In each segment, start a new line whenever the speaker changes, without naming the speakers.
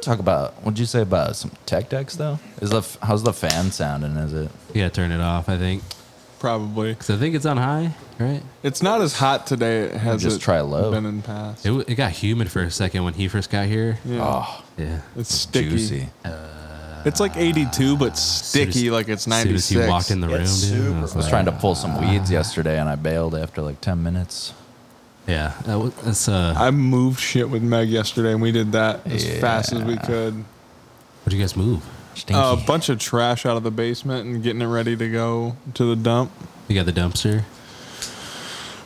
talk about what'd you say about some tech decks though? Is the f- how's the fan sounding? Is it?
Yeah, turn it off. I think
probably.
because I think it's on high, right?
It's not as hot today as
Just
it
try low.
been in past.
It, w- it got humid for a second when he first got here.
yeah.
Oh,
Yeah. Ah,
it's sticky.
juicy.
It's like 82, but
soon
sticky
as-
like it's
As soon as
96.
he walked in the room,
It's
dude,
super
I was
I was
like-
trying to pull some weeds yesterday and I bailed after like ten minutes.
yeah, that was, that's uh.
I moved shit with Meg yesterday, and we did that as fast as we could.
Where'd you guys move?
Stinky.
Uh, a bunch of trash out of the basement and getting it ready to go to the dump.
You got the dumpster.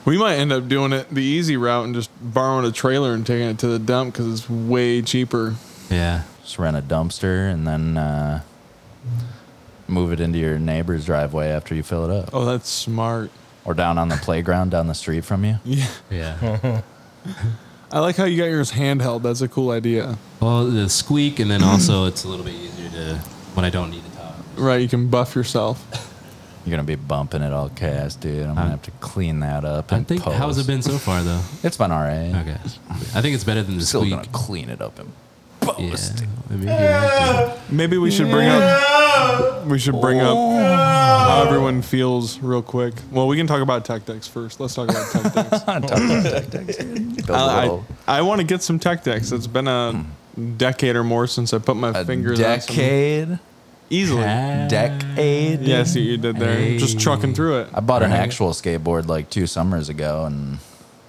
We might end up doing it the easy route and just borrowing a trailer and taking it to the dump because it's way cheaper.
Yeah.
Just rent a dumpster and then uh, move it into your neighbor's driveway after you fill it up,
Oh, that's smart.
or down on the playground down the street from you.
Yeah.
Yeah.
I like how you got yours handheld. That's a cool idea.
well, the squeak, and then also it's a little bit easier to when I don't need to talk.
Right, you can buff yourself.
You're gonna be bumping it all chaos, dude. I'm gonna have to clean that up.
I
and
think how's it been so far though?
It's been all right.
Okay. I think it's better than the
Still
squeak.
gonna clean it up and
Yeah.
post.
Maybe you're right, dude.
Maybe we should bring up we should bring up how everyone feels real quick. Well, we can talk about tech decks first. Let's talk about tech decks.
Uh,
Build a
I,
little- Hmm.
I, want to get some tech decks. It's been a decade or more since I put my
a
fingers on some
decade,
easily.
decade.
Yeah, I see what you did there. Just trucking through it.
I bought an actual skateboard like two summers ago, and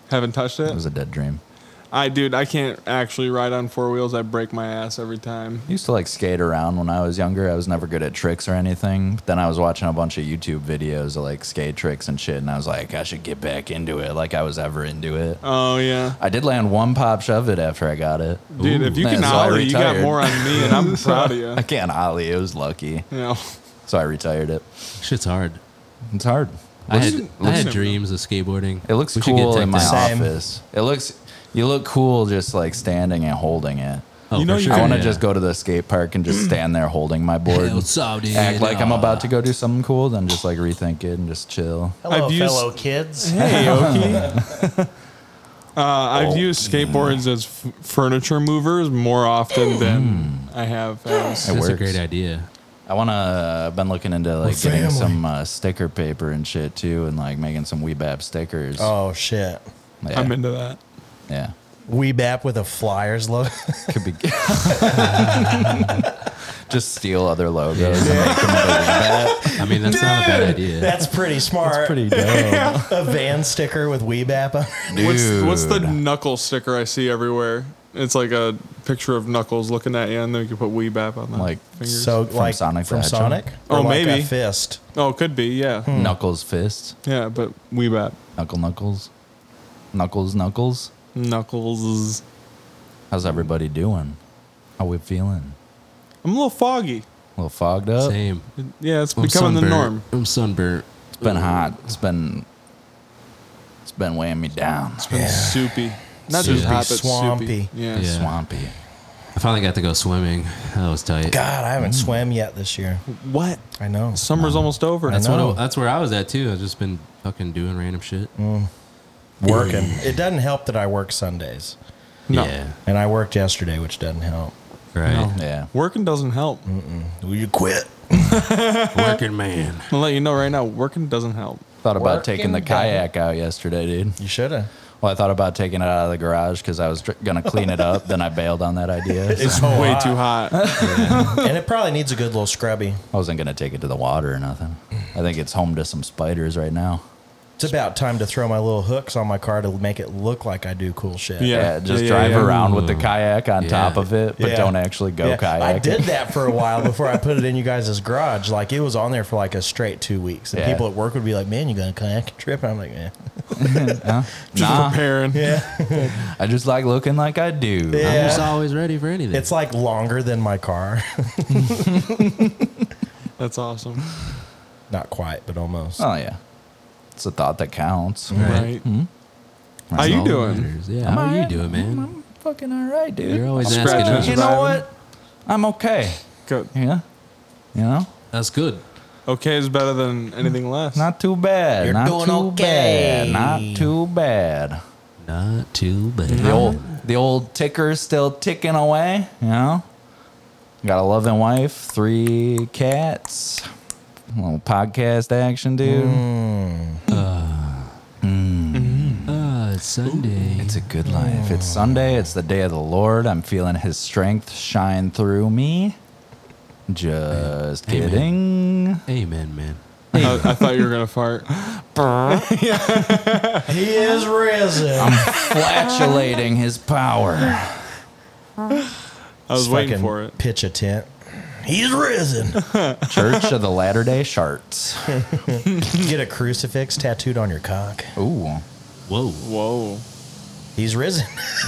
Haven't touched
it
it.
was a dead dream.
I dude, I can't actually ride on four wheels. I break my ass every time.
I used to like skate around when I was younger. I was never good at tricks or anything. But then I was watching a bunch of YouTube videos of like skate tricks and shit, and I was like, I should get back into it. Like I was ever into it.
Oh yeah.
I did land one pop shove it after I got it.
Dude, if you
Man,
can
so I
ollie, you got
retired.
more on me, and I'm proud of you.
I can't ollie. It was lucky,
You know,
so I retired it.
Shit's hard.
It's hard.
I
Looks-
had, I had
looks-
dreams of skateboarding.
It looks
We should get
cool in
tech
my
decks.
Same.
office. It looks you look cool just like standing and holding it.
Oh,
You know
for
you
sure,
I want to
yeah.
just go to the skate park and just stand there holding my board.
Hey, what's up, dude?
act like I'm
Uh,
about to go do something cool, then just like rethink it and just chill.
Hello,
I've used-
fellow kids.
hey, Oki. Uh, I've used skateboards as f- furniture movers more often than I have as.
It
That's a
works.
great idea.
I want to. I've been looking into like
We're
getting
family.
some uh, sticker paper and shit too, and like making some Weebab stickers.
Oh shit.
yeah,
I'm into that.
yeah.
We bap with a Flyers logo.
Could be. just steal other logos. and make them into Weebab.
I mean, that's not a bad idea.
That's pretty smart.
It's pretty dope,
a van sticker with we bap on.
dude.
What's, what's the knuckle sticker I see everywhere? It's like a picture of knuckles looking at you, and then you can put Weebap on that.
Like,
fingers.
So
From
like
Sonic the
from
Hedgehog?
Sonic. Or
Oh,
like
maybe.
a fist.
oh, could be, yeah,
Hmm. knuckles fist?
yeah, but Weebap
Knuckle knuckles, knuckles knuckles.
knuckles.
How's everybody doing? How we feeling?
I'm a little foggy.
A little fogged up.
Same.
Yeah, it's
I'm
becoming the
sunburnt.
norm.
I'm sunburnt.
It's been hot. It's been it's been weighing me down. It's been
Soupy, not
Soupy,
just hot, but
swampy.
soupy. Yeah.
Yeah.
swampy.
I finally got to go swimming. That was tight.
God, I haven't swam yet this year.
What?
I know.
Summer's almost over.
That's
That's, what
No.
I, Oh, that's where I was at too. I've just been fucking doing random shit.
Working. It doesn't help that I work Sundays.
No.
Yeah.
And I worked yesterday, which doesn't help.
Right.
Yeah.
Working doesn't help.
Will you quit?
Working man.
I'll let you know right now, working doesn't help.
Thought about
Working
taking the
down.
kayak out yesterday, dude.
You should have.
Well, I thought about taking it out of the garage because I was tr- gonna clean it up. then I bailed on that idea.
It's
Way too hot.
and it probably needs a good little scrubby.
I wasn't gonna take it to the water or nothing. I think it's home to some spiders right now.
It's about time to throw my little hooks on my car to make it look like I do cool shit.
Yeah.
Yeah, just
yeah,
drive
yeah.
around with the kayak on top of it, but
Yeah.
don't actually go
Yeah,
kayak.
I did that for a while before I put it in you guys' garage. Like it was on there for like a straight two weeks, and
Yeah.
people at work would be like, "Man, you got a kayak trip?" And I'm like, "Yeah,
Just
Nah.
preparing.
yeah."
I just like looking like I do.
Yeah.
I'm just always ready for anything.
It's like longer than my car.
That's awesome.
Not quite, but almost.
Oh yeah, it's a thought that counts.
Right. Mm-hmm. How
That's
you
all that
doing?
matters. Yeah. How are you doing, man?
I'm fucking all right, dude.
You're always
I'm
asking.
scratching.
you
us.
know
surviving.
what? I'm okay.
Good.
Yeah. You know,
That's good.
Okay is better than anything less.
not too bad.
You're
not
doing
too
okay.
bad. Not too bad.
Not too bad.
The old the old ticker's still ticking away. You know, Got a loving wife, three cats, a little podcast action, dude.
Uh, it's Sunday.
It's a good life. It's Sunday. It's the day of the Lord. I'm feeling His strength shine through me. Just
Amen.
kidding.
Amen, man.
I, I thought you were gonna fart.
He is risen.
Flatulating His power.
I was waiting
Fucking
for it.
Pitch a tent. He's risen.
Church of the Latter Day Sharts.
Get a crucifix tattooed on your cock.
Ooh.
Whoa.
Whoa.
He's risen.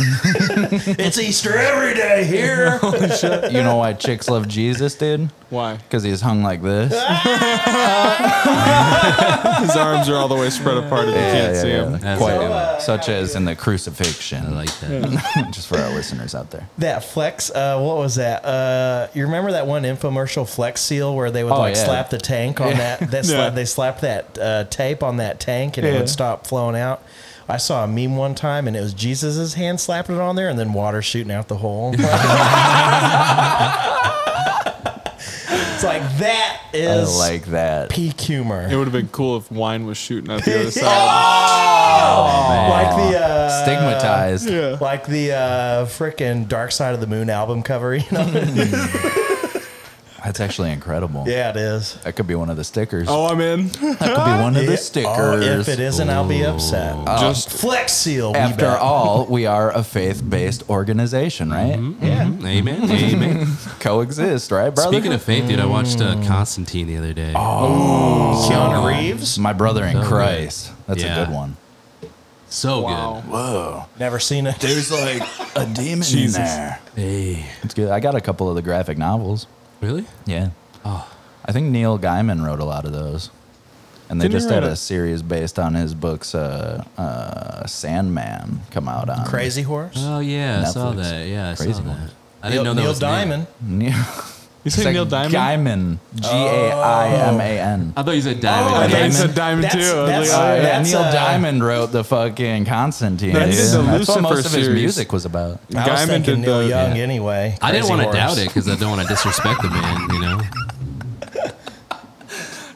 it's Easter every day here.
You know why chicks love Jesus, dude?
Why?
Because he's hung like this.
His arms are all the way spread apart and you can't see him.
That's
Quite,
a good one.
such as in the
I
crucifixion.
like that.
just for our listeners out there.
That flex, uh, what was that? Uh, you remember that one infomercial flex seal where they would
Oh,
like
yeah.
slap the tank on that? that
Yeah.
slap, They slapped that uh, tape on that tank and it
Yeah.
would stop flowing out. I saw a meme one time and it was Jesus' hand slapping it on there and then water shooting out the hole. it's like, that
I
is
like that.
peak humor. Oh!
It would have been cool if wine was shooting out the other side.
like the uh,
Oh, Stigmatized.
Yeah.
like the uh, frickin' Dark Side of the Moon album cover. You know?
That's actually incredible.
yeah, it is.
That could be one of the stickers.
Oh, I'm in.
That could be one of the
Yeah.
stickers.
Oh, if it isn't, I'll be upset.
Just
Flex Seal. we
After
bet.
all, we are a faith-based organization, right?
yeah.
Amen. Amen.
Coexist, right, brother?
Speaking of faith, dude, I watched uh, Constantine the other day.
Keanu Reeves.
my brother in
So good.
Christ, that's
Yeah.
a good one.
so
wow.
Whoa,
Never seen it.
there's like a demon
Jesus.
in there.
good. Hey,
It's good. I got a couple of the graphic novels.
really?
Yeah. I think Neil Gaiman wrote a lot of those. And they
Didn't he
just had
write
a
a-
series based on his books, uh, uh, Sandman, come out on.
Crazy Horse.
Oh yeah, I saw
Netflix.
that. Yeah, I saw
Crazy
that.
one.
I didn't know that
Neil
was
Diamond.
Neil.
Neil,
You say Neil Diamond?
Gaiman. G A I M A N.
I thought you said
Oh,
Diamond.
I thought you
Diamond.
said diamond
That's-
too. I was
that's-
like, oh,
Uh,
yeah.
yeah,
that's,
Neil
uh,
Constantine wrote the fucking Constantine. dude.
That's the
That's what
Lucifer
most of his
series.
music was about.
I was
Gaiman
thinking
did
Neil
uh, the-
Young anyway.
I didn't
Crazy
want to
Horse.
doubt it because I don't want to disrespect the man. You know.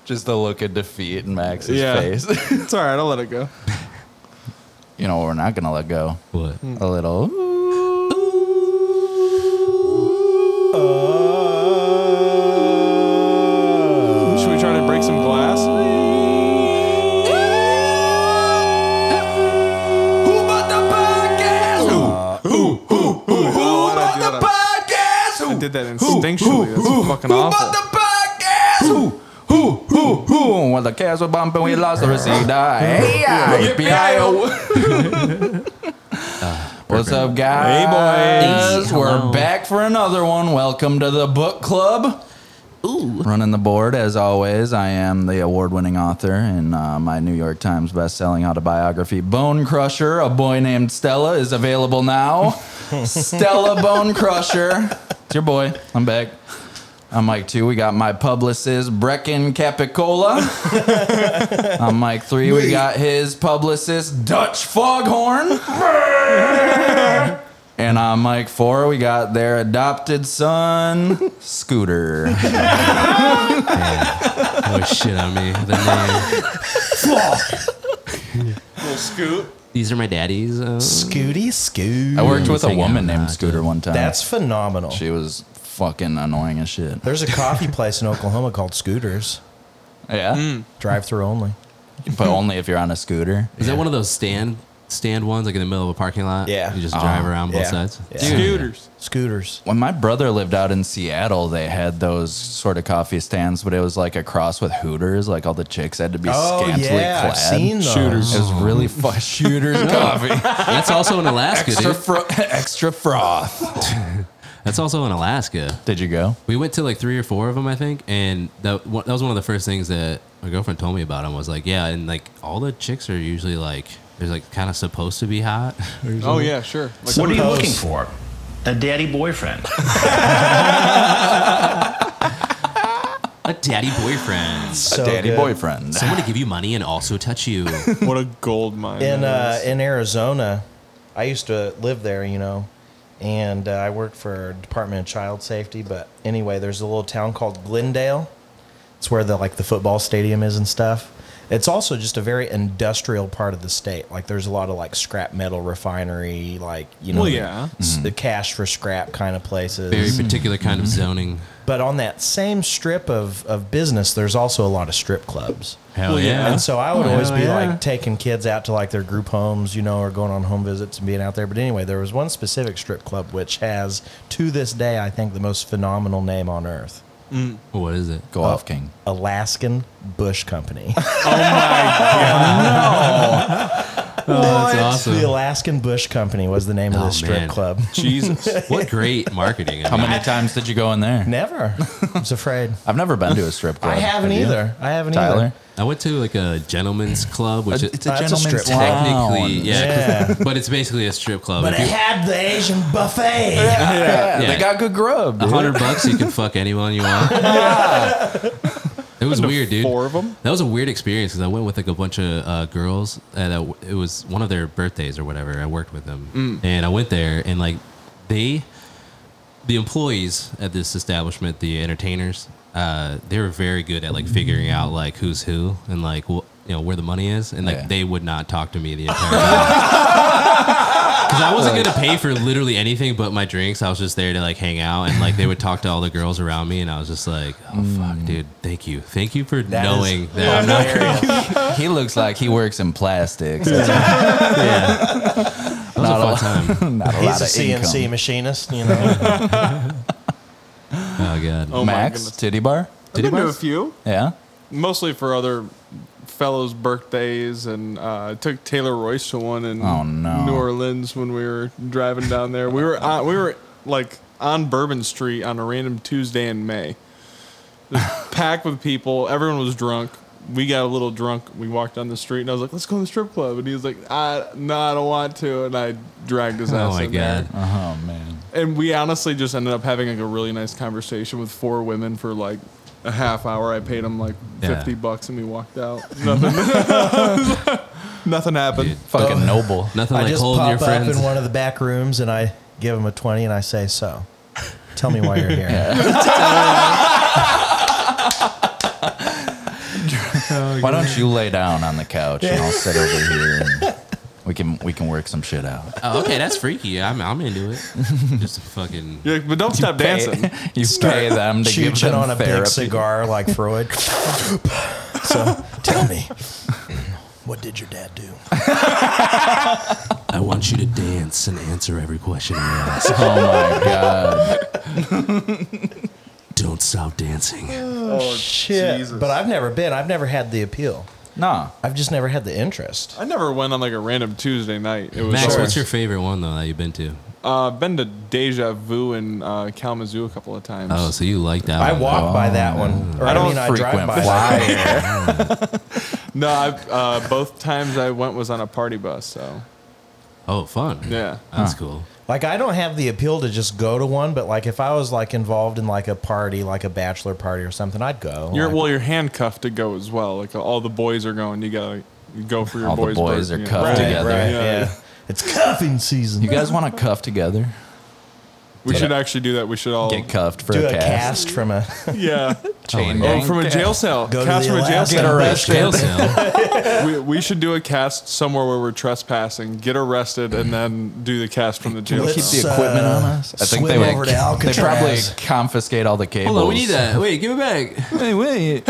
Just the look of defeat in Max's
Yeah.
face.
It's all right. I'll let it go.
you know, we're not going to let go.
What?
A little.
Should we try to break some glass? Oh, why'd I do that? I did that instinctually. That's fucking awful.
Well, the cats were bumping, we lost the receipt. Hey, Uh, What's up, guys?
boys.
We're
Hello.
back for another one. Welcome to the book club. Ooh. Running the board, as always, I am the award winning author in uh, my New York Times best-selling autobiography, Bone Crusher. A boy named Stella is available now. Stella Bone Crusher. It's your boy. I'm back. I'm Mike 2. We got my publicist, Brecken Capicola. I'm Mike 3. We got his publicist, Dutch Foghorn. And on mic four, we got their adopted son, Scooter.
Oh shit on me. The name.
Little scoot.
These are my daddies. Uh,
Scooty Scoot.
I worked with a
Hang on,
woman
nah,
named Scooter one time.
That's phenomenal.
she was fucking annoying as shit.
There's a coffee place in Oklahoma called Scooters.
Yeah,
Drive through only.
but only if you're on a scooter.
Is that one of those stand stand ones like in the middle of a parking lot?
Yeah.
You just drive
Oh,
around both
yeah.
sides.
Yeah.
Scooters.
Scooters.
When my brother lived out in Seattle, they had those sort of coffee stands, but it was like a cross with Hooters. Like all the chicks had to be
Oh
scantily
yeah,
clad.
I've seen those.
It
Shooters.
was really fun. Shooters coffee,
That's also in Alaska,
extra
dude.
fro- extra froth.
That's also in Alaska.
Did you go?
We went to like three or four of them, I think, and that wa- that was one of the first things that my girlfriend told me about him was like, yeah, and like all the chicks are usually like, they're like kind of supposed to be hot.
Oh yeah, sure. Like,
What are you
Suppose-
looking for? A daddy boyfriend.
a daddy boyfriend.
So
Daddy
good.
boyfriend.
Someone to give you money and also touch you.
what a gold mine.
in
that
uh,
is.
in Arizona, I used to live there, you know, and uh, I worked for Department of Child Safety. But anyway, there's a little town called Glendale. It's where the like the football stadium is and stuff. It's also just a very industrial part of the state. Like there's a lot of like scrap metal refinery, like you know,
Well,
the-
yeah. Mm-hmm.
s- the cash for scrap kind of places.
Very particular kind of zoning.
But on that same strip of, of business, there's also a lot of strip clubs.
Hell
Well, yeah.
yeah. Oh,
And so I would always be
yeah.
like taking kids out to like their group homes, you know, or going on home visits and being out there. But anyway, there was one specific strip club which has, to this day, I think the most phenomenal name on earth
What is it?
Go off, King.
Alaskan Bush Company.
Oh, That's awesome.
the Alaskan Bush Company was the name of
Oh,
this strip
man.
club.
Jesus.
What great marketing. I
How
mean,
many times did you go in there?
Never. I was afraid.
I've never been to a strip club.
I haven't
Have you?
either. I haven't
Tyler?
either.
I went to like a gentleman's club, which is
It's a
That's a
gentleman's
strip
town.
club.
technically, yeah,
Yeah.
but it's basically a strip club.
But
If
it
you-
had the Asian buffet.
Yeah,
Yeah.
they got good grub.
A
dude.
hundred bucks, you can fuck anyone you want. It was weird, dude.
four of 'em?
That was a weird experience because I went with like a bunch of uh, girls. At a, it was one of their birthdays or whatever. I worked with them, and I went there, and like they, the employees at this establishment, the entertainers, uh, they were very good at like figuring out like who's who and like wh- you know where the money is, and like
Yeah.
they would not talk to me the entire time. Because I wasn't gonna pay for literally anything but my drinks. I was just there to like hang out, and like they would talk to all the girls around me, and I was just like, "Oh fuck, dude, thank you, thank you for
is-
knowing that I'm not."
He looks like he works in plastics.
Yeah, that was
Not
a fun time.
Not a lot
He's a
of
CNC
income.
machinist, you know.
Oh god,
Oh my
Max
goodness.
Titty Bar.
I've
Titty
been to a
bars?
few,
Yeah.
mostly for other fellows' birthdays, and uh, I took Taylor Royce to one in
Oh, no.
New Orleans when we were driving down there. We were on, we were like on Bourbon Street on a random Tuesday in May, Just packed with people. Everyone was drunk. We got a little drunk. We walked down the street, and I was like, "Let's go to the strip club." And he was like, "I no, I don't want to." And I dragged his
oh
ass.
my
in there.
god.
Oh man.
And we honestly just ended up having like a really nice conversation with four women for like a half hour. I paid them like
Yeah.
fifty bucks, and we walked out. Nothing. Nothing happened.
Dude.
Fucking noble.
Nothing
I
like
just
holding your
pop up
friends.
in one of the back rooms and I give him a 20 and I say, So, tell me why you're here.
Why don't you lay down on the couch and I'll sit over here and we can we can work some shit out.
Oh, okay, that's freaky. I'm I'm into it. Just fucking.
You're like, but don't stop dancing.
You pay them to give
Chooching
them
on a big
therapy.
cigar like Freud. so, tell me, what did your dad do?
I want you to dance and answer every question I ask.
Oh my god.
Oh
Don't stop dancing.
Oh
Shit. But I've never been, I've never had the appeal.
Nah.
I've just never had the interest.
I never went on like a random Tuesday night. It was
Max,
always-
what's your favorite one though that you've been to?
Uh, been to Deja Vu in uh, Kalamazoo a couple of times.
Oh, so you like that?
I
one.
walk by that one. Or, I,
don't
mean, I drive
frequent
by
flyer.
that.
No, I, uh, both times I went was on a party bus. So
Oh, fun.
yeah,
That's cool.
Like, I don't have the appeal to just go to one, but like, if I was like involved in like a party, like a bachelor party or something, I'd go.
you're
Like,
well, you're handcuffed to go as well. Like all the boys are going. You gotta go for your
All the
boys.
boys
birth-
are
yeah.
cuffed
Right,
together.
right,
Right,
yeah.
yeah. It's cuffing season.
You guys want to cuff together?
We
Did
should
it.
actually do that. We should all
Get cuffed for
do
a
a
cast.
cast from a
Yeah.
Chain
Oh,
gang.
from a jail cell.
Go to
cast
the
from a jail
Alaskan
Get
cell.
Jail
arrested.
cell.
We, we should do a cast somewhere where we're trespassing, get arrested, and then do the cast from the jail
Let's
Keep
cell.
the equipment on us. I think
swim
they
over
would.
to
They probably
Alcatraz.
confiscate all the cables.
Hold on, we need that. Wait, give it back,
Hey, wait.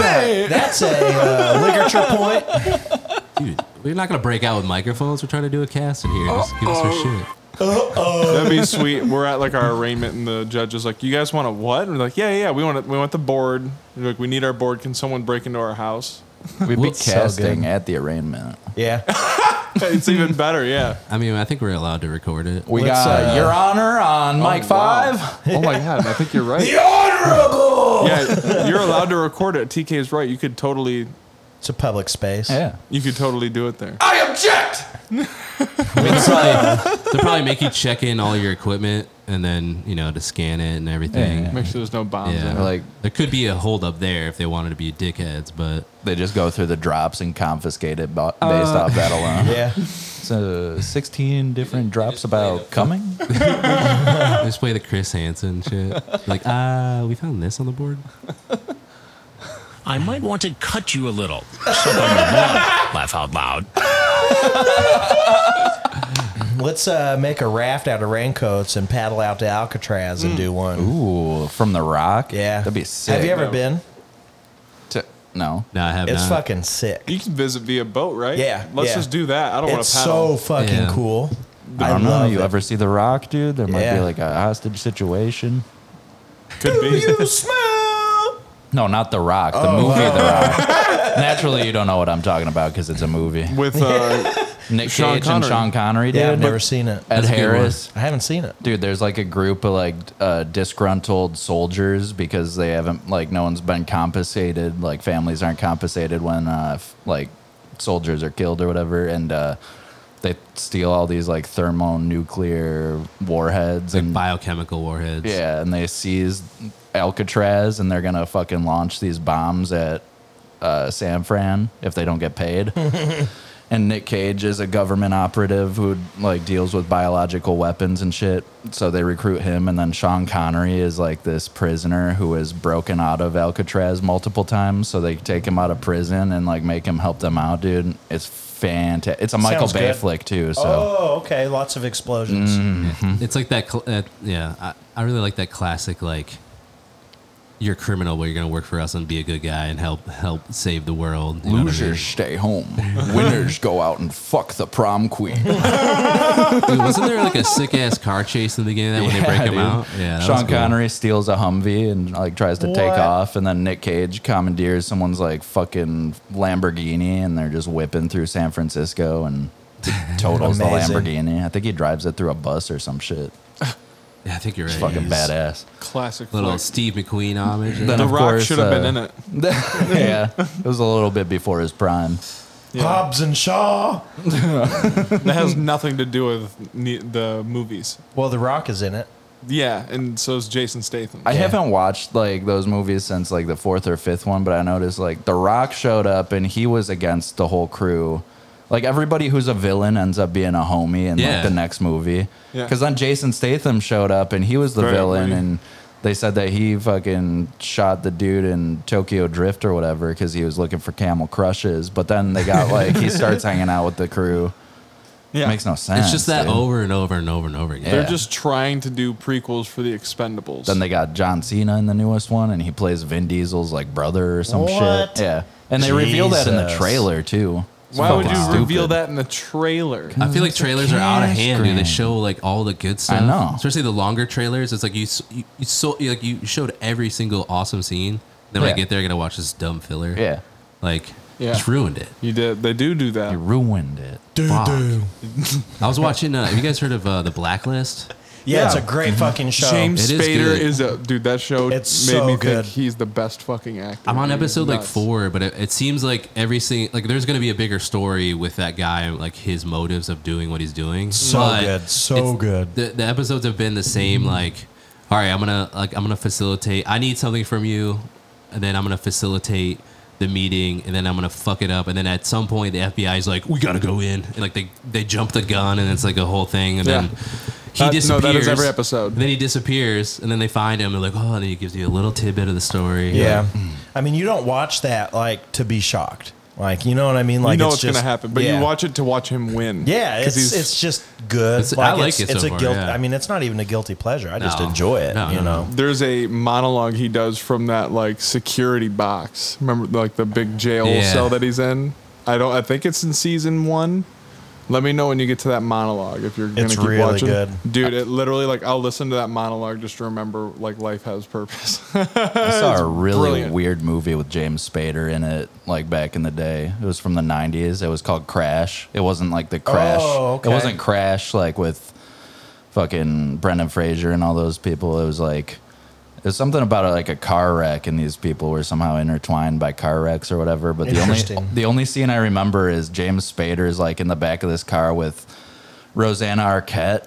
That's a uh, ligature point.
dude. We're not gonna break out with microphones. We're trying to do a cast in here. Just give us your shit.
That'd be sweet. We're at like our arraignment, and the judge is like, "You guys want a what?" And we're like, "Yeah, yeah, we want it. We want the board. And they're like, we need our board. Can someone break into our house?"
We'd be
Looks so
casting at the arraignment.
Yeah.
it's even better. Yeah.
I mean, I think we're allowed to record it.
We
Let's,
got
uh,
Your Honor on Mike
wow.
Five.
Oh my god, I think you're right.
Honorable.
Yeah, you're allowed to record it. TK is right. You could totally,
It's a public space.
Yeah.
you could totally do it there.
I object.
They'll probably, they'll probably make you check in all your equipment and then you know to scan it and everything.
Yeah.
Make sure there's no bombs.
Yeah,
in it.
Like-
there could be a hold up there if they wanted to be dickheads, but
They just go through the drops and confiscate it bu- based off that alone.
Uh, Yeah.
uh, 16 different drops about coming?
I just play the Chris Hansen shit. Like, ah, we found this on the board.
I might want to cut you a little. So I'm a blonde. Laugh out loud.
Let's uh, make a raft out of raincoats and paddle out to Alcatraz
Mm.
and do one.
Ooh, from The Rock?
Yeah,
That'd be sick.
Have you ever
No.
been?
T- no.
No, I have not.
It's fucking sick.
You can visit via boat, right?
Yeah,
Let's
yeah.
just do that. I don't want
It's
to paddle.
so fucking
Yeah.
cool.
I don't know.
love
You
it.
ever see The Rock, dude? There might be
Yeah.
like a hostage situation.
Could be.
No, not The Rock. The
Oh,
movie The Rock. Naturally, you don't know what I'm talking about because it's a movie.
With uh,
Nick
Sean
Cage and
Connery.
Sean Connery, dude.
Yeah, I've
but
never seen it.
Ed
That's a good one.
Harris.
I haven't seen it.
Dude, there's like a group of like uh, disgruntled soldiers because they haven't like no one's been compensated. Like families aren't compensated when uh, f- like soldiers are killed or whatever, and uh, they steal all these like thermonuclear warheads
Like
and
biochemical warheads.
yeah, and they seize Alcatraz and they're gonna fucking launch these bombs at uh, San Fran if they don't get paid. and Nick Cage is a government operative who like deals with biological weapons and shit. So they recruit him, and then Sean Connery is like this prisoner who is broken out of Alcatraz multiple times. So they take him out of prison and like make him help them out, dude. It's fantastic. It's a Michael
Sounds
Bay
good.
flick too. So.
Oh, okay. Lots of explosions.
Mm.
It's like that. Cl- uh, yeah, I, I really like that classic. Like, you're a criminal, but you're gonna work for us and be a good guy and help help save the world. You know what I
Losers stay home. Winners go out and fuck the prom queen.
mean? Dude, wasn't there like a sick ass car chase in the beginning of that when they break him
dude.
out? Yeah, that was
Sean
cool.
Connery steals a Humvee and like tries to take
What?
off, and then Nick Cage commandeers someone's like fucking Lamborghini, and they're just whipping through San Francisco and totals the
Amazing.
Lamborghini. I think he drives it through a bus or some shit.
Yeah, I think you're right.
It's fucking
Yes.
badass.
classic.
Little
flick.
Steve McQueen homage.
Then,
The
of
Rock
course,
should have been
uh,
in it.
yeah, it was a little bit before his prime.
Hobbs and Shaw.
That has nothing to do with ne- the movies.
Well, The Rock is in it.
Yeah, and so is Jason Statham.
I haven't watched like those movies since like the fourth or fifth one, but I noticed like The Rock showed up and he was against the whole crew. Like everybody who's a villain ends up being a homie in
Yeah.
like the next movie.
Yeah.
Because then Jason Statham showed up and he was the
Right,
villain,
right.
and they said that he fucking shot the dude in Tokyo Drift or whatever because he was looking for Camel Crushes. But then they got like he starts hanging out with the crew.
yeah.
Makes no sense.
It's just that
dude.
over and over and over and over again.
They're
Yeah.
just trying to do prequels for the Expendables.
Then they got John Cena in the newest one, and he plays Vin Diesel's like brother or some
What?
shit. Yeah, and they reveal that in the
Jesus.
trailer too. It's
Why would you
fucking
reveal
stupid.
that in the trailer?
I feel like
It's a
trailers are out of
cash
hand, dude. They
grab.
show like all the good stuff.
know.
especially the longer trailers. It's like you, s- you, you so you, like you showed every single awesome scene. Then when
Yeah.
I get there, I gotta watch this dumb filler.
Yeah,
like
Yeah.
just ruined it.
You did. They do do that.
you ruined it.
Doo doo.
I was watching. Uh, have you guys heard of uh, the Blacklist?
Yeah, Mm-hmm. it's a
Yeah.
great fucking show.
James
It is
Spader
good.
is, a dude. That show
It's
made
so
me
good.
think he's the best fucking actor.
I'm on
dude.
episode like
Nuts.
four, but it, it seems like every single like there's gonna be a bigger story with that guy, like his motives of doing what he's doing.
So
But
good. So
it's-
good.
The, the episodes have been the same.
Mm-hmm.
Like, all right, I'm gonna like I'm gonna facilitate. I need something from you, and then I'm gonna facilitate the meeting, and then I'm gonna fuck it up, and then at some point the FBI is like, we gotta go in, and like they they jump the gun, and it's like a whole thing, and
Yeah.
then. He
That- no,
disappears.
that is every episode.
And then he disappears, and then they find him. And they're like, "Oh!" And then he gives you a little tidbit of the story.
Yeah. Mm. I mean, you don't watch that like to be shocked. Like, you know what I mean? Like,
you know
it's
what's
just-
gonna happen, but
yeah.
you watch it to watch him win.
Yeah,
'Cause
it's
he's-
it's just good.
It's- I like
it's,
it
it's
so
a
far,
guilt.
yeah.
I mean, it's not even a guilty pleasure. I just
No.
enjoy it.
No,
you
no, no.
know.
there's a monologue he does from that like security box. Remember, like the big jail
Yeah.
cell that he's in. I don't. I think it's in season one. Let me know when you get to that monologue if you're gonna
It's
keep
really
watching.
good.
dude. It literally like I'll listen to that monologue just to remember like life has purpose.
I saw a really
brilliant.
weird movie with James Spader in it, like back in the day. It was from the '90s. It was called Crash. It wasn't like the Crash.
Oh, okay.
It wasn't Crash like with fucking Brendan Fraser and all those people. It was like it was something about uh, like a car wreck, and these people were somehow intertwined by car wrecks or whatever. But the only
Interesting.
the only scene I remember is James Spader is like in the back of this car with Rosanna Arquette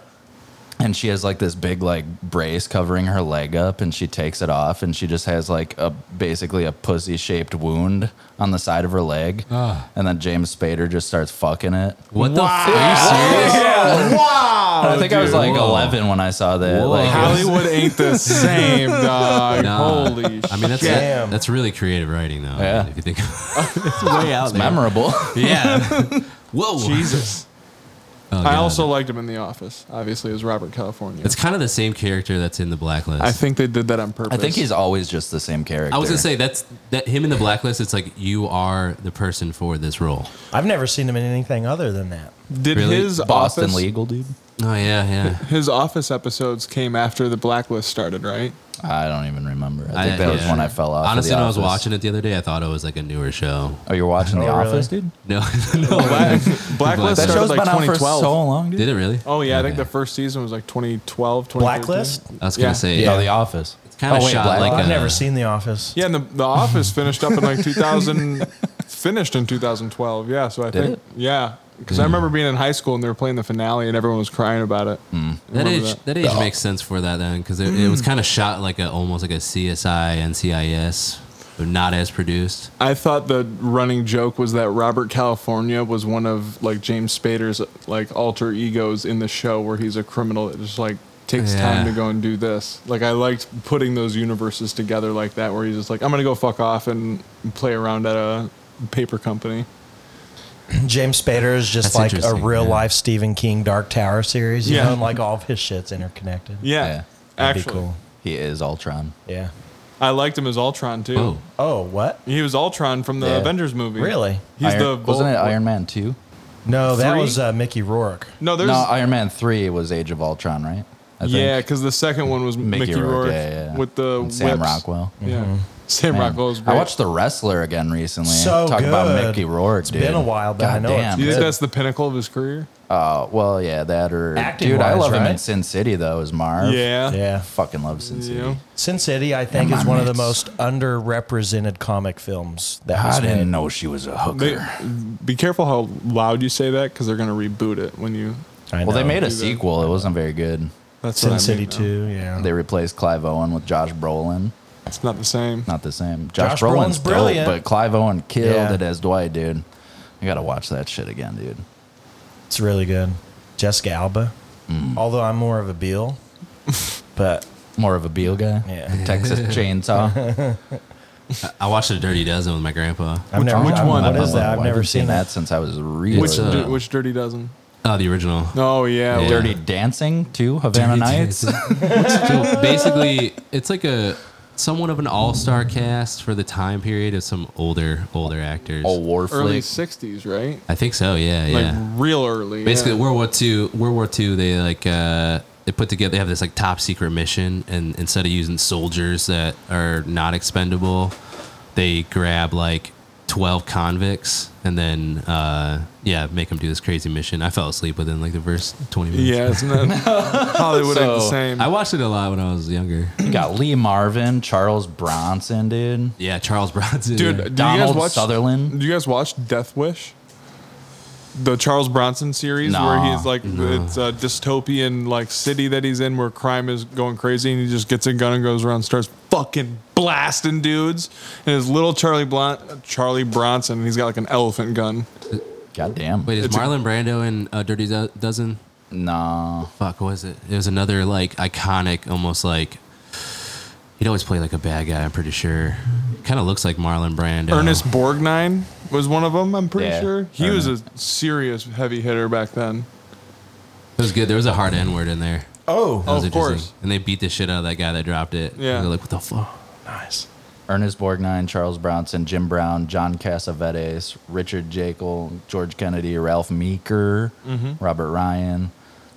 and she has like this big like brace covering her leg up and she takes it off and she just has like a basically a pussy shaped wound on the side of her leg and then james spader just starts fucking it
Ah. What the fuck? Are you serious?
Wow.
i think i was like
Whoa.
11 when i saw that
Whoa.
like it was-
Hollywood ain't the same, dog.
Nah.
Holy shit.
I mean, that's
Damn.
that's really creative writing, though. I mean,
Yeah.
if you think it's way out
it's memorable
Yeah. Whoa.
Jesus.
Oh,
I
God.
also liked him in The Office, obviously, as Robert California.
It's kind of the same character that's in the blacklist.
I think they did that on purpose.
i think he's always just the same character
I was gonna say that's that him in the blacklist. It's like you are the person for this role.
I've never seen him in anything other than that.
did
really
his
boston
office,
legal dude
Oh yeah, yeah.
His office episodes came after the blacklist started, right?
i don't even remember i think that was
yeah.
when i fell off of
Honestly,
The
when I was
Office.
watching it the other day, I thought it was like a newer show.
oh you're watching the
Oh, really?
office dude
No, no.
Black,
Blacklist.
blacklist
that
started
show's
like
been out for
2012.
so long dude
Did it really?
Oh yeah, I think
Okay.
the first season was like 2012, 2013.
Blacklist?
I was gonna
Yeah.
say
No, The Office. It's
kinda shot like
I've
a-
never seen The Office.
Yeah, and the, the Office finished up in like 2000, finished in 2012. Yeah, so I
Did
think
it? Hmm.
yeah, because I remember being in high school and they were playing the finale and everyone was crying about it.
Hmm.
that
Remember
age. That, age
Oh.
makes sense for that then, because it, it was kind of shot like a almost like a CSI NCIS, but not as produced.
I thought the running joke was that Robert California was one of like James Spader's like alter egos in the show where he's a criminal that just like takes
Yeah.
time to go and do this. Like I liked putting those universes together like that where he's just like I'm going to go fuck off and play around at a paper company.
James Spader is just
That's
like a
interesting,
real
yeah.
life Stephen King Dark Tower series, you
Yeah.
know, and like all of his shit's interconnected.
Yeah.
Yeah.
That'd
Actually,
be cool.
he is ultron
Yeah.
I liked him as Ultron too.
Oh,
Oh, what?
He was Ultron from the
Yeah.
Avengers movie.
Really?
He's
Iron-
the
wasn't it
Vol-
iron man 2
No, that
Three?
was uh, Mickey Rourke.
No, Oh, there's
no iron man 3 was age of ultron right I think.
yeah, because the second one was
Mickey
Mickey,
Rourke,
Rourke,
yeah, yeah.
with the
And Sam
whips.
Rockwell.
Yeah, Sam
Mm-hmm. Man,
Rockwell was great.
I watched The Wrestler again recently.
So
Talk about
good.
Mickey Rourke, dude.
been a while, but I know it's
Goddamn.
Do you think
good.
that's the pinnacle of his career?
Uh, well, yeah, that or
Acting
dude, I
wise,
love him in
right?
Sin City though. Is Marv?
Yeah.
Yeah.
I fucking love Sin City.
Yeah.
Sin City, I think,
Yeah,
is
my
one of the
mates.
most underrepresented comic films that was
I
made.
didn't know she was a hooker.
They, be careful how loud you say that because they're going to reboot it when you.
I
well, they
know.
made a
do that.
sequel. It wasn't very good.
That's
Sin
what I
City
mean, though.
2, yeah.
They replaced Clive Owen with Josh Brolin.
It's not the same.
Not the same. Josh,
Josh Brolin's
Brolin's, dope,
brilliant.
but Clive Owen killed
Yeah.
it as Dwight, dude. I gotta watch that shit again, dude.
It's really good. Jessica Alba. Although I'm more of a Beale, but
More of a Beale guy.
Yeah.
Texas Chainsaw.
I watched The Dirty Dozen with my grandpa.
I've
Which-
never.
which
I'm-
one?
I
What
don't
is that?
know.
I've
I
never
haven't
seen that.
since I was really
Which
uh,
di- which Dirty Dozen?
Oh, the original.
Oh yeah,
Yeah.
Dirty.
Dirty Dancing too, Havana Nights.
so basically, it's like a somewhat of an all-star cast for the time period of some older older actors.
Oh, war
Early
flick.
'60s, right?
I think so. Yeah, yeah.
Like real early.
basically,
yeah.
World War Two. World War Two. They like uh, they put together. They have this like top secret mission, and instead of using soldiers that are not expendable, they grab like. 12 convicts and then uh yeah make them do this crazy mission i fell asleep within like the first 20 minutes
Yeah, it's not Hollywood ain't the
So,
same.
i watched it a lot when i was younger
You got Lee Marvin, Charles Bronson, dude.
yeah charles bronson
Dude,
yeah.
do you guys
Donald
watch
Sutherland.
Do you guys watch Death Wish? The Charles Bronson series
Nah.
where he's like it's a dystopian like city that he's in where crime is going crazy and he just gets a gun and goes around and starts fucking blasting dudes and his little Charlie Blon- Charlie Bronson and he's got like an elephant gun.
God damn.
Wait, is
It's a-
Marlon Brando in uh, Dirty Do- Dozen?
No.
Fuck, what was it? It was another like iconic, almost like he'd always play like a bad guy. I'm pretty sure. Kind of looks like Marlon Brando.
Ernest Borgnine was one of them, I'm pretty
Yeah,
sure. He was a
Ernest.
serious heavy hitter back then.
It was good. There was a hard N word in there.
Oh,
That was
of
interesting.
course.
And they beat the shit out of that guy that dropped it.
Yeah.
They're like, what the Oh, fuck?
nice.
Ernest Borgnine, Charles Bronson, Jim Brown, John Cassavetes, Richard Jekyll, George Kennedy, Ralph Meeker, Robert Ryan,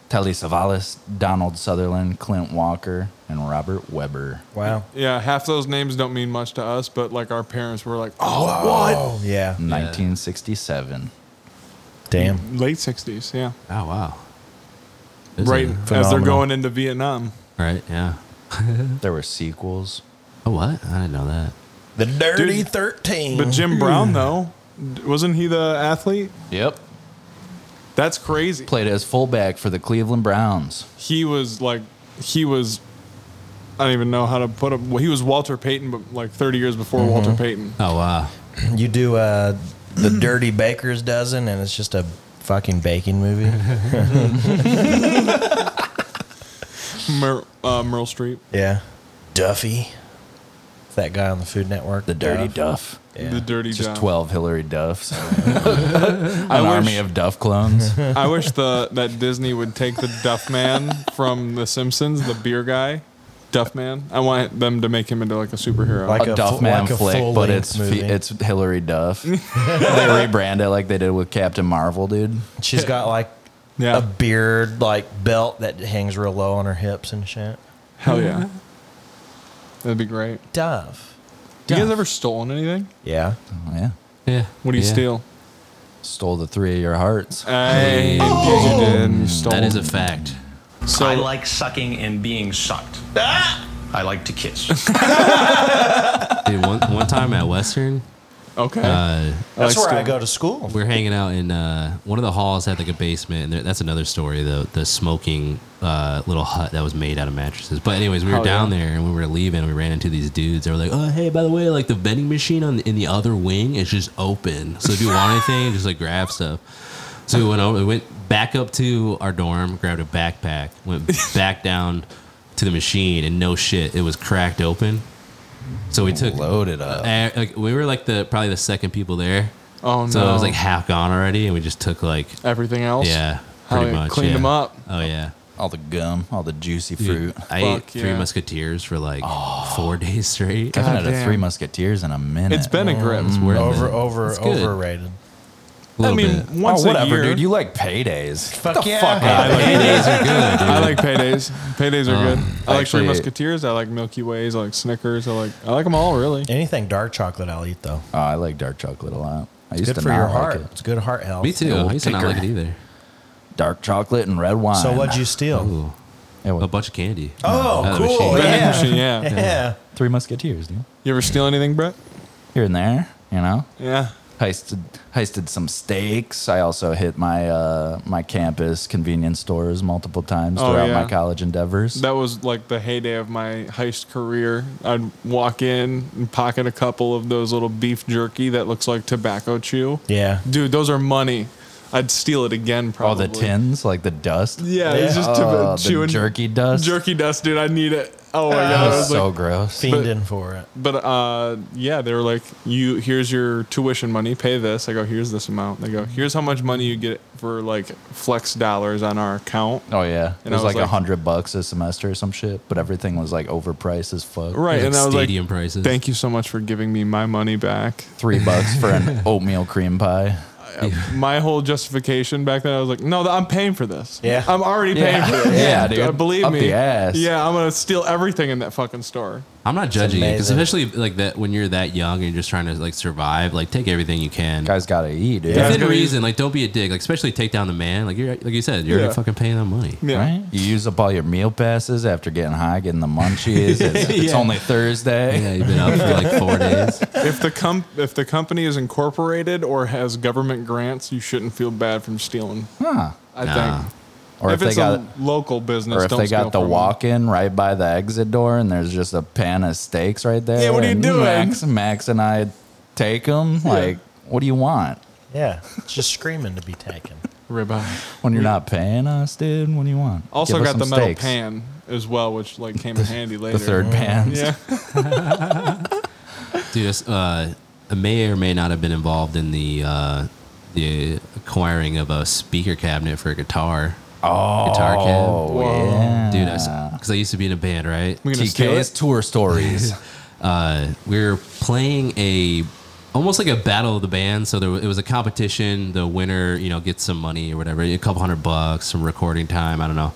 Telly Savalas, Donald Sutherland, Clint Walker, and Robert Weber.
Wow.
Yeah, half those names don't mean much to us, but like our parents were like, oh,
Oh, yeah.
Mm. 1967.
Damn.
late 60s, yeah.
Oh wow. It was
right
a-
as they're
Phenomenal.
going into Vietnam.
right. Yeah.
There were sequels.
Oh what? I didn't know that.
The Dirty
Dude,
Thirteen.
But Jim Brown though, d- wasn't he the athlete?
Yep.
That's crazy.
Played as fullback for the Cleveland Browns.
He was like, he was, I don't even know how to put him. He was Walter Payton, but like 30 years before Walter Payton.
Oh wow.
You do uh, the Dirty Baker's Dozen, and it's just a fucking baking movie.
Mer, uh, Meryl Streep.
yeah, Duffy. It's that guy on the Food Network.
The Dirty
Duff.
Duff.
Yeah.
The Dirty
Just
John.
12 Hillary Duffs. An
I wish-
army of Duff clones.
I wish the that Disney would take the Duff Man from The Simpsons, the beer guy, Duff Man. I want them to make him into like a superhero.
a,
Like a
Duff
fu-
Man
like a
flick, but
full-length
it's fe-
movie.
it's Hillary Duff. they rebrand it like they did with Captain Marvel, dude.
She's got like
yeah,
a beard, like belt that hangs real low on her hips and shit.
hell yeah, that'd be great.
Dove.
You guys
Duff.
ever stolen anything?
Yeah.
Oh, yeah.
Yeah.
What do you
Yeah.
steal?
Stole the three of your hearts.
Hey, you did. You stole.
That is a fact.
so.
I like sucking and being sucked.
Ah!
I like to kiss.
Dude, one one time at Western,
okay.
uh,
like
That's where I
school.
go to school.
Mm.
we are hanging out in uh, one of the halls had like a basement. And there, that's another story. The the smoking uh, little hut that was made out of mattresses. But anyways, we were
Oh,
down
yeah.
there and we were leaving. and We ran into these dudes. They were like, "Oh hey, by the way, like the vending machine on in the other wing is just open. So if you want anything, just like grab stuff." So we went over, we went back up to our dorm, grabbed a backpack, went back down to the machine, and no shit, it was cracked open. So we took
Loaded up.
uh, like we were like the probably the second people there.
oh no.
So it was like half gone already, and we just took like
everything else.
yeah,
Hell
pretty
yeah,
much
cleaned
yeah.
'em up.
Oh yeah,
All the gum, all the juicy fruit.
I
Fuck,
ate three
yeah.
musketeers for like
Oh.
four days straight.
I haven't had a
goddamn.
Three Musketeers in a minute.
It's been a grip.
Worth
Over,
it.
over,
It's good.
overrated.
A
I
little
mean,
bit.
Oh,
once a
whatever,
year-
dude. You like paydays.
Fuck yeah.
I like paydays.
They're good, dude.
I like paydays. Paydays are good. I like Three
actually-
Musketeers. I like Milky Ways. I like Snickers. I like I like them all really.
Anything dark chocolate, I'll eat though.
Oh, I like dark chocolate a lot. I
It's
used
good
to
for
not
your
like
heart.
it.
It's good heart health.
Me too.
Old
I used to not
picker.
like it either.
Dark chocolate and red wine.
So what'd you steal?
Ooh,
Yeah,
a
what-
bunch of candy. Out
Oh,
of the
cool.
machine.
Yeah.
Machine, yeah.
Yeah.
Three Musketeers, dude.
You ever steal anything, Brett?
Here and there, you know.
Yeah.
Heisted, heisted some steaks. I also hit my uh, my campus convenience stores multiple times
Oh,
throughout
yeah.
my college endeavors.
That was like the heyday of my heist career. I'd walk in and pocket a couple of those little beef jerky that looks like tobacco chew.
Yeah.
Dude, those are money. I'd steal it again
all
probably.
the tins, like the dust.
Yeah, it's
Yeah.
just to-
Oh, the
chewing
jerky dust.
Jerky dust, dude. I need it. Oh my
That
god. I
was
was
so
like,
gross.
Fiending for it.
but uh, yeah, they were like, "You here's your tuition money. Pay this." I go, "Here's this amount." They go, "Here's how much money you get for like flex dollars on our account."
Oh yeah, it
And I
was,
was
like a
like-
hundred bucks a semester or some shit, but everything was like overpriced as fuck.
Right,
Like
and I was like,
stadium prices.
"Thank you so much for giving me my money back."
Three bucks for an oatmeal cream pie.
my whole justification back then, I was like, no, th- I'm paying for this.
Yeah.
I'm already
Yeah.
paying for this.
Yeah, dude.
Uh, Believe
Up
me.
the ass.
Yeah, I'm going to steal everything in that fucking store.
I'm not judging it, 'cause
amazing.
especially like that when you're that young and you're just trying to like survive. Like take everything you can.
Guys gotta eat, dude.
Yeah.
Within reason, like don't be a dick. Like especially take down the man. Like you're like you said, you're
Yeah.
fucking paying them money.
Yeah.
Right? You use up all your meal passes after getting high, getting the munchies. It's, it's only Thursday.
Yeah, you've been out for like four days.
If the com- if the company is incorporated or has government grants, you shouldn't feel bad from stealing.
Huh.
I
Nah.
think.
Or if,
if,
they
it's
got
a local business,
or if
don't
they
steal
got the
from them.
walk-in right by the exit door and there's just a pan of steaks right there.
Yeah, what are you
and
doing?
Max, Max and I take them. Like, what do you want?
Yeah. It's just screaming to be taken.
ribeye.
When you're not paying us, dude, what do you want?
Also
Give us
got
some
the metal
steaks.
pan as well, which like came in handy later.
The third pan.
Yeah.
Dude, it's, uh, may or may not have been involved in the uh, the acquiring of a speaker cabinet for a guitar.
Oh,
Guitar cab.
Whoa.
yeah.
Dude, because I used to be in a band, right?
We're gonna steal
TK's
it.
tour stories.
uh, we were playing a almost like a battle of the bands. So there wa- it was a competition. The winner, you know, gets some money or whatever, a couple hundred bucks, some recording time. I don't know.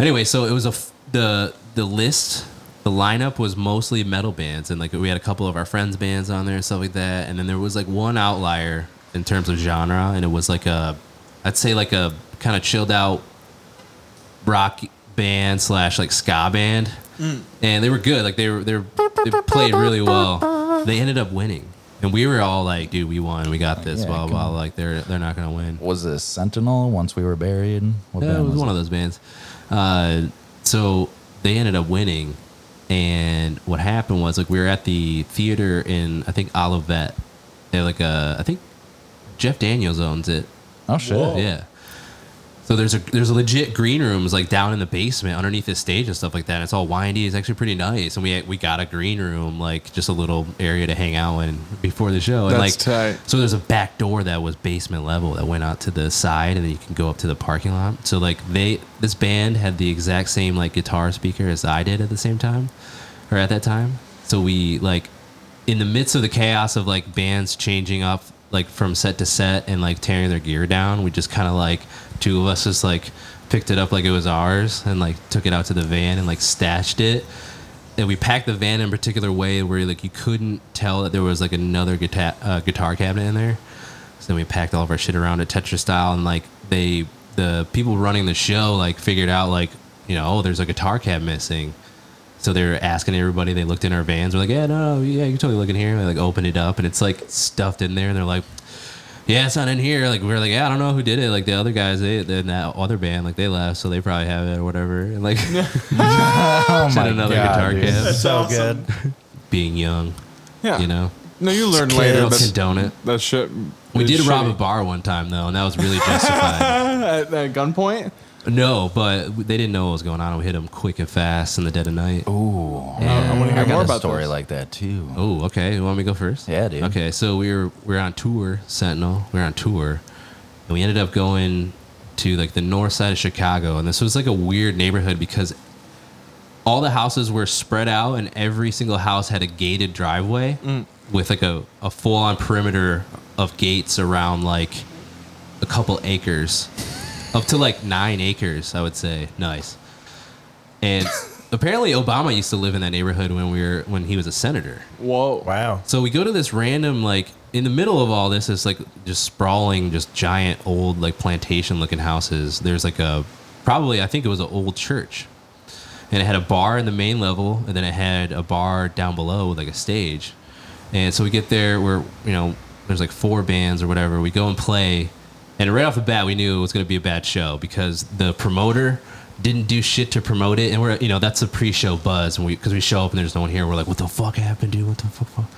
Anyway, so it was a f- the the list. The lineup was mostly metal bands, and like we had a couple of our friends' bands on there and stuff like that. And then there was like one outlier in terms of genre, and it was like a, I'd say like a kind of chilled out rock band slash like ska band, and they were good. Like they were they were, they played really well. They ended up winning, And we were all like, dude, we won. We got this.
Uh, Yeah,
blah,
come
blah. Like, they're, they're not going to win.
Was this Sentinel once we were buried? What
Yeah,
band
it was
was
one of those bands. Uh, so they ended up winning, and what happened was like we were at the theater in I think Olivet. They had, like a I think Jeff Daniels owns it.
Oh shit!
Yeah. So there's a there's a legit green rooms like down in the basement underneath the stage and stuff like that. It's all windy. It's actually pretty nice, and we we got a green room like just a little area to hang out in before the show. and like
That's tight.
so there's a back door that was basement level that went out to the side, and then you can go up to the parking lot. So like they this band had the exact same like guitar speaker as I did at the same time, or at that time. So we like in the midst of the chaos of like bands changing up like from set to set and like tearing their gear down, we just kind of like two of us just like picked it up like it was ours and like took it out to the van and like stashed it. And we packed the van in a particular way where like you couldn't tell that there was like another guitar uh, guitar cabinet in there. So then we packed all of our shit around it Tetris style, and like they, the people running the show, like figured out like you know, oh, there's a guitar cab missing. So they were asking everybody. They looked in our vans. We're like, yeah, no, no, yeah, you can totally look in here. And they like opened it up, and it's like stuffed in there. And they're like, yeah, it's not in here. Like we are like, yeah, I don't know who did it. Like the other guys, they in that other band, like they left, so they probably have it or whatever. And like,
Oh
said another guitar
dude.
cab.
so good.
Being young,
Yeah.
you know,
No, you learn
I
later.
don't
That's,
condone it.
that shit.
We
is
did rob a
shitty.
bar one time though, and that was really justified.
at, at gunpoint.
no, but they didn't know what was going on. We hit them quick and fast in the dead of night.
Ooh,
Yeah.
I,
I wanna
hear
got
more
a
about
story
this.
like that too.
Oh, okay. You want me to go first?
Yeah, dude.
Okay, so we were we were on tour, Sentinel. We were on tour, and we ended up going to like the north side of Chicago, and this was like a weird neighborhood because all the houses were spread out, and every single house had a gated driveway
Mm.
with like a, a full on perimeter of gates around like a couple acres, up to like nine acres, I would say. Nice. And apparently, Obama used to live in that neighborhood when we were when he was a senator.
Whoa.
Wow.
So we go to this random like in the middle of all this is like just sprawling, just giant old like plantation looking houses. There's like a probably I think it was an old church, and it had a bar in the main level, and then it had a bar down below with like a stage. And so we get there, we're you know there's like four bands or whatever. We go and play, and right off the bat we knew it was going to be a bad show because the promoter didn't do shit to promote it, and we're you know that's a pre-show buzz, and we because we show up and there's no one here, we're like, what the fuck happened, dude? What the fuck? fuck?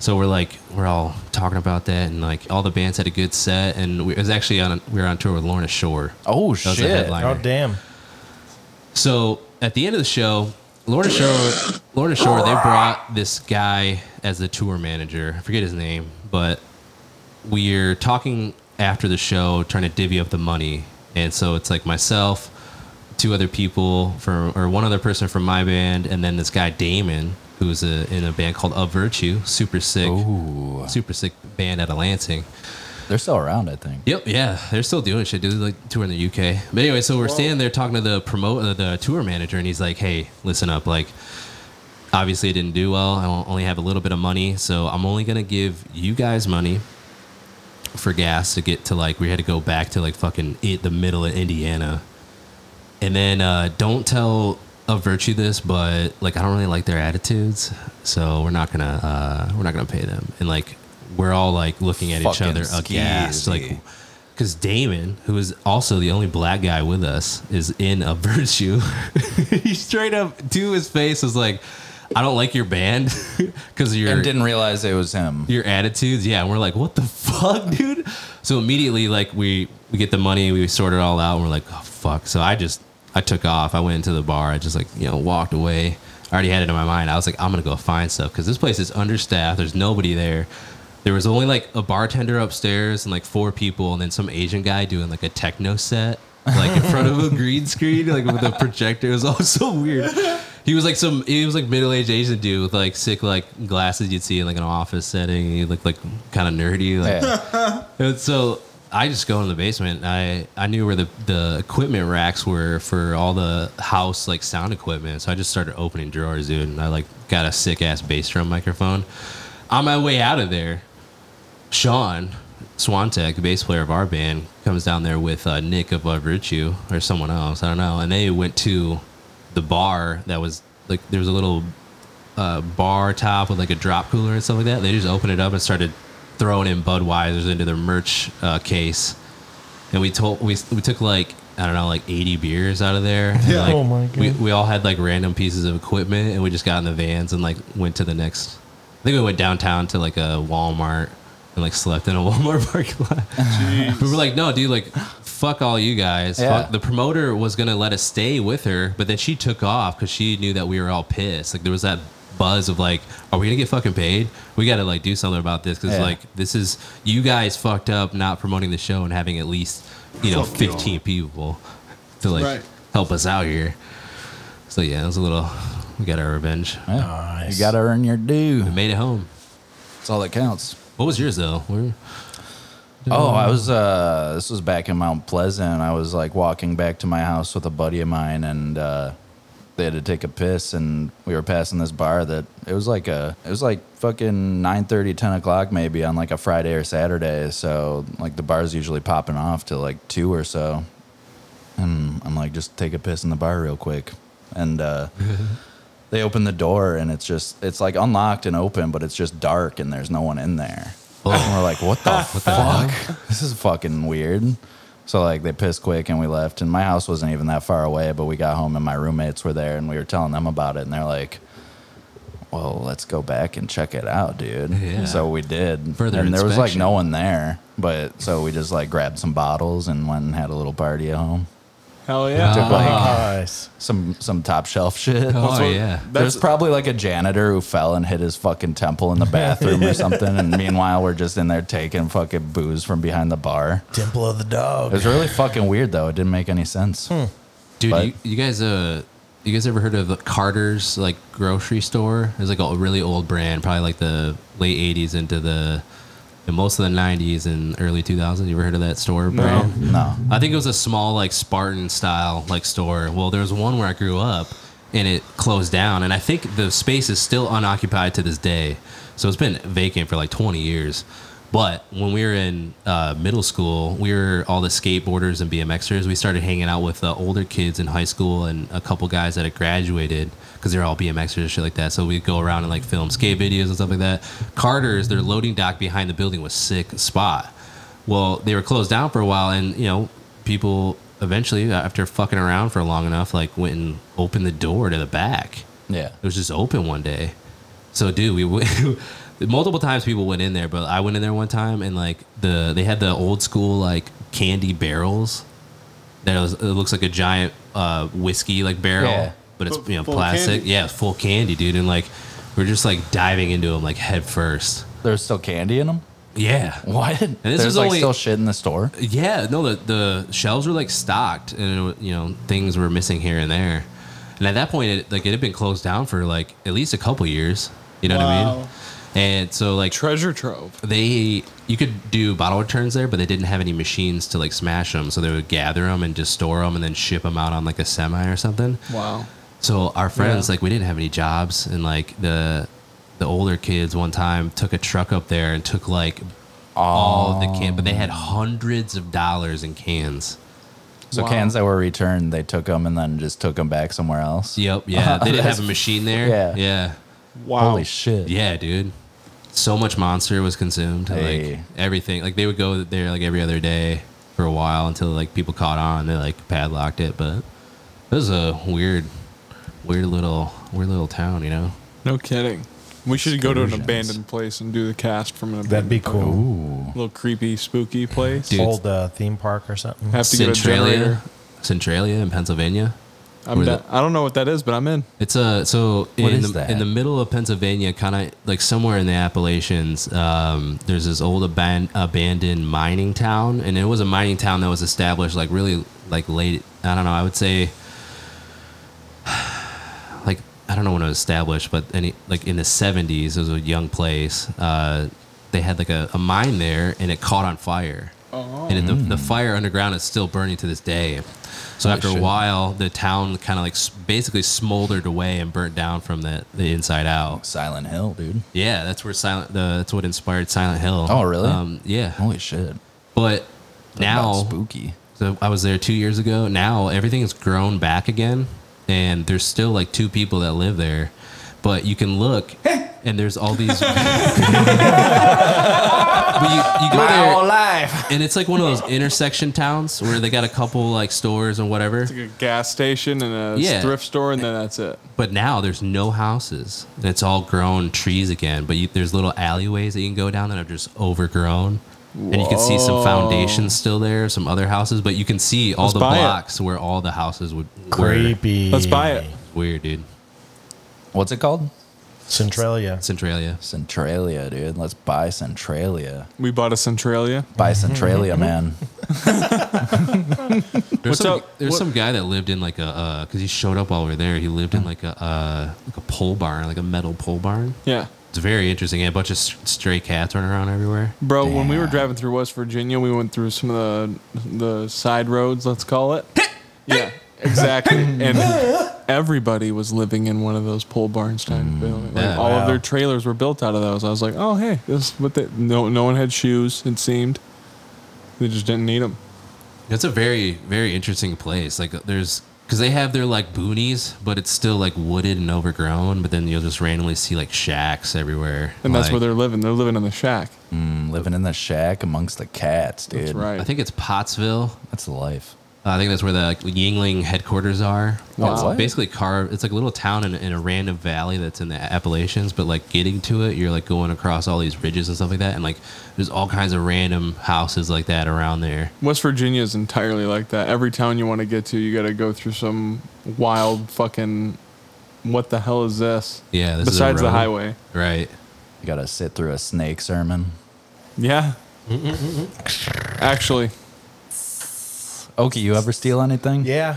So we're like, we're all talking about that, and like all the bands had a good set, and we, it was actually on we were on tour with Lorna Shore.
Oh
That was the
shit!
headliner.
Oh damn.
So at the end of the show, Lorna Shore, Lorna Shore, they brought this guy as the tour manager. I forget his name, but we're talking after the show, trying to divvy up the money, and so it's like myself, two other people from, or one other person from my band, and then this guy Damon, who's a, in a band called Of Virtue, super sick,
Ooh.
super sick band out of Lansing.
They're still around, I think.
Yep, yeah, they're still doing shit, dude. Like touring the UK. But anyway, so we're standing there talking to the promote uh, the tour manager, and he's like, "Hey, listen up. Like, obviously it didn't do well. I on- only have a little bit of money, so I'm only gonna give you guys money for gas to get to like we had to go back to like fucking it, the middle of Indiana, and then uh, don't tell." Of virtue, this, but like I don't really like their attitudes, so we're not gonna uh, we're not gonna pay them. And like we're all like looking at each
Fucking
other aghast, like
skeezy.
because Damon, who is also the only black guy with us, is in a virtue. he straight up to his face was like, "I don't like your band because you're
And didn't realize it was him.
your attitudes. Yeah, and we're like, what the fuck, dude? So immediately, like, we we get the money, we sort it all out, and we're like, oh fuck. So I just I took off. I went into the bar. I just like you know walked away. I already had it in my mind. I was like, I'm gonna go find stuff because this place is understaffed. There's nobody there. There was only like a bartender upstairs and like four people, and then some Asian guy doing like a techno set, like in front of a green screen, like with a projector. It was all so weird. He was like some. He was like middle aged Asian dude with like sick like glasses you'd see in like an office setting. He looked like kind of nerdy. Like
Yeah.
and so I just go in the basement. I I knew where the the equipment racks were for all the house like sound equipment. So I just started opening drawers, dude, and I like got a sick ass bass drum microphone. On my way out of there, Sean Swantek, the bass player of our band, comes down there with uh, Nick of uh, Virtue or someone else. I don't know. And they went to the bar that was like there was a little uh, bar top with like a drop cooler and stuff like that. They just opened it up and started throwing in Budweisers into their merch uh, case, and we told we we took like I don't know like eighty beers out of there. And,
Yeah.
like,
Oh my
We
God.
we all had like random pieces of equipment, and we just got in the vans and like went to the next. I think we went downtown to like a Walmart and like slept in a Walmart parking lot. We were like, no, dude, like, fuck all you guys.
Yeah.
Fuck. The promoter was gonna let us stay with her, but then she took off because she knew that we were all pissed. Like, there was that buzz of like, are we gonna get fucking paid? We gotta like do something about this because
Yeah.
like this is you guys fucked up not promoting the show and having at least you know
Fuck y'all.
fifteen people to like
Right.
help us out here. So yeah, it was a little. We got our revenge.
You got to earn your due.
Made it home.
That's all that counts.
What was yours though? Where-
Oh, I was. Uh, this was back in Mount Pleasant. I was like walking back to my house with a buddy of mine, and uh, they had to take a piss, and we were passing this bar that it was like a. It was like fucking 9:30, 10 o'clock maybe on like a Friday or Saturday. So like the bar's usually popping off till like two or so, and I'm like just take a piss in the bar real quick, and. uh They open the door and it's just it's like unlocked and open, but it's just dark and there's no one in there.
Oh.
And we're like, what the fuck? This is fucking weird. So like they pissed quick and we left. And my house wasn't even that far away, but we got home and my roommates were there and we were telling them about it and they're like, Well, let's go back and check it out, dude.
Yeah.
So we did.
Further
and there was like
inspection.
no one there. But so we just like grabbed some bottles and went and had a little party at home.
Hell yeah.
Took
Ah.
like
Nice.
some some top shelf shit.
Oh,
what-
yeah.
There's
That's-
probably like a janitor who fell and hit his fucking temple in the bathroom or something. And meanwhile, we're just in there taking fucking booze from behind the bar.
Temple of the
It
Dog.
was really fucking weird though. It didn't make any sense.
Hmm. Dude,
But-
you, you guys, uh, you guys ever heard of the Carter's like grocery store? It's like a really old brand, probably like the late '80s into the, and most of the '90s and early 2000s. You ever heard of that store brand?
No.
I think it was a small like Spartan style like store. Well, there was one where I grew up and it closed down and I think the space is still unoccupied to this day. So it's been vacant for like 20 years. But when we were in uh, middle school, we were all the skateboarders and BMXers. We started hanging out with the older kids in high school and a couple guys that had graduated because they're all BMXers and shit like that. So we'd go around and like film skate videos and stuff like that. Carter's, their loading dock behind the building was sick spot well they were closed down for a while and you know people eventually after fucking around for long enough like went and opened the door to the back
Yeah.
it was just open one day so dude we went- multiple times people went in there but i went in there one time and like the they had the old school like candy barrels that was, it looks like a giant uh, whiskey like barrel
Yeah.
but it's
Full-
you know
full
plastic
candy.
yeah full candy dude and like we're just like diving into them like head first
There's still candy in them.
yeah
What? There's
was
like
only-
still shit in the store.
Yeah, no, the, the shelves were like stocked, and you know things were missing here and there. And at that point, it, like it had been closed down for like at least a couple years. You know what I mean?
Wow.
And so like
Treasure trove.
they, you could do bottle returns there, but they didn't have any machines to like smash them, so they would gather them and just store them, and then ship them out on like a semi or something.
Wow.
So our friends,
Yeah.
like, we didn't have any jobs, and like the the older kids one time took a truck up there and took like all the can, but they had hundreds of dollars in cans.
So
Wow.
cans that were returned, they took them and then just took them back somewhere else.
Yep, yeah, they didn't have a machine there.
Yeah.
yeah,
Wow.
Holy shit.
yeah, dude. So much monster was consumed, like
Hey.
everything. Like they would go there like every other day for a while until like people caught on. They like padlocked it, but it was a weird, weird little, weird little town, you know.
No kidding. We should go to an
Excursions.
abandoned place and do the cast from an
That'd be
abandoned
cool.
Ooh.
little creepy, spooky place.
Dude.
Old uh, theme park or something.
Have to get a generator.
Centralia, Centralia in Pennsylvania.
I'm
Where
da- I don't know what that is, but I'm in.
It's a so in
What is
the,
that?
in the middle of Pennsylvania, kind of like somewhere in the Appalachians. Um, there's this old aban- abandoned mining town, and it was a mining town that was established like really like late. I don't know. I would say like I don't know when it was established, but any like in the '70s, it was a young place. Uh, they had like a, a mine there, and it caught on fire. And it, the,
Mm.
the fire underground is still burning to this day. So after a
shit.
while, the town kind of like s- basically smoldered away and burnt down from the, the inside out.
Silent Hill, dude.
Yeah, that's where silent. The, that's what inspired Silent Hill.
Oh, really?
Um, yeah,
Holy shit.
but
That's
now
spooky.
so I was there two years ago. Now everything has grown back again, and there's still like two people that live there, but you can look and there's all these. but you, you go there
life.
and it's like one of those intersection towns where they got a couple like stores and whatever.
Like a gas station and a
Yeah.
thrift store, and then that's it.
But now there's no houses. And it's all grown trees again. But you, there's little alleyways that you can go down that are just overgrown. And you can see some foundations still there, some other houses. But you can see all
Let's
the
buy it.
blocks where all the houses would
Creepy.
Let's buy it.
Were. Weird, dude.
What's it called?
Centralia.
Centralia.
Centralia, dude. Let's buy Centralia.
We bought a Centralia.
Buy Centralia, man.
There's
What's
some,
up?
there's
What-
some guy that lived in like a because he showed up while we were there. He lived in like a uh, like a pole barn, like a metal pole barn.
Yeah.
It's very interesting. He had a bunch of s- stray cats running around everywhere.
Bro, when we were
Damn.
driving through West Virginia, we went through some of the the side roads, let's call it. yeah, exactly. and everybody was living in one of those pole barns time. like,
Mm, yeah.
all
Wow.
of their trailers were built out of those. I was like, oh hey, this is what they no no one had shoes. It seemed they just didn't need them.
That's a very very interesting place. Like there's because they have their like boonies, but it's still like wooded and overgrown. But then you'll just randomly see like shacks everywhere.
And that's where
Like,
they're living. They're living in the shack.
Mm, living in the shack amongst the cats, dude.
That's right.
I think it's Pottsville.
That's the life.
Uh, I think that's where the like, Yingling headquarters are.
Wow.
It's
What?
basically carved. It's like a little town in, in a random valley that's in the Appalachians, but like getting to it, you're like going across all these ridges and stuff like that, and like there's all kinds of random houses like that around there.
West Virginia is entirely like that. Every town you want to get to, you got to go through some wild fucking. What the hell is this?
Yeah, this is a
Besides the
road.
highway.
Right.
You gotta sit through a snake sermon.
Yeah. Actually,
Okie, you ever steal anything?
Yeah.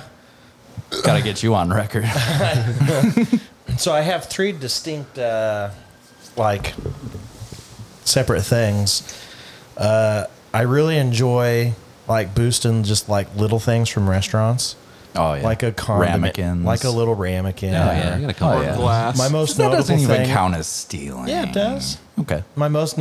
Gotta get you on record.
So I have three distinct, uh, like, separate things. Uh, I really enjoy like boosting just like little things from restaurants,
Oh yeah,
like a condiment,
ramekins,
like a little ramekin.
Oh yeah, I got a couple.
Oh,
of
yeah.
them.
glass.
My most
That
notable
doesn't
thing.
even count as stealing.
Yeah, it does.
Okay.
My most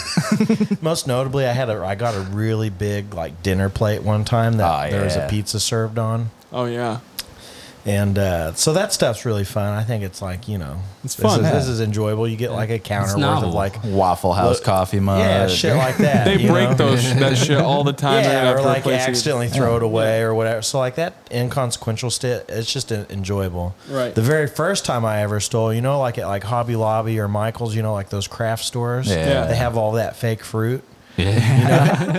most notably, I had a I got a really big like dinner plate one time that
Ah,
there was a
yeah.
pizza served on,
oh yeah.
and uh, so that stuff's really fun. I think it's like you know,
It's
this
fun.
Is, this is enjoyable. You get like a counter worth
novel.
of like
Waffle House
Look-
coffee mug.
yeah, shit like that.
They
you
break
know?
those that shit all the time. They're
Yeah,
gonna have
or
to
like
replace it.
accidentally throw it away or whatever. So like that inconsequential shit, it's just en- enjoyable.
Right.
The very first time I ever stole, you know, like at like Hobby Lobby or Michaels, you know, like those craft stores.
Yeah.
They have all that fake fruit.
Yeah.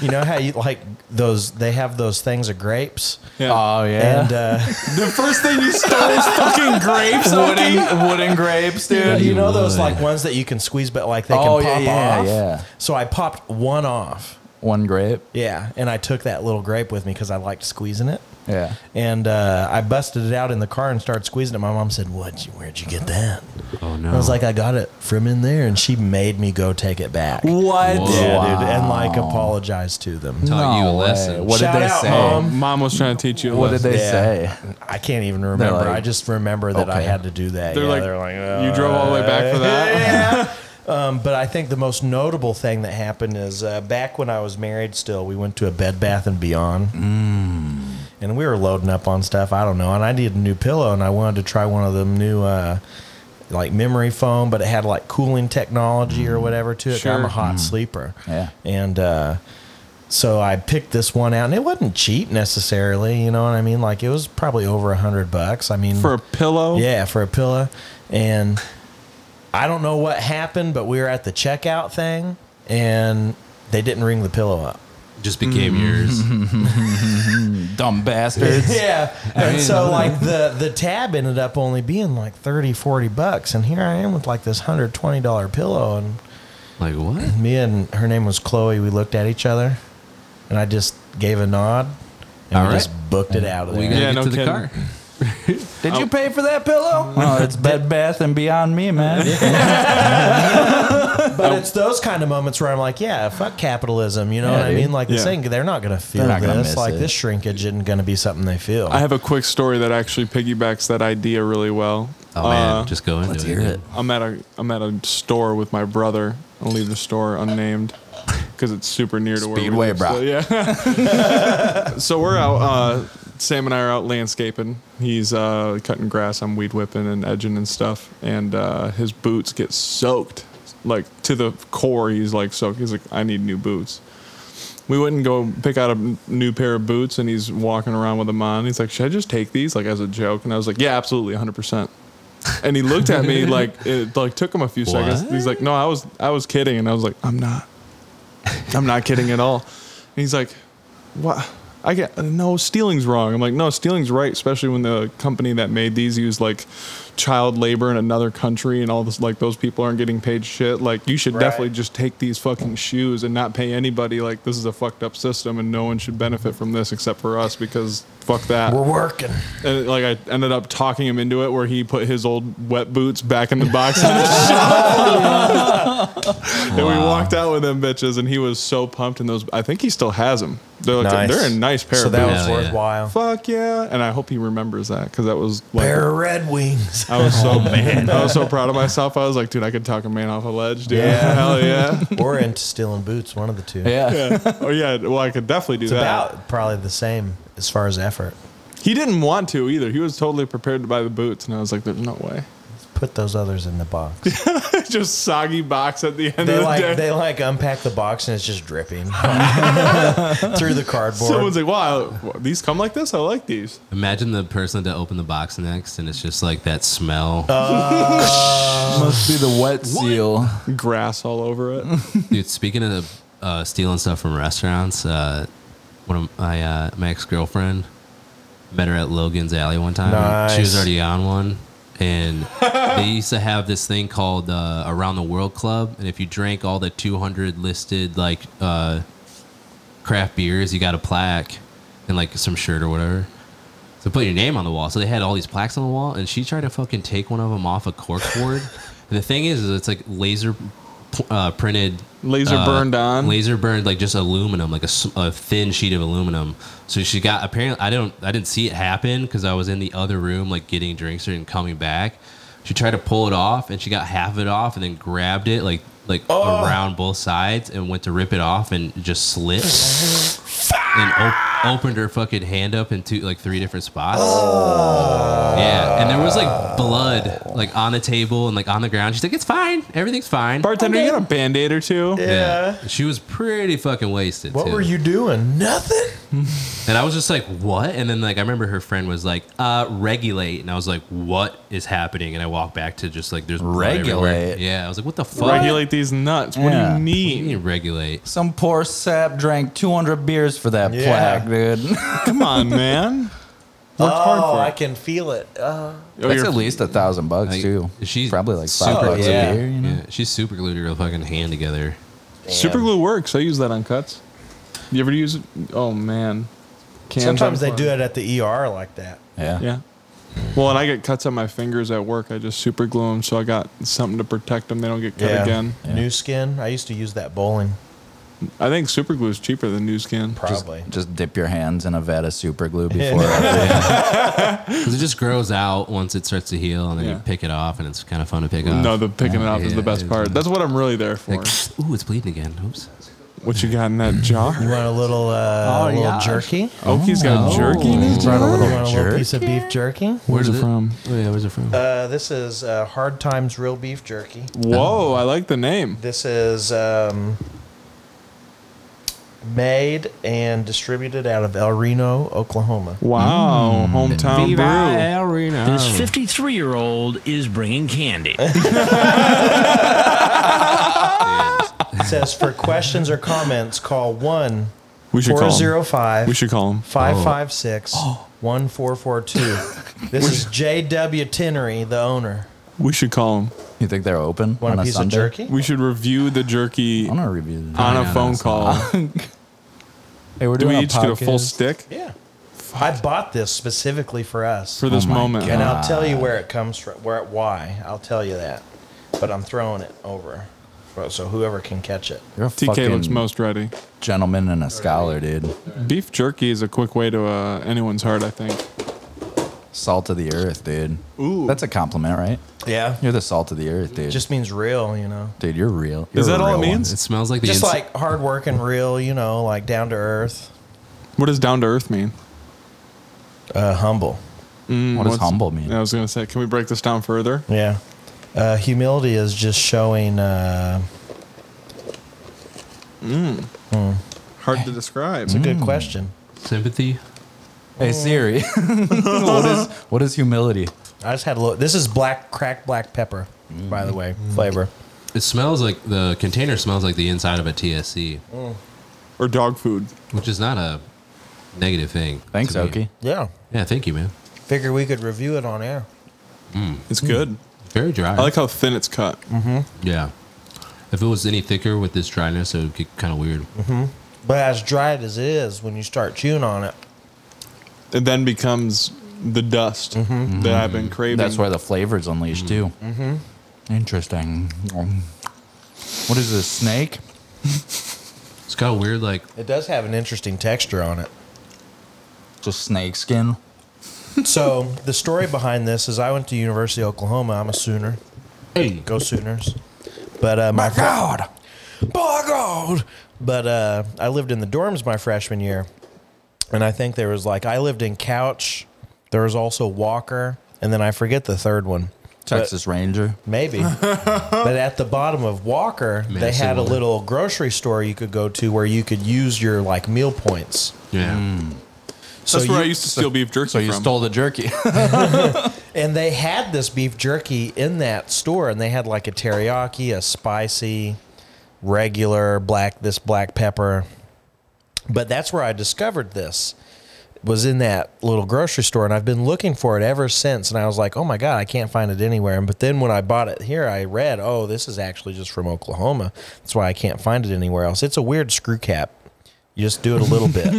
You know how you like those? They have those things of grapes.
Yeah.
Oh yeah.
And uh,
the first thing you stole is fucking grapes. Oki.
wooden, wooden grapes,
you,
dude.
know those
would.
like ones that you can squeeze, but like they can
Oh,
pop
yeah, yeah,
off.
yeah.
So I popped one off.
One grape.
Yeah, and I took that little grape with me because I liked squeezing it.
Yeah.
And uh, I busted it out in the car and started squeezing it. My mom said, "What? you- Where'd you get that?"
Oh no.
I was like, "I got it from in there," and she made me go take it back.
What?
Whoa.
Yeah, dude, and like apologize to them.
Taught you a
No way.
lesson.
What
Shout
did they
out,
say?
Mom.
Oh, Mom was trying to teach you. A
What did
lesson.
they
Yeah.
say?
I can't even remember.
like,
I just remember that I
okay.
had to do that.
They're
Yeah,
like,
they're like, "Uh,
you drove all the way back for that.
Um, but I think the most notable thing that happened is uh, back when I was married. Still, we went to a Bed Bath and Beyond,
Mm.
and we were loading up on stuff. I don't know, and I needed a new pillow, and I wanted to try one of them new. Uh, like memory foam, but it had like cooling technology or whatever to it. 'cause I'm
Sure.
a hot sleeper.
Mm. Yeah.
And uh, so I picked this one out and it wasn't cheap necessarily, you know what I mean? Like it was probably over a hundred bucks. I mean
For a pillow.
yeah, for a pillow. And I don't know what happened, but we were at the checkout thing and they didn't ring the pillow up.
just became yours.
Dumb bastards.
Yeah. And
mean-
so like the the tab ended up only being like 30, 40 bucks and here I am with like this $120 pillow and
Like what?
me and her name was Chloe, we looked at each other and I just gave a nod and
All
we
right.
just booked it out of
We
there.
gotta
Yeah,
get
no
to the
kidding.
car.
Did you pay for that pillow? Oh, it's Bed Bath and Beyond Me, man.
But it's those kind of moments where I'm like, yeah, fuck capitalism. You know what I
dude.
mean? Like this
Yeah.
thing, they're not going to feel
not gonna
this.
miss
Like
it.
this shrinkage isn't going to be something they feel.
I have a quick story that actually piggybacks that idea really well.
Oh man,
Uh,
just go into
Let's
it.
hear it.
I'm at a I'm at a store with my brother. I'll leave the store unnamed because it's super near to where
Speedway,
we live,
bro.
So, yeah. so we're out. Uh, Sam and I are out landscaping. He's uh, cutting grass. I'm weed whipping and edging and stuff. And uh, his boots get soaked, like to the core. He's like soaked. He's like, I need new boots. We went and go pick out a m- new pair of boots, and he's walking around with them on. He's like, Should I just take these, like as a joke? And I was like, Yeah, absolutely, 100. percent And he looked at me like it like took him a few seconds. He's like, No, I was I was kidding, and I was like, I'm not. I'm not kidding at all. And he's like, what? I get no stealing's wrong. I'm like, no, stealing's right, especially when the company that made these used like child labor in another country and all this. Like, those people aren't getting paid shit. Like, you should
Right.
definitely just take these fucking shoes and not pay anybody. Like, this is a fucked up system, and no one should benefit from this except for us because fuck that.
We're working.
And, like, I ended up talking him into it, where he put his old wet boots back in the box. And we walked out with them bitches, and he was so pumped. And those, I think he still has them. They're like
Nice.
they're a nice pair
So
of
that
boots.
was
Yeah, yeah.
worthwhile.
Fuck yeah! And I hope he remembers that because that was like
Pair of Red Wings.
I was so man. I was so proud of myself. I was like, dude, I could talk a man off a ledge, dude.
Yeah.
Hell yeah.
or into stealing boots, one of the two.
Yeah.
oh yeah. Well, I could definitely do
It's
that.
about probably the same as far as effort.
He didn't want to either. He was totally prepared to buy the boots, and I was like, there's no way.
Put those others in the box.
Just soggy box at the end of
They
the day.
like they like unpack the box and it's just dripping through the cardboard.
Someone's like, wow, these come like this. I like these.
Imagine the person to open the box next, and it's just like that smell.
Uh.
Must be the wet seal.
Grass all over it.
Dude, speaking of uh, stealing stuff from restaurants, uh, one of my, uh, my ex girlfriend met her at Logan's Alley one time. She was
Nice.
already on one, and they used to have this thing called uh, Around the World Club, and if you drank all the 200 listed like uh, craft beers, you got a plaque and like some shirt or whatever. So put your name on the wall. So they had all these plaques on the wall, and she tried to fucking take one of them off a corkboard. and the thing is, is it's like laser p- uh, printed,
Laser
uh,
burned on.
laser burned like just aluminum, like a, s- a thin sheet of aluminum. So she got apparently I don't I didn't see it happen because I was in the other room like getting drinks and coming back. She tried to pull it off, and she got half of it off, and then grabbed it like like
Oh.
around both sides and went to rip it off, and it just slipped and op- opened her fucking hand up into like three different spots.
Oh.
Yeah, and there was like blood like on the table and like on the ground. She's like, "It's fine, everything's fine."
Bartender, you got a band aid or two?
Yeah. she was pretty fucking wasted.
what
too.
were you doing? Nothing.
And I was just like, "What?" And then like I remember her friend was like, "Uh, regulate," and I was like, "What is happening?" And I walked back to just like, "There's blood everywhere."
Regulate?
Yeah, I was like, "What the fuck?"
Regulate these nuts. What
Yeah.
do you
What do
need?
you mean regulate.
Some poor sap drank 200 beers for that
Yeah.
plaque, dude.
Come on, man. Worked
Oh, I
hard for
can feel it. Uh,
it. Oh,
That's
you're-
at least a thousand bucks
Like,
too.
she's
probably like five
super
bucks
yeah.
a beer. You know?
Yeah, she super glued her fucking hand together.
super glue works. I use that on cuts. You ever use it? Oh man. Cans
sometimes they
on-
do it at the ER like that.
Yeah.
Yeah. Well, and I get cuts on my fingers at work. I just super glue them, so I got something to protect them. They don't get cut again.
New skin. I used to use that bowling.
I think super glue is cheaper than new skin.
Probably.
Just dip your hands in a vat of super glue before. every-
Because it just grows out once it starts to heal, and then
Yeah.
you pick it off, and it's kind of fun to pick off.
No, the picking it up is
Yeah,
the best
it's-
part. That's what I'm really there for.
Like, ooh, it's bleeding again. Oops.
What you got in that
You
jar?
want a little uh, little jerky?
Oki's
Oh.
got jerky in his
You
jar.
want a little piece of beef jerky?
Where's it from?
Oh yeah, where's it from?
Uh, this is uh, Hard Times Real Beef Jerky.
Whoa, I like the name.
This is um, made and distributed out of El Reno, Oklahoma.
Mm.
Wow, hometown brew.
This 53 year old is bringing candy.
It says for questions or comments, call 1
We should call
405
We should call him.
556
Oh.
1442. This is J.W. Tinnery, the owner.
We should call him.
you think they're open
Want
on
a
a
piece
Sunday?
of jerky?
We should review the jerky
I want to review.
on a
Yeah,
phone
that's
call.
Hey, we're
Do we
doing a
each get a full
podcast.
stick
Yeah. I bought this specifically for us.
for this
Oh my
moment? Uh,
and I'll tell you where it comes from, where why. I'll tell you that. But I'm throwing it over. So whoever can catch it.
You're a
TK looks
fucking
most ready.
gentleman and a scholar, dude.
Beef jerky is a quick way to uh, anyone's heart, I think.
Salt of the earth, dude.
Ooh.
That's a compliment, right?
Yeah.
You're the salt of the earth, dude.
It
Just
just means real, you know.
dude, you're real.
Is
You're
that
a
all it
real one.
means?
it smells like the
Just
ins-
like hard work and real, you know, like down to earth.
What does down to earth mean?
Uh, humble.
What does
Hmm, What's-
humble mean?
I was gonna say, can we break this down further?
Yeah. Uh, humility is just showing. Uh,
Hard to describe.
it's a good question.
Sympathy.
Hey Siri, what is what is humility?
I just had a look. This is black cracked black pepper, by the way, Mm. flavor.
It smells like the container smells like the inside of a TSC,
Or dog food.
which is not a negative thing.
Thanks,
to me.
Okie.
Yeah.
Yeah, thank you, man.
Figure we could review it on air.
It's
Mm.
good.
Very dry.
I like how thin it's cut.
yeah. If it was any thicker with this dryness, it would get kind of weird.
But as dried as it is, when you start chewing on it,
It then becomes the dust that I've been craving.
That's where the flavors unleashed too. Mm-hmm. Interesting. What is this snake?
It's got a weird, like
it does have an interesting texture on it.
Just snake skin.
So the story behind this is I went to University of Oklahoma. I'm a Sooner.
hey,
Go Sooners. But uh, my God, my God. But uh, I lived in the dorms my freshman year, and I think there was like I lived in Couch. There was also Walker, and then I forget the third one.
Texas Ranger.
Maybe. but at the bottom of Walker, they
Medicine
had a
Woman.
little grocery store you could go to where you could use your like meal points.
yeah,
Mm.
So
That's where I
you-
used to steal beef jerky
So you
from.
stole the jerky.
and they had this beef jerky in that store and they had like a teriyaki, a spicy, regular black this black pepper. But that's where I discovered this. Was in that little grocery store and I've been looking for it ever since and I was like, "Oh my god, I can't find it anywhere." But then when I bought it here, I read, "Oh, this is actually just from Oklahoma. That's why I can't find it anywhere else." It's a weird screw cap. You just do it a little bit.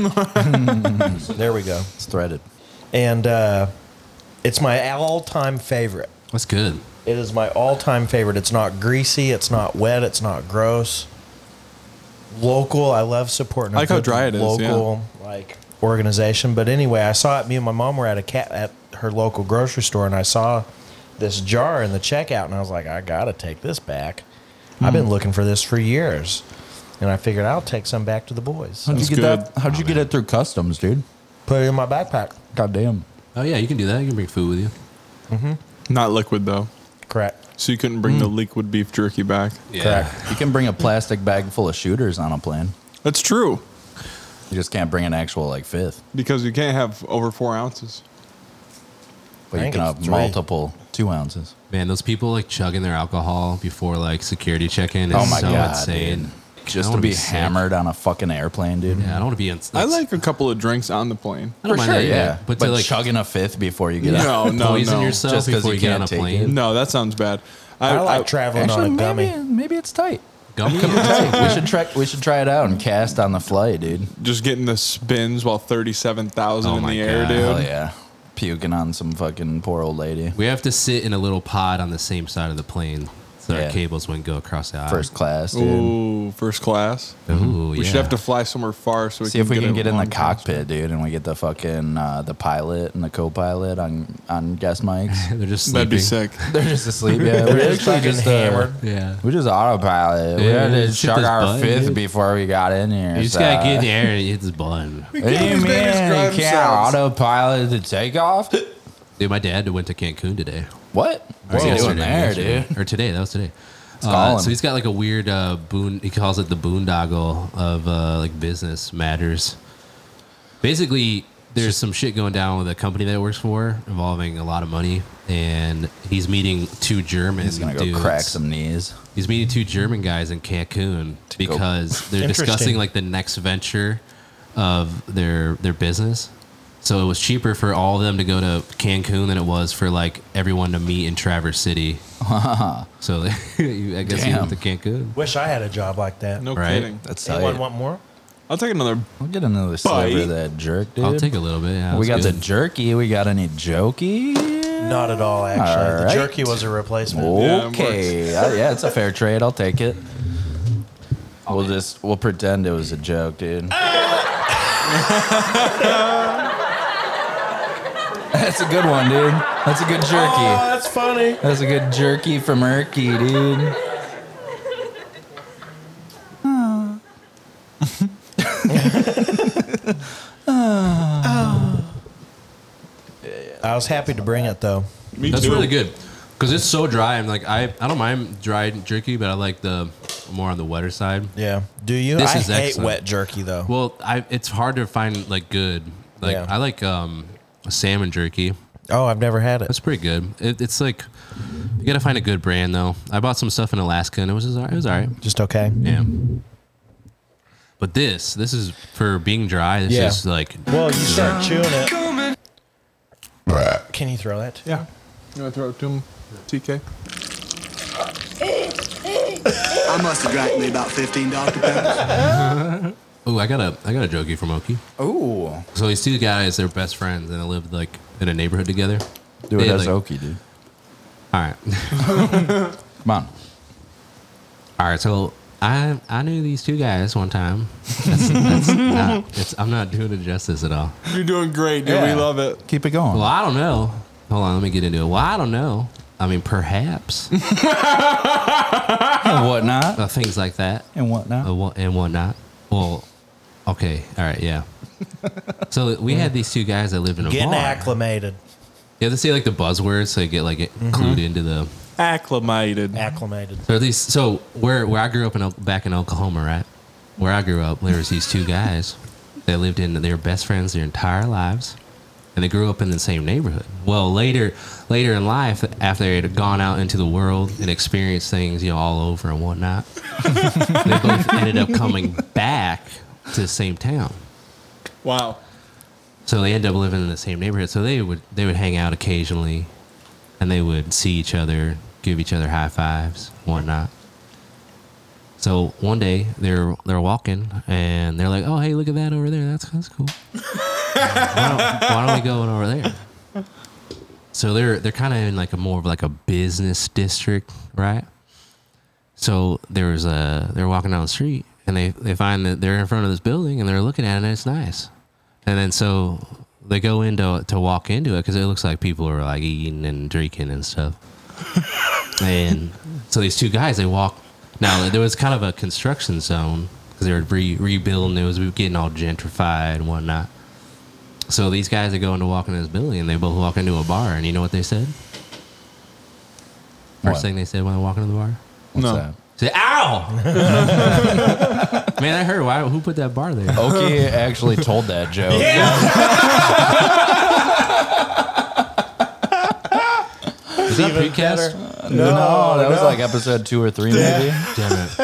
there we go.
it's threaded.
And uh, it's my all-time favorite.
that's good.
It is my all-time favorite. It's not greasy. It's not wet. It's not gross. Local. I love supporting. a
I like how
good
dry it is,
Local like organization. But anyway, I saw it. Me and my mom were at a cat at her local grocery store, and I saw this jar in the checkout, and I was like, I gotta take this back. I've
Hmm.
been looking for this for years, and I figured I'll take some back to the boys. So
How'd you
That's
get that?
good.
How'd you get it through customs, dude?
put it in my backpack.
God damn.
Oh yeah, you can do that. You can bring food with you.
Not liquid though.
Correct.
So you couldn't bring the liquid beef jerky back.
Yeah,
You can bring a plastic bag full of shooters on a plane.
That's true.
You just can't bring an actual like fifth.
Because you can't have over four ounces.
But you
I think
can
it's
have
three.
multiple two ounces.
man, those people like chugging their alcohol before like security check-in is
Oh my
so
god,
insane.
dude.
I
Just to
wanna
be,
sick.
hammered on a fucking airplane, dude.
Yeah, I don't want to be in.
I like a couple of drinks on the plane.
I don't mind that either,
But,
but to like
chugging a fifth before you get out.
No, no,
poison
no.
yourself
Just 'cause
before
you
you, get on a
can't take
plane.
No, that sounds bad.
I, like traveling on a gummy.
maybe, maybe it's tight.
Gummy.
we should try. We should try it out and cast on the flight, dude.
just getting the spins while 37,000
Oh
in
my
the air,
God.
dude.
Hell yeah, puking on some fucking poor old lady.
We have to sit in a little pod on the same side of the plane so
Yeah.
our cables wouldn't go across the aisle.
First class, dude.
Ooh, first class.
Ooh,
Mm-hmm. We
Oh, yeah.
should have to fly somewhere far so we
See if we can
a
get in the
long
cockpit, dude, and we get the fucking uh, the pilot and the co-pilot on on guest mics.
They're just
That'd be
sleeping.
sick.
They're just asleep. Yeah,
They're just fucking hammered.
Yeah.
We just autopilot. we
Yeah,
had to
just hit
chug
this
our
button,
fifth
dude.
before we got in here.
You just
so-
gotta get in the air and hit this button.
What do you
These
mean?
babies drive
You can't
themselves.
autopilot the takeoff?
Dude, my dad went to Cancun today.
What?
Or
What are you doing
yesterday,
there,
yesterday.
dude?
Or today. That was today. Uh,
call him.
so he's got like a weird uh, boon. He calls it the boondoggle of uh, like business matters. Basically, there's some shit going down with a company that he works for involving a lot of money, and he's meeting two German.
He's gonna go
dudes.
crack some knees.
He's meeting two German guys in Cancun
go-
because they're discussing
Interesting.
like the next venture of their their business. So it was cheaper for all of them to go to Cancun than it was for like everyone to meet in Traverse City. so you- I guess you
Damn.
went to Cancun,
Wish I had a job like that.
No
right?
kidding.
That's
Anyone
tight.
want more?
I'll take another.
I'll get another sliver
Bite.
of that jerk, dude.
I'll take a little bit. Yeah,
we got
that's
the
good.
jerky. We got any jokey?
Not at all, actually.
All
the
right.
jerky was a replacement.
Yeah, it
Okay. Yeah, yeah, it's a fair trade. I'll take it. We'll just we'll pretend it was a joke, dude. That's a good one, dude. That's a good jerky.
that's funny.
That's a good jerky from Erky, dude.
I was happy to bring it though.
Me
That's
too.
really good because it's so dry. I'm like I, I don't mind dry jerky, but I like the more on the wetter side.
Yeah. Do you?
This
I
is
hate
excellent.
wet jerky though.
Well, I it's hard to find like good. Like
Yeah.
I like um salmon jerky.
oh, I've never had it.
That's pretty good. It, it's like you gotta find a good brand though. I bought some stuff in Alaska and it was just, all- it was all right.
Just okay.
Yeah. But this this is for being dry. This
Yeah.
is like
Well, you start chewing it. Can you throw that?
Yeah. You want to throw it to him, TK?
I must have drank me about 15 Dr. Peppers.
oh I got a I got a jokey from Oki.
Ooh.
So these two guys they're best friends and they lived like in a neighborhood together.
Do it
They,
as
like-
Okie, dude.
All right.
Come on.
All right, so I I knew these two guys one time. That's, that's not, it's, I'm not doing it justice at all.
You're doing great, dude.
Yeah.
We love it.
Keep it going.
Well, I don't know. Hold on, let me get into it. Well, I don't know. I mean, perhaps
and whatnot.
uh, things like that
and whatnot.
uh, wha- and whatnot. Well, okay, all right, yeah. So we had these two guys that lived in a
Getting
bar.
acclimated.
Yeah, they say like the buzzwords, so you get like it clued into the.
Acclimated.
Acclimated.
So these, so where where I grew up in O- back in Oklahoma, right? Where I grew up, there was these two guys that lived in. They were best friends their entire lives, and they grew up in the same neighborhood. Well, later later in life, after they had gone out into the world and experienced things, you know, all over and whatnot, they both ended up coming back to the same town.
Wow.
So they ended up living in the same neighborhood. So they would they would hang out occasionally, and they would see each other, give each other high fives, whatnot. So one day they're they're walking and they're like, "Oh, hey, look at that over there. That's that's cool. why, don't, why don't we go on over there?" So they're they're kind of in like a more of like a business district, right? So there was a they're walking down the street and they they find that they're in front of this building and they're looking at it and it's nice. And then so they go in to, to walk into it because it looks like people are like eating and drinking and stuff. and so these two guys, they walk. Now there was kind of a construction zone because they were re- rebuilding. It was getting all gentrified and whatnot. So these guys are going to walk into this building and they both walk into a bar. And you know what they said? First
What?
thing they said when they walk into the bar?
What's
No.
that?
Say, ow! Man, I heard. Why? Who put that bar there?
Okie actually told that joke. Yeah.
Was that precast?
No, that was like episode two or three, maybe.
Damn it.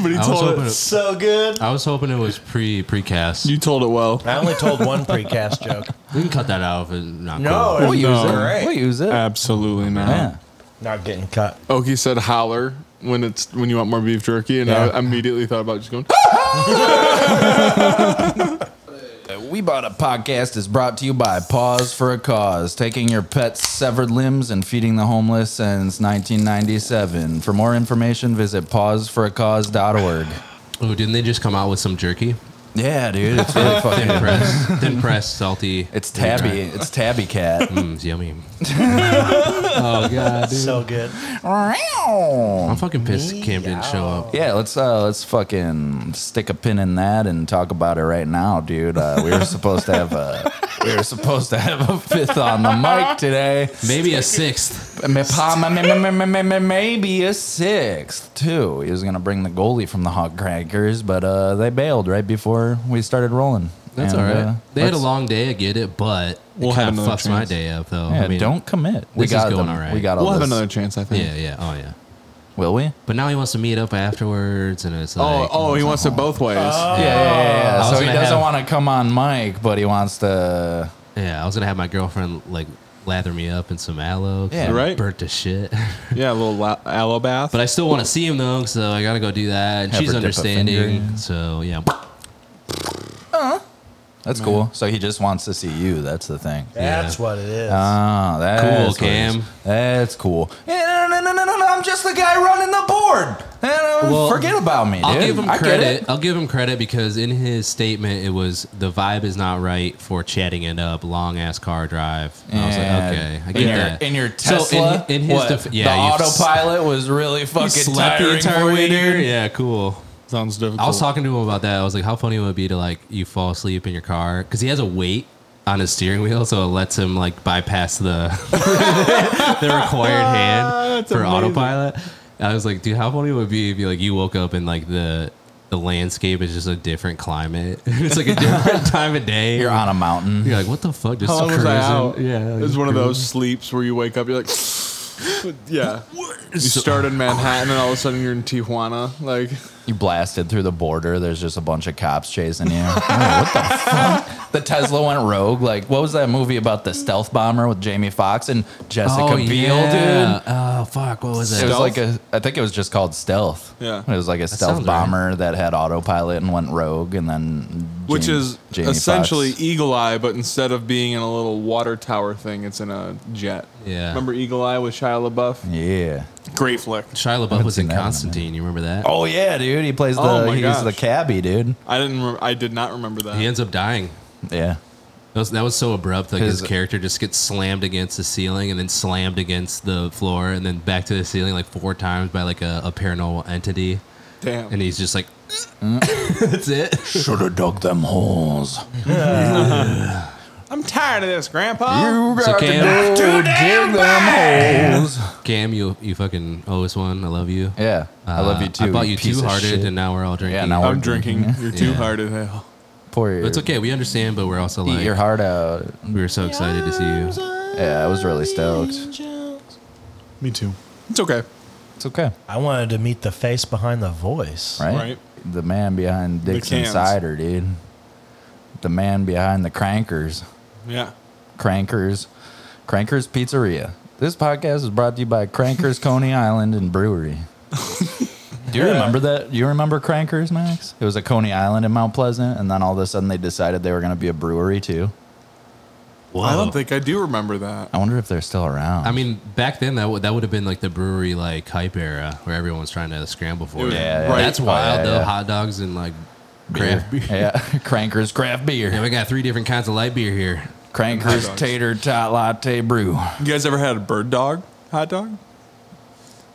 But he
I was,
told
hoping
it.
it,
So good.
I was hoping it was pre precast.
You told it well.
I only told one precast joke.
we can cut that out if it's not
No,
We'll
it's
use it.
great.
We use it.
Uh, Absolutely not.
yeah.
Not getting cut.
Oki said holler when it's when you want more beef jerky, and
Yeah.
I immediately thought about just going.
We Bought a Podcast is brought to you by Pause for a Cause, taking your pet's severed limbs and feeding the homeless since 1997. For more information, visit pauseforacause.org.
cool. Oh, didn't they just come out with some jerky?
Yeah, dude, it's really fucking
Thin press, thin press, salty.
It's Tabby. It's Tabby Cat.
Mm, it's yummy. oh god, dude.
So good.
I'm fucking pissed. Cam didn't show up.
Yeah, let's uh, let's fucking stick a pin in that and talk about it right now, dude. Uh, we were supposed to have a we were supposed to have a fifth on the mic today.
Maybe a sixth.
M- pa- m- m- m- m- m- m- Maybe a sixth too. He was gonna bring the goalie from the Hog Crackers, but uh, they bailed right before we started rolling.
That's
And,
all right.
uh,
they had a
let's-
long day. I get it, but
We'll
it
have
kind of
another
fucks my
chance.
day up though.
Yeah,
I mean,
don't commit. We
this is
got
going
them.
all right.
We got all
We'll have
this.
another chance, I think.
Yeah, yeah. Oh yeah.
Will we?
But now he wants to meet up afterwards, and it's Uh,
Oh,
like,
oh, he wants it both ways.
Yeah, yeah, yeah. yeah.
I was
So he
gonna
doesn't
have-
want to come on mic, but he wants to.
Yeah, I was gonna have my girlfriend like lather me up in some aloe. 'cause
Yeah.
I'm
Right.
Burnt to shit.
yeah, a little la- aloe bath.
but I still want to see him though, so I gotta go do that. And
Have
she's
her dip a finger
understanding.
in.
So yeah,
That's cool. So he just wants to see you. That's the thing.
That's what it is.
Oh, that's
Cool,
what it is.
Cam.
That's cool. Yeah, no, no, no, no, no, no. I'm just the guy running the board. Eh,
Well,
forget about me.
I'll
dude.
give him
I get
credit.
it.
I'll give him credit because in his statement it was the vibe is not right for chatting it up long ass car drive. And I was
Yeah.
like, okay, I
In
get
your-
that.
in your
So in-
Tesla,
in, his
what,
def-
the
yeah, you've s-
autopilot was really
you
fucking
slept the
tiring
entire
for you,
way, dude.
dude.
Yeah, cool.
Sounds difficult.
I was talking to him about that. I was like, how funny it would be to like you fall asleep in your car because he has a weight on his steering wheel, so it lets him like bypass the the required hand
Ah, That's
for
amazing.
autopilot. I was like, dude, how funny would it be if you like you woke up and like the the landscape is just a different climate. it's like a different time of day.
You're on a mountain.
You're like, what the fuck? Just
How long was
cruising.
I out?
Yeah, like,
it was one of
cruising.
those sleeps where you wake up, you're like, yeah. You
So-
start in Manhattan, and all of a sudden you're in Tijuana. Like,
You blasted through the border. There's just a bunch of cops chasing you. Oh, what the fuck? The Tesla went rogue. Like, what was that movie about the stealth bomber with Jamie Foxx and Jessica
Oh,
Biel,
yeah.
dude?
Oh fuck, what was
It
it?
was
Stealth?
like a. I think it was just called Stealth.
Yeah.
It was like a stealth
sounds right.
bomber that had autopilot and went rogue, and then
which
Jamie-
is
Jamie
essentially e-
Foxx.
Eagle Eye, but instead of being in a little water tower thing, it's in a jet.
Yeah.
Remember Eagle Eye with Shia LaBeouf?
Yeah.
Great flick.
Shia LaBeouf was
seen
in
that one, man.
Constantine. You remember that?
Oh yeah, dude. He plays the.
Oh, my
he's
gosh.
the cabbie, dude.
I didn't. Rem- I did not remember that.
He ends up dying.
Yeah.
That was, that was so abrupt. Like his,
His-
character just gets slammed against the ceiling and then slammed against the floor and then back to the ceiling like four times by like a, a paranormal entity.
Damn.
And he's just like, that's it.
Should have dug them holes.
I'm tired of this, Grandpa.
So Cam,
dig them holes.
Cam, you you fucking owe us one. I love you.
Yeah, I love
Uh,
you too.
I bought you,
piece
two
of
hearted,
shit.
and now we're all drinking.
now we're-
I'm drinking. You're too hard as hell.
Pour your,
it's okay. We understand, but we're also
Eat
like
your heart out.
we were so excited to see you.
Yeah, I was really stoked.
Me too. It's okay.
It's okay,
I wanted to meet the face behind the voice.
right?
Right.
The man behind Dixon
cans.
Cider, dude. The man behind the Crankers,
Yeah.
Crankers, Crankers Pizzeria. This podcast is brought to you by Crankers Coney Island and Brewery. Do you remember that? You remember Crankers, Max? It was a Coney Island in Mount Pleasant, and then all of a sudden they decided they were going to be a brewery too.
Whoa.
I don't think I do remember that.
I wonder if they're still around.
I mean, back then that would that would have been like the brewery like hype era where everyone's trying to scramble for it.
was
Yeah,
right-
That's
Oh,
wild
yeah,
though.
yeah.
Hot dogs and like craft beer.
yeah, Crankers craft beer.
Yeah, we got three different kinds of light beer here.
Crankers
Hot dogs.
tater tot latte brew.
You guys ever had a bird dog hot dog?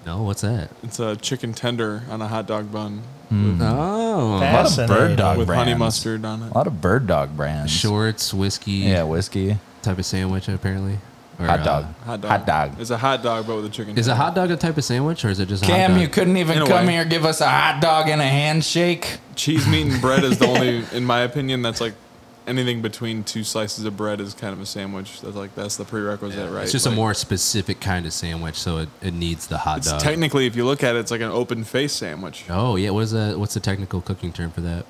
No, what's that?
It's a chicken tender on a hot dog bun
A
Oh,
lot of bird
Fascinating.
dog
with
brands.
honey mustard on it.
A lot of bird dog brands.
shorts, whiskey,
Yeah, whiskey,
type of sandwich apparently. Or,
hot
uh,
dog,
Hot dog.
dog.
It's a hot dog, but with a chicken.
is a hot dog a type of sandwich or is it just
Cam,
hot dog?
you couldn't
In
even
a
come
way.
here give us a hot dog and a handshake.
cheese, meat, and bread is the only, in my opinion, that's like anything between two slices of bread is kind of a sandwich. That's like that's the prerequisite, right?
It's just
Like,
a more specific kind of sandwich, so it, it needs the hot
It's
dog.
technically, if you look at it, it's like an open face sandwich.
oh yeah, what's that? What's the technical cooking term for that?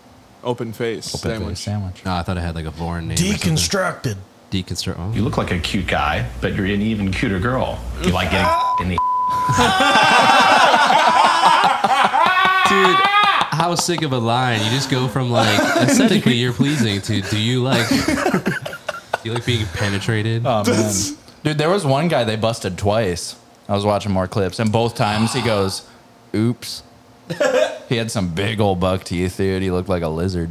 Open face
Open
sandwich.
face sandwich.
No, I thought it had like a foreign name.
Deconstructed.
Deconstruct. Oh.
You look like a cute guy, but you're an even cuter girl. You like getting
Ah!
in the
Dude, how sick of a line? You just go from like aesthetically you're pleasing to do you like do you like being penetrated?
Oh, man. Dude, there was one guy they busted twice. I was watching more clips, and both times he goes, "Oops." he had some big old buck teeth, dude. He looked like a lizard.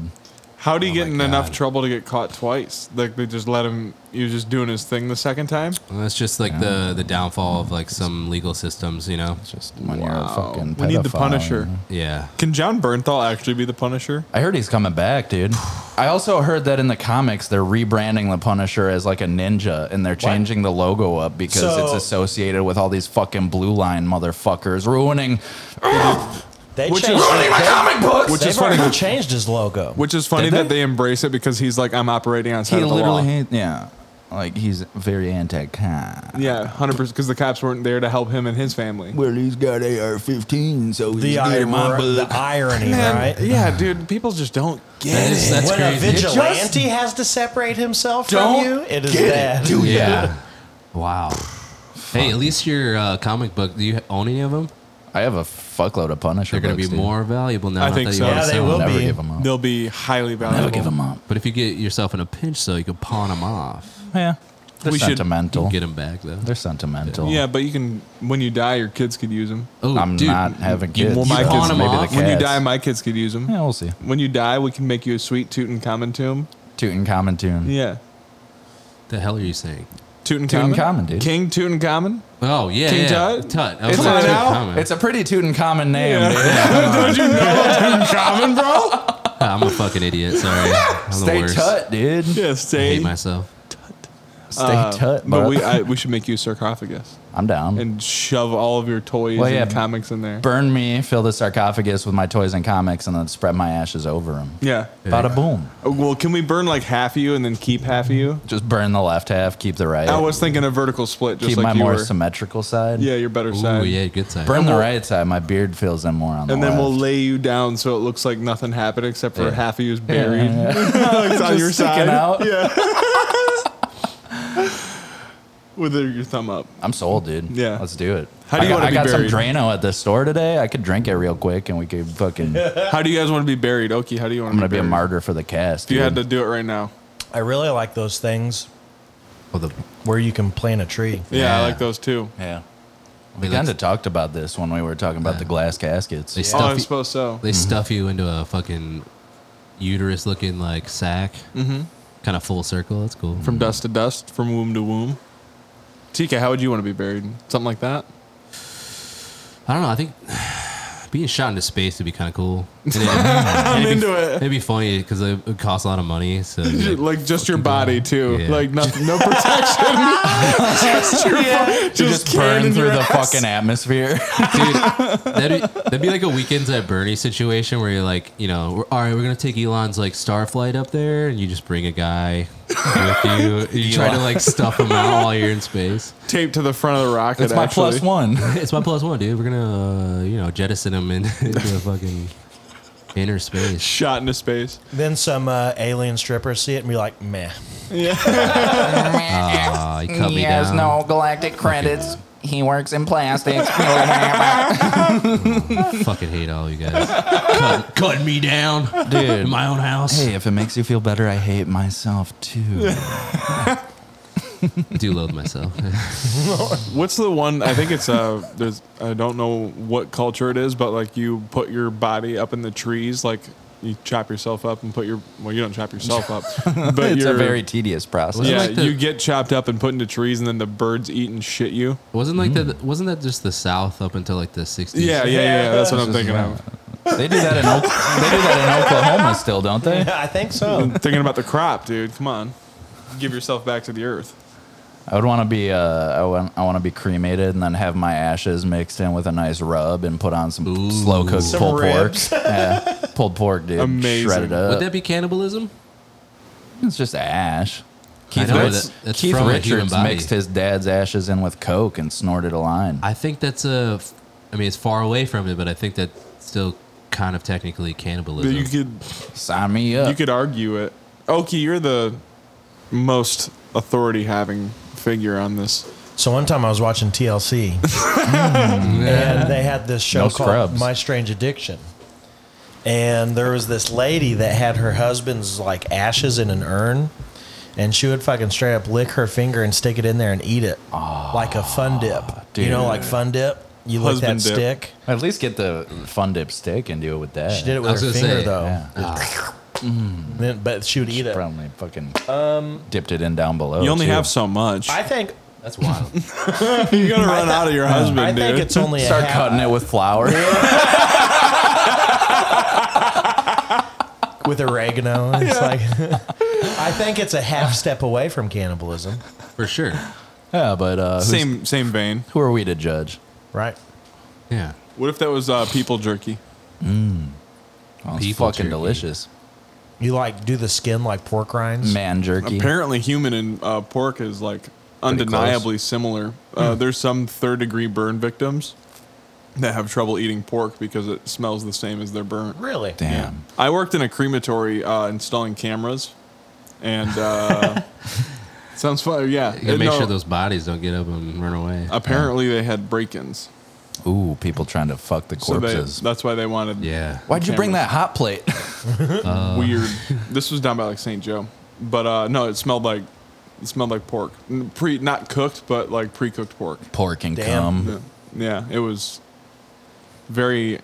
How do you get in
God.
enough trouble to get caught twice? Like they just let him. He was just doing his thing the second time.
Well, that's just like the the downfall of like some legal systems, you know.
Just when you're a fucking.
we need the
pedophile,
Punisher.
you know?
Yeah.
Can John Bernthal actually be the Punisher?
I heard he's coming back, dude. I also heard that in the comics they're rebranding the Punisher as like a ninja and they're changing the logo up because
So-
it's associated with all these fucking blue line motherfuckers ruining
They
Which is-
changed.
ruining my comic books.
Which
They've
is funny.
already changed his logo.
Which is funny
Did they?
that they embrace it because he's like, I'm operating outside
he
of the law.
literally yeah. Like he's very anti con.
yeah, hundred percent. Because the cops weren't there to help him and his family.
Well he's got AR fifteen, so he's
the,
good in my
ir- the
book.
irony,
Man,
right?
yeah, dude, people just don't get
That
it.
is, that's
when a
crazy.
vigilante has to separate himself
Don't
from you, it is
get it,
bad.
do ya?
yeah. Wow. Hey, at least your uh, comic book. Do you own any of them?
I have a fuckload of Punisher.
They're going to
books,
be
dude.
more valuable now.
I
not
think
that you
so.
wanna
Yeah,
they
sell
will
them.
Never
be.
give them up.
They'll be highly valuable.
Never give them up.
But if you get yourself in a pinch, though, you could pawn them off.
Yeah. They're
We should-
sentimental.
Get them back though.
They're sentimental.
Yeah, but you can. When you die, your kids could use them.
Oh,
I'm
dude,
not having
you-
kids.
well, my
but
kids-
maybe
When
the
When you
cats.
die, my kids could use them.
yeah, we'll see.
When you die, we can make you a sweet toot and common tune.
Tutankhamun tune.
Yeah,
The hell are you saying?
toot and
Tutankhamun, dude.
King toot and common.
Oh yeah,
King
yeah.
Tut?
Tut. I was
It's,
Come
like,
on
Tut
now.
Common.
a, it's a pretty Tutankhamun name, dude.
Did you know common, bro?
I'm a fucking idiot. Sorry. I'm the
Stay
worst.
tut, dude.
Yeah,
I
stay.
hate myself.
Stay
Uh,
tut,
but
bro.
we I, we should make you a sarcophagus
I'm down.
and shove all of your toys
Well,
and
yeah,
comics in there.
Burn me, fill the sarcophagus with my toys and comics, and then spread my ashes over them.
yeah. Uh,
Bada boom.
Well, can we burn like half of you and then keep half of you?
Just burn the left half, keep the right.
I was thinking a vertical split, just
keep
like
my
you
more
were.
symmetrical side.
Yeah, your better
Ooh,
side.
yeah, good side.
Burn the right side. My beard fills in more on the
And then we'll
left.
lay you down so it looks like nothing happened except for
Yeah.
half of you is buried. Like, it's on
Just
your
sticking
side.
out.
Yeah. With your thumb up.
I'm sold, dude.
Yeah.
Let's do it.
How do
I,
you
got-
wanna
I
be
got
buried?
some Drano at the store today. I could drink it real quick and we could fucking. I'm
How do you guys want to be buried? Oki, how do you want
going to
to
be a
buried?
martyr for the cast.
If you had to
dude.
do it right now.
I really like those things
Oh, the,
where you can plant a tree.
Yeah, I
Yeah.
like those too.
Yeah. We
Like-
kind of talked about this when we were talking about the glass caskets.
they
Oh, I
stuff you,
suppose so.
they stuff you into a fucking uterus looking like sack, mm-hmm. kind of full circle. That's cool.
From dust to dust, from womb to womb. TK, how would you want to be buried? Something like that?
I don't know. I think being shot into space would be kind of cool. I'm
into it.
It'd be funny because it would cost a lot of money. So
Like just your body too.
Yeah.
Like nothing, no protection. just your fu-
To just, burn
cannon
through
your
the
ass.
fucking atmosphere.
Dude, that'd be, that'd be like a weekends at Bernie situation where you're like, you know, we're, all right, we're gonna take Elon's like star flight up there, and you just bring a guy with you. You try to like stuff him out while you're in space.
taped to the front of the rocket.
It's my
actually.
plus one.
It's my plus one, dude. We're gonna, uh, you know, jettison him in- into a fucking inner space.
Shot into space.
Then some uh, alien strippers see it and be like, meh.
Uh,
Ah, he cut me
he has
down.
no galactic credits. He works in plastics.
Fucking hate all you guys. cut, cut me down, dude. In my own house.
Hey, if it makes you feel better, I hate myself too.
I do loathe myself.
What's the one? I think it's uh There's. I don't know what culture it is, but like you put your body up in the trees, like you chop yourself up and put your. Well, you don't chop yourself up, but
it's
you're.
a very tedious process.
yeah,
like the-
you get chopped up and put into trees, and then the birds eat and shit you.
wasn't like
Mm.
that. Wasn't that just the South up until like the sixties?
Yeah, yeah, yeah. That's what I'm thinking of.
They do that in Oak- they do that in Oklahoma still, don't they?
I think so.
thinking about the crop, dude. Come on, give yourself back to the earth.
I would want to be uh, I want I want to be cremated and then have my ashes mixed in with a nice rub and put on some slow cooked
Some
pulled
ribs.
pork. yeah, pulled pork, dude.
Amazing.
Shred it up.
Would that be cannibalism?
it's just ash.
I
Keith,
know,
Rich-
that- that's
Keith
from a human
Richards
body.
mixed his dad's ashes in with coke and snorted a line.
I think that's a. I mean, it's far away from it, but I think that's still kind of technically cannibalism.
You could,
Sign me
Uh,
up.
you could argue it. Oki, you're the most authority having figure on this.
so one time I was watching TLC Mm. and they had this
No
show called
scrubs.
My Strange Addiction. And there was this lady that had her husband's like ashes in an urn and she would fucking straight up lick her finger and stick it in there and eat it like a fun dip. You know, like fun dip? You lick that
Husband dip.
stick.
At least get the fun dip stick and do it with that.
She did it
I
with
was
her
gonna
finger
say,
though.
yeah.
Then, but she would eat it.
Probably fucking
Um,
dipped it in down below.
Oh,
You only
too.
have so much.
I think
that's wild.
You're gonna run out of your husband,
I
dude.
think it's only
start
a half,
cutting it with flour.
with oregano. It's like I think it's a half step away from cannibalism,
For sure.
yeah, but uh, who's-
same same vein.
who are we to judge?
right?
Yeah.
What if that was uh, people jerky?
Well, it's
People
fucking
jerky.
delicious.
You like do the skin like pork rinds.
Man jerky.
Apparently, human and uh, pork is like undeniably similar.
Hmm.
Uh, There's some third degree burn victims that have trouble eating pork because it smells the same as their burnt.
Really?
Damn.
I worked in a crematory uh, installing cameras, and uh, sounds fun. Yeah,
You gotta make
Uh, No, Uh,
sure those bodies don't get up and run away.
Apparently, they had break-ins,
Ooh, people trying to fuck the
so they,
corpses.
that's why they wanted.
Yeah.
Why'd you bring that hot plate? Uh.
weird. this was down by like St. Joe, but uh, no, it smelled like it smelled like pork, N- pre not cooked, but like pre-cooked pork.
Pork and
Damn.
cum.
Yeah, it was very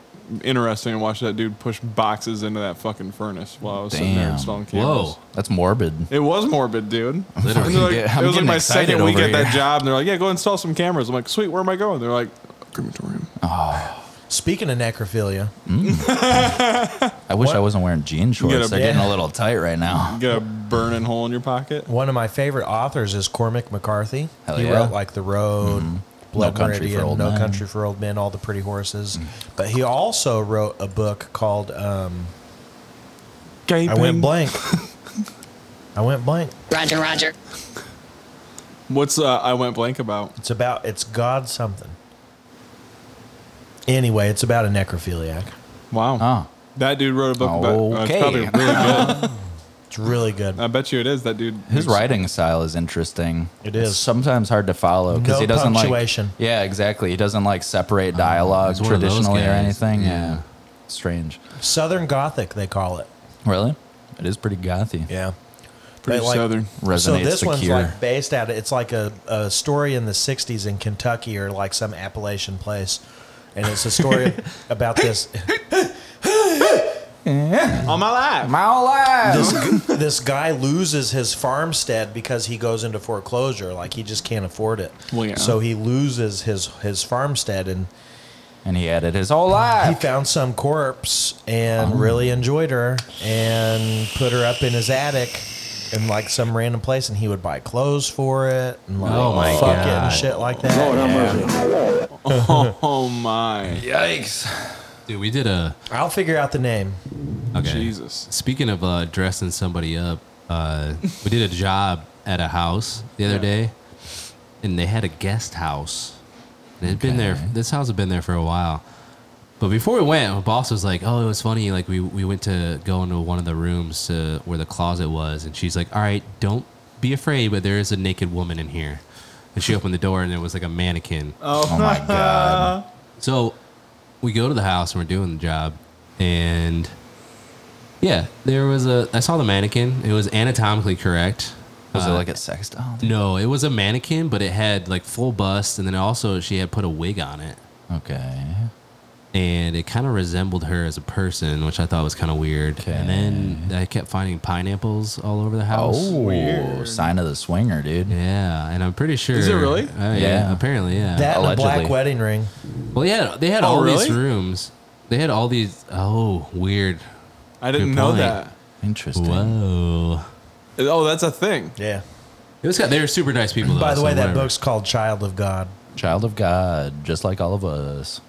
interesting to watch that dude push boxes into that fucking furnace while I was sitting there
Damn.
installing cameras.
Whoa.
That's morbid.
It was morbid, dude.
Literally.
And they're like-
Yeah, I'm
it was like
getting
my
excited
second week
over
at that
here.
job, and they're like, "Yeah, go install some cameras." I'm like, "Sweet, where am I going?" They're like, "Crematorium."
Speaking of necrophilia,
I wish I wasn't wearing jean shorts.
gotta-
They're getting
Yeah.
a little tight right now.
You got a burning hole in your pocket.
one of my favorite authors is Cormac McCarthy.
Hell
he
yeah. Mm-hmm.
wrote like The Road, Blood
No Country for
Meridian,
Old
No
Men. Mm.
Country for Old Men, All the Pretty Horses. But he also wrote a book called um, I Went Blank. I Went Blank.
Roger, Roger.
What's uh, I went blank about?
It's about it's God something. Anyway, it's about a necrophiliac.
Wow.
Oh.
That dude wrote a book about. uh, it's
Okay.
probably really good.
It's really good.
I bet you it is. That dude.
His
who's-
writing style is interesting.
It
It's
is.
sometimes hard to follow because
No
he doesn't
punctuation.
like. Yeah, exactly. He doesn't like separate dialogue
he's one of those
traditionally or
guys.
anything. Yeah.
Yeah.
strange.
Southern Gothic, they call it.
Really, it is pretty gothy.
Yeah.
Pretty
But, like,
southern.
Resonates
so this
the
one's
cure.
like based out of it's like a, a story in the 60s in kentucky or like some appalachian place and it's a story about this
All my life.
My whole life.
this, g- this guy loses his farmstead because he goes into foreclosure like he just can't afford it
Well, yeah.
so he loses his his farmstead and
and he added his whole
he
life.
found some corpse and
Oh.
really enjoyed her and put her up in his attic in like some random place and he would buy clothes for it and like
Oh my
fuck it
God.
and shit like that
Oh my.
Yikes!
Dude, we did a.
I'll figure out the name.
Okay.
Jesus.
Speaking of uh, dressing somebody up, uh, we did a job at a house the other day, and they had a guest house. It had been there. This house had been there for a while. But before we went, my boss was like, "Oh, it was funny. Like we, we went to go into one of the rooms to where the closet was, and she's like, "All right, don't be afraid, but there is a naked woman in here." And she opened the door, and there was like a mannequin.
Oh my god!
So we go to the house and we're doing the job, and yeah, there was a. I saw the mannequin. It was anatomically correct.
Was it
Uh,
like a sex doll?
No, it was a mannequin, but it had like full bust, and then also she had put a wig on it,
Okay.
and it kind of resembled her as a person, which I thought was kind of weird. And then I kept finding pineapples all over the house.
Oh, sign of the swinger, dude.
Yeah, and I'm pretty sure.
it really?
Uh, yeah,
Yeah.
apparently, yeah.
That and a black
Allegedly.
wedding ring.
well, yeah, they had
Oh,
all
really?
these rooms. They had all these. Oh, weird.
I didn't
Good
know
point.
that.
Interesting.
Whoa.
Oh, that's a thing.
Yeah.
It was they were super nice people. Though,
By the way,
so
that
whatever.
book's called Child of God.
Child of God, just like all of us.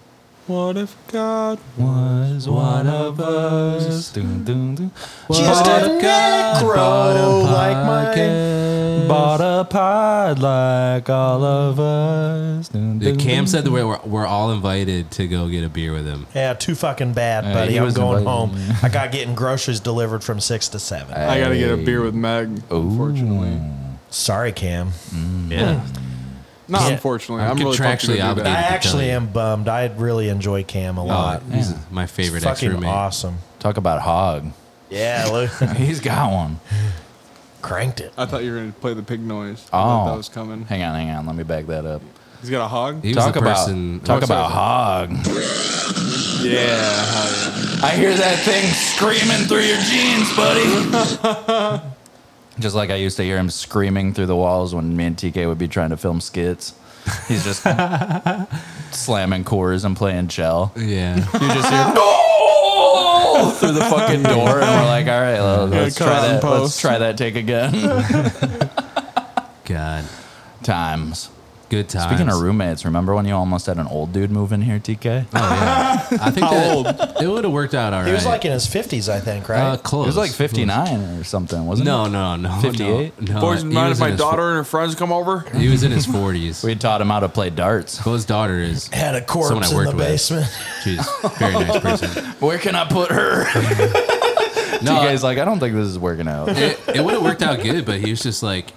What if God?
was one of us. Dun, dun, dun.
Just
bought,
a necro like mine.
bought a pod like all of us. Dun,
Dude,
dun,
Cam
dun.
said that we're, we're all invited to go get a beer with him.
Yeah, too fucking bad,
Yeah,
buddy.
he
I'm
was
going home.
invited,
I got getting groceries delivered from six to seven.
Uh,
I gotta get a beer with Meg. Unfortunately,
Sorry, Cam.
mm,
Hmm.
Yeah,
not
Yeah.
unfortunately.
I'm
I'm, really fucking
contractually
gonna do
I
that.
obligated. can
actually
tell you. Oh,
am bummed. I really enjoy Cam a lot.
he's my favorite ex
fucking
roommate.
awesome.
Talk about hog.
Yeah, look.
He's got one.
cranked it.
I thought you were gonna play the pig noise. I
Oh,
thought that was coming.
Hang on, hang on. Let me back that up.
He's got a hog.
He was
Talk
the
about
person.
talk
oh,
about hog.
sorry.
Yeah. hell yeah.
I hear that thing screaming through your jeans, buddy. just like I used to hear him screaming through the walls when me and TK would be trying to film skits. He's just slamming cores and playing shell.
Yeah,
You just hear goal through the fucking door, and we're like, all right, well,
Yeah,
let's
cut
try
it in
that. Let's
post.
try that take again.
God,
Times.
good times.
Speaking of roommates, remember when you almost had an old dude move in here, TK?
oh, yeah. I think that it would have worked out all right.
He was like in his 50s, I think, right?
uh, close.
It was like 59 or something, wasn't it?
No, no, no,
58?
No, no.
Boys,
he
mind
was
if
in
my
his
daughter and her friends come over?
fo- He was in his forties.
We taught him how to play darts.
Well, his daughter is.
Had a
Someone I
corpse in
worked
the
with.
basement.
She's a very nice person.
Where can I put her?
No,
TK's like, I don't think this is working out.
it, it would have worked out good, but he was just like,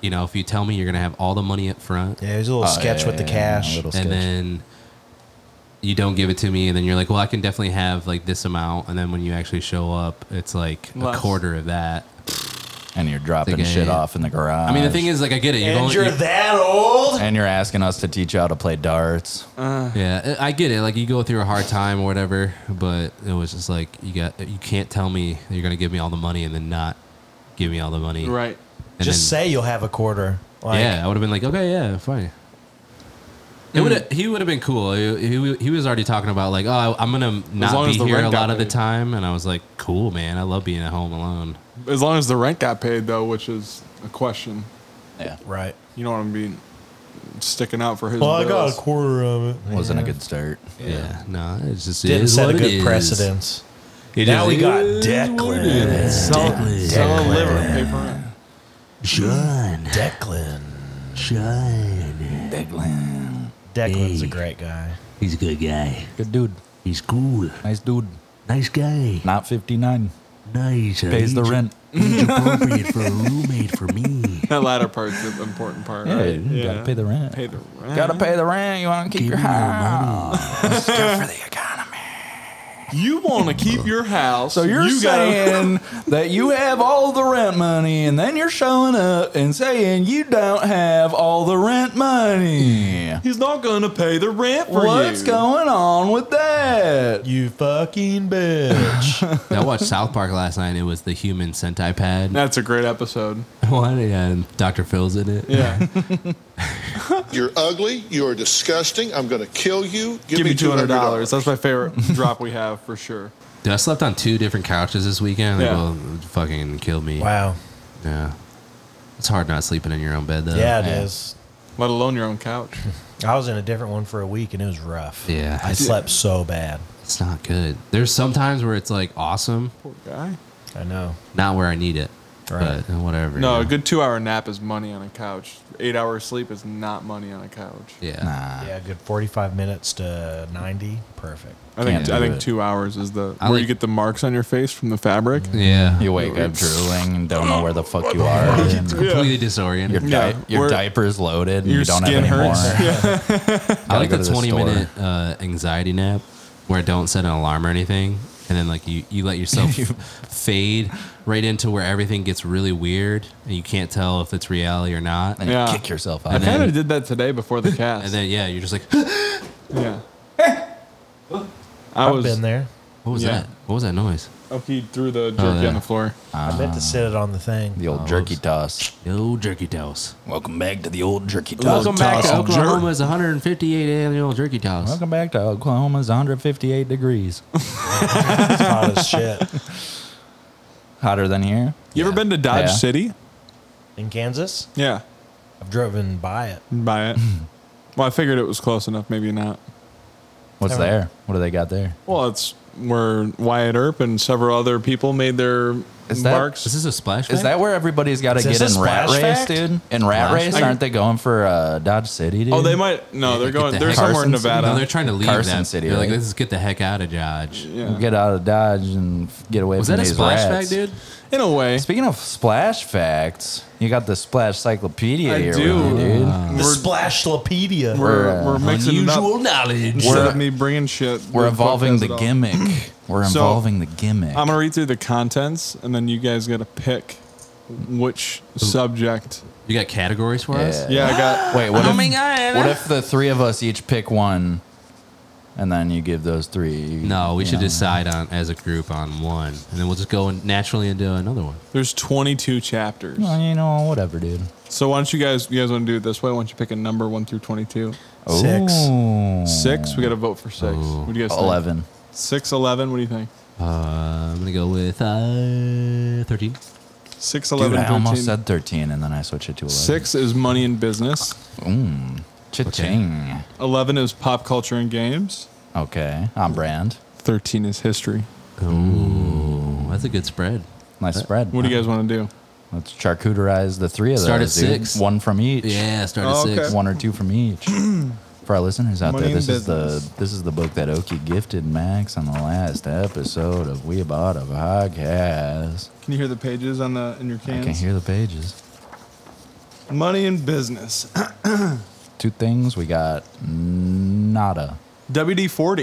you know, if you tell me you're gonna have all the money up front,
Yeah, he was a
Oh,
little sketch with the cash.
little sketch.
and then you don't give it to me, and then you're like, well, I can definitely have like this amount, and then when you actually show up, it's like
Less.
a quarter of that.
and you're dropping
Like, yeah,
shit
yeah.
off in the garage.
I mean, the thing is, like, I get it. You've
and
only-
you're
you-
that old?
and you're asking us to teach you how to play darts.
yeah, I I get it. Like, you go through a hard time or whatever, but it was just like you got you can't tell me that you're gonna give me all the money and then not give me all the money.
Right.
And
Just
then-
say you'll have a quarter. Like,
yeah, I would have been like, okay, yeah, fine. It
Hmm.
would he would have been cool. He, he, he was already talking about like, oh, I'm gonna
long
not be
as the
here a
rent got
lot of the
paid.
time, and I was like, cool, man. I love being at home alone.
As long as the rent got paid, though, which is a question.
Yeah.
Right.
You know what I mean? Sticking out for his.
Well, I got a
bills.
quarter of it.
Wasn't a good start.
Yeah, no, it's just
Didn't
is
set a
what it
good
is.
precedence.
It
Now
is-
we got
it is what it is.
Declan.
Solid- solid
I'll
liver.
live and pay for rent.
Declan.
Declan.
Declan's a great guy.
He's a good guy.
Good dude.
He's cool.
Nice dude.
Nice guy.
Not 59.
Nice. Uh,
Pays the
he's-
rent.
He's appropriate for a roommate for me.
That latter part's the important part.
Yeah,
right?
you gotta pay the rent.
Pay the rent.
Gotta pay the rent. You wanna keep
Give
your
me your
house.
money.
Good for the economy.
You want to keep your house.
So you're
you
saying that you have all the rent money, and then you're showing up and saying you don't have all the rent money.
He's not going to pay the rent for you.
What's going on with that?
You fucking bitch.
I watched South Park last night. It was the human centipad
That's a great episode.
one, and Dr. Phil's in it.
Yeah.
You're ugly. You're disgusting. I'm going to kill you. Give,
Give me
me
$200. That's my favorite drop we have for sure.
Dude, I slept on two different couches this weekend. Like,
Yeah.
well, it fucking killed me.
wow.
Yeah, it's hard not sleeping in your own bed though.
Yeah, it is.
Let alone your own couch.
I was in a different one for a week and it was rough.
Yeah,
I
it's-
slept so bad.
It's not good. There's some times where it's like awesome,
Poor guy.
I know.
not where I need it.
Right.
But whatever.
No,
you
a
know.
good two hour nap is money on a couch. Eight hours sleep is not money on a couch.
Yeah.
Yeah, good 45 minutes to 90. Perfect.
I think
Can't
I
do
think
it.
two hours is the
I
where
like-
you get the marks on your face from the fabric.
Yeah.
You wake up drooling and don't know where the fuck you are. and
completely disoriented.
Your, di-
Yeah,
your
we're-
diaper's loaded and
your
you don't have
skin
any
hurts.
more.
I like
go
the,
to the
20
store.
minute uh, anxiety nap where I don't set an alarm or anything. And then like you, you let yourself fade right into where everything gets really weird and you can't tell if it's reality or not.
And you
Yeah.
kick yourself
I
out.
kind of did that today before the cast.
And then yeah, you're just like,
yeah. I
I've
was.
been there.
what was
Yeah.
that? What was that noise?
Oh, he threw the jerky
yeah.
on the floor.
I meant to sit it on the thing.
Ah. the old jerky toss.
No jerky toss.
Welcome back to the old jerky toss.
Welcome back to
toss and jerk.
Oklahoma's 158 annual jerky toss.
Welcome back to Oklahoma's 158 degrees.
It's hot as shit.
Hotter than here.
You ever been to Dodge
Yeah.
City?
In Kansas,
Yeah.
I've driven by it.
Buy it. well, I figured it was close enough. Maybe not.
What's
Never-
there? What do they got there?
Well, it's where Wyatt Earp and several other people made their
Is that-
marks.
Is this a splash?
Is that where everybody's got to
Is this
get
a
in Rat
splash
Race,
fact?
dude? In Rat
Splash
Race,
fact?
aren't they going for uh, Dodge City, dude?
oh, they might. No, they're
Get
going.
the
they're
heck-
somewhere in
Carson City?
Nevada.
No, they're trying to leave
uh, Carson
that.
City,
They're like,
right?
let's just get the heck out of Dodge.
yeah.
Get out of Dodge and f- get away
Was
from
that a
these
splash
rats.
fact, dude?
In a way,
Speaking of splash facts, you got the splash cyclopedia
I
here,
do.
with you, dude.
The Splashlopedia.
we're, we're mixing it up.
Unusual knowledge.
Instead of me bringing shit,
We're
the
evolving
podcast
the
at all.
gimmick. We're
So,
evolving the gimmick.
I'm gonna read through the contents, and then you guys gotta pick which subject.
You got categories for us?
Yeah, I got.
Wait, what
Oh
if,
my God.
what if the three of us each pick one, and then you give those three?
No, we
you
should
know?
decide on as a group on one, and then we'll just go in, naturally into another one.
There's 22 chapters.
Well, you know, whatever, dude.
So why don't you guys? You guys want to do it this way? Why don't you pick a number one through 22?
Six.
Ooh.
Six. We gotta vote for six. What do you guys? think?
Eleven.
Six, eleven. What do you think?
Uh, I'm gonna go with uh, thirteen.
Six,
Dude,
eleven,
I almost
13.
said thirteen, and then I switched it to eleven.
Six is money and business.
Cha-ching.
Eleven is pop culture and games.
Okay, on brand.
Thirteen is history.
Well, Oh, that's a good spread.
Nice spread.
What do you guys want to do?
Let's charcuterize the three of those.
Start at
dude.
six.
One from each.
Yeah, start at
Oh, okay.
six.
One or two from each. For our listeners out
Money
there,
and
this is the
business.
this is the book that Oki gifted Max on the last episode of We Bought a Podcast.
Can you hear the pages on the in your
I
cans?
can hear the pages.
Money and business.
Two things we got nada.
WD 40.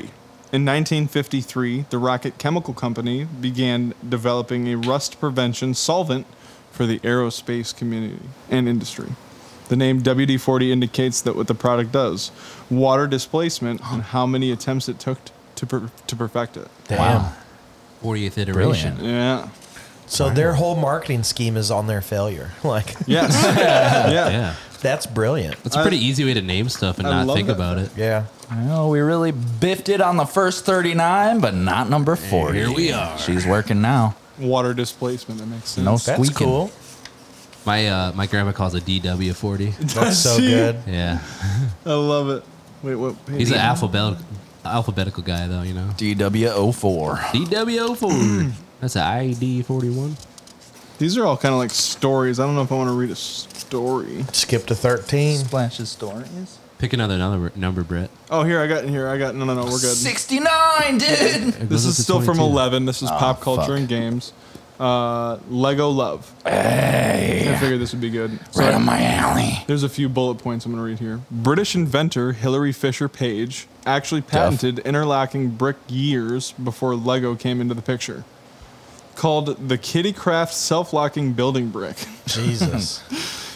In 1953, the Rocket Chemical Company began developing a rust prevention solvent for the aerospace community and industry. The name WD 40 indicates that what the product does water displacement and how many attempts it took t- to, per- to perfect it.
Damn.
Fortieth iteration.
Brilliant.
Yeah.
So their whole marketing scheme is on their failure. Like,
Yes. yeah.
Yeah,
That's brilliant.
It's a pretty easy way to name stuff and
I
not
love
think
that
about it.
Yeah.
Well, we really biffed it on the first 39, but not number 40.
Here we are.
She's working now.
Water displacement. That makes sense.
No
That's
squeaking.
cool.
My uh, my grandma calls a DW forty.
That's so
See?
good.
Yeah,
I love it. Wait, what? page?
he's an alphabetical alphabetical guy though. You know,
DW04.
DW forty. That's an ID forty one.
These are all kind of like stories. I don't know if I want to read a story.
Skip to 13.
Splashes stories.
Pick another number, number Brett.
Oh, here I got in here. I got no, no, no. We're good.
69, dude.
It
This
goes up to
is still from
22.
eleven. This is pop culture
Ah, fuck.
and games. Uh, Lego Love. I figured this would be good. So
Right on my alley.
There's a few bullet points I'm going to read here. British inventor Hilary Fisher Page actually patented interlocking brick years before Lego came into the picture. Called the Kittycraft self-locking building brick.
Jesus.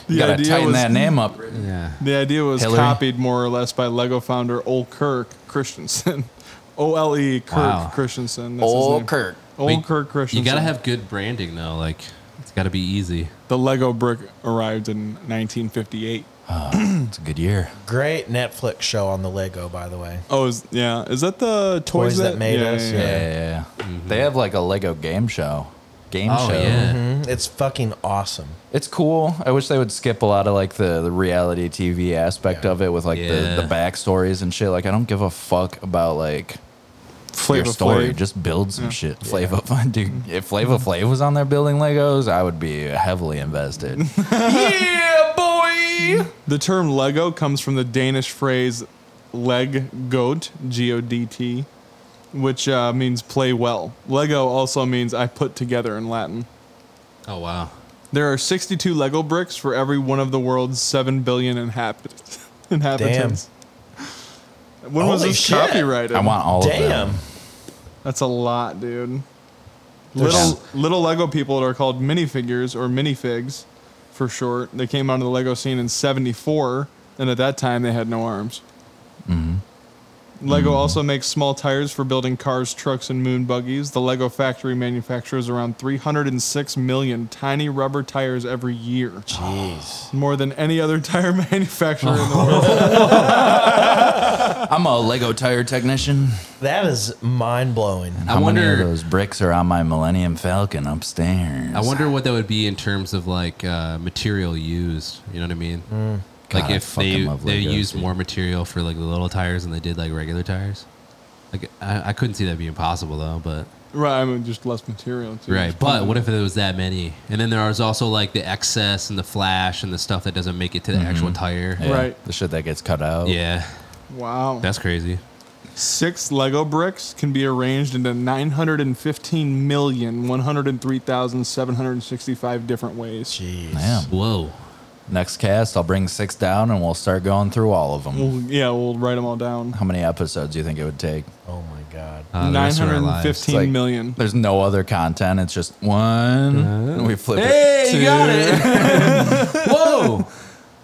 The
You gotta tighten
was
that name up.
Yeah,
the idea was
Hillary?
copied more or less by Lego founder Ole Kirk Christensen. O L E Kirk
Wow.
Christensen. that's his
Old
name.
Kirk.
Ole
Wait,
Kirk Christensen.
you gotta have good branding though. Like it's gotta be easy.
The Lego brick arrived in 1958.
It's a good year.
Great Netflix show on the Lego, by the way.
Oh, is, yeah. Is that the toys,
Toys That Made
yeah,
Us,
yeah,
yeah.
yeah.
Yeah, yeah, yeah. They have like a Lego game show. Game
Mm-hmm. Oh
show.
yeah,
Mhm. It's fucking awesome.
It's cool. I wish they would skip a lot of like the, the reality TV aspect
Yeah.
of it with like
Yeah.
the, the backstories and shit. Like I don't give a fuck about like
Flavor
your story.
Flav. Mm-hmm.
Just build some shit. Flavor Flav, dude. If Flavor Flav was on there building Legos, I would be heavily invested. yeah, boy.
The term Lego comes from the Danish phrase leg goat, G O D T, which uh, means play well. Lego also means I put together in Latin.
Oh wow.
There are 62 Lego bricks for every one of the world's 7 billion inhabit- inhabitants. When was
Holy
this
shit.
copyrighted?
I want all of them.
Damn.
That's a lot, dude. Little little Lego people that are called minifigures or minifigs for short. They came onto the Lego scene in 74, and at that time they had no arms. Lego also makes small tires for building cars, trucks, and moon buggies. The Lego factory manufactures around 306 million tiny rubber tires every year. Jeez. More than any other tire manufacturer in the world.
I'm a Lego tire technician.
That is mind blowing.
How many
wonder-
of those bricks are on my Millennium Falcon upstairs?
I wonder what that would be in terms of like uh, material used. You know what I mean?
Mm. God,
like
I
if
fucking
they
love
they
Legos,
used
dude.
more material for like the little tires than they did like regular tires. Like I, I couldn't see that being possible though. But
right, I mean, just less material. Too.
right, but what if there was that many? And then there was also like the excess and the flash and the stuff that doesn't make it to the actual tire.
Mm-hmm. Yeah,
Right.
The shit that gets cut out.
Yeah,
Wow.
that's crazy.
Six Lego bricks can be arranged into 915,103,765 different ways.
Jeez.
Damn.
Whoa.
Next cast, I'll bring six down and we'll start going through all of them.
We'll, yeah, we'll write them all down.
How many episodes do you think it would take?
Oh my God.
Uh, the rest of our lives.
915
It's like-
million.
There's no other content. It's just one. and we flip it.
Hey, you got it. Whoa.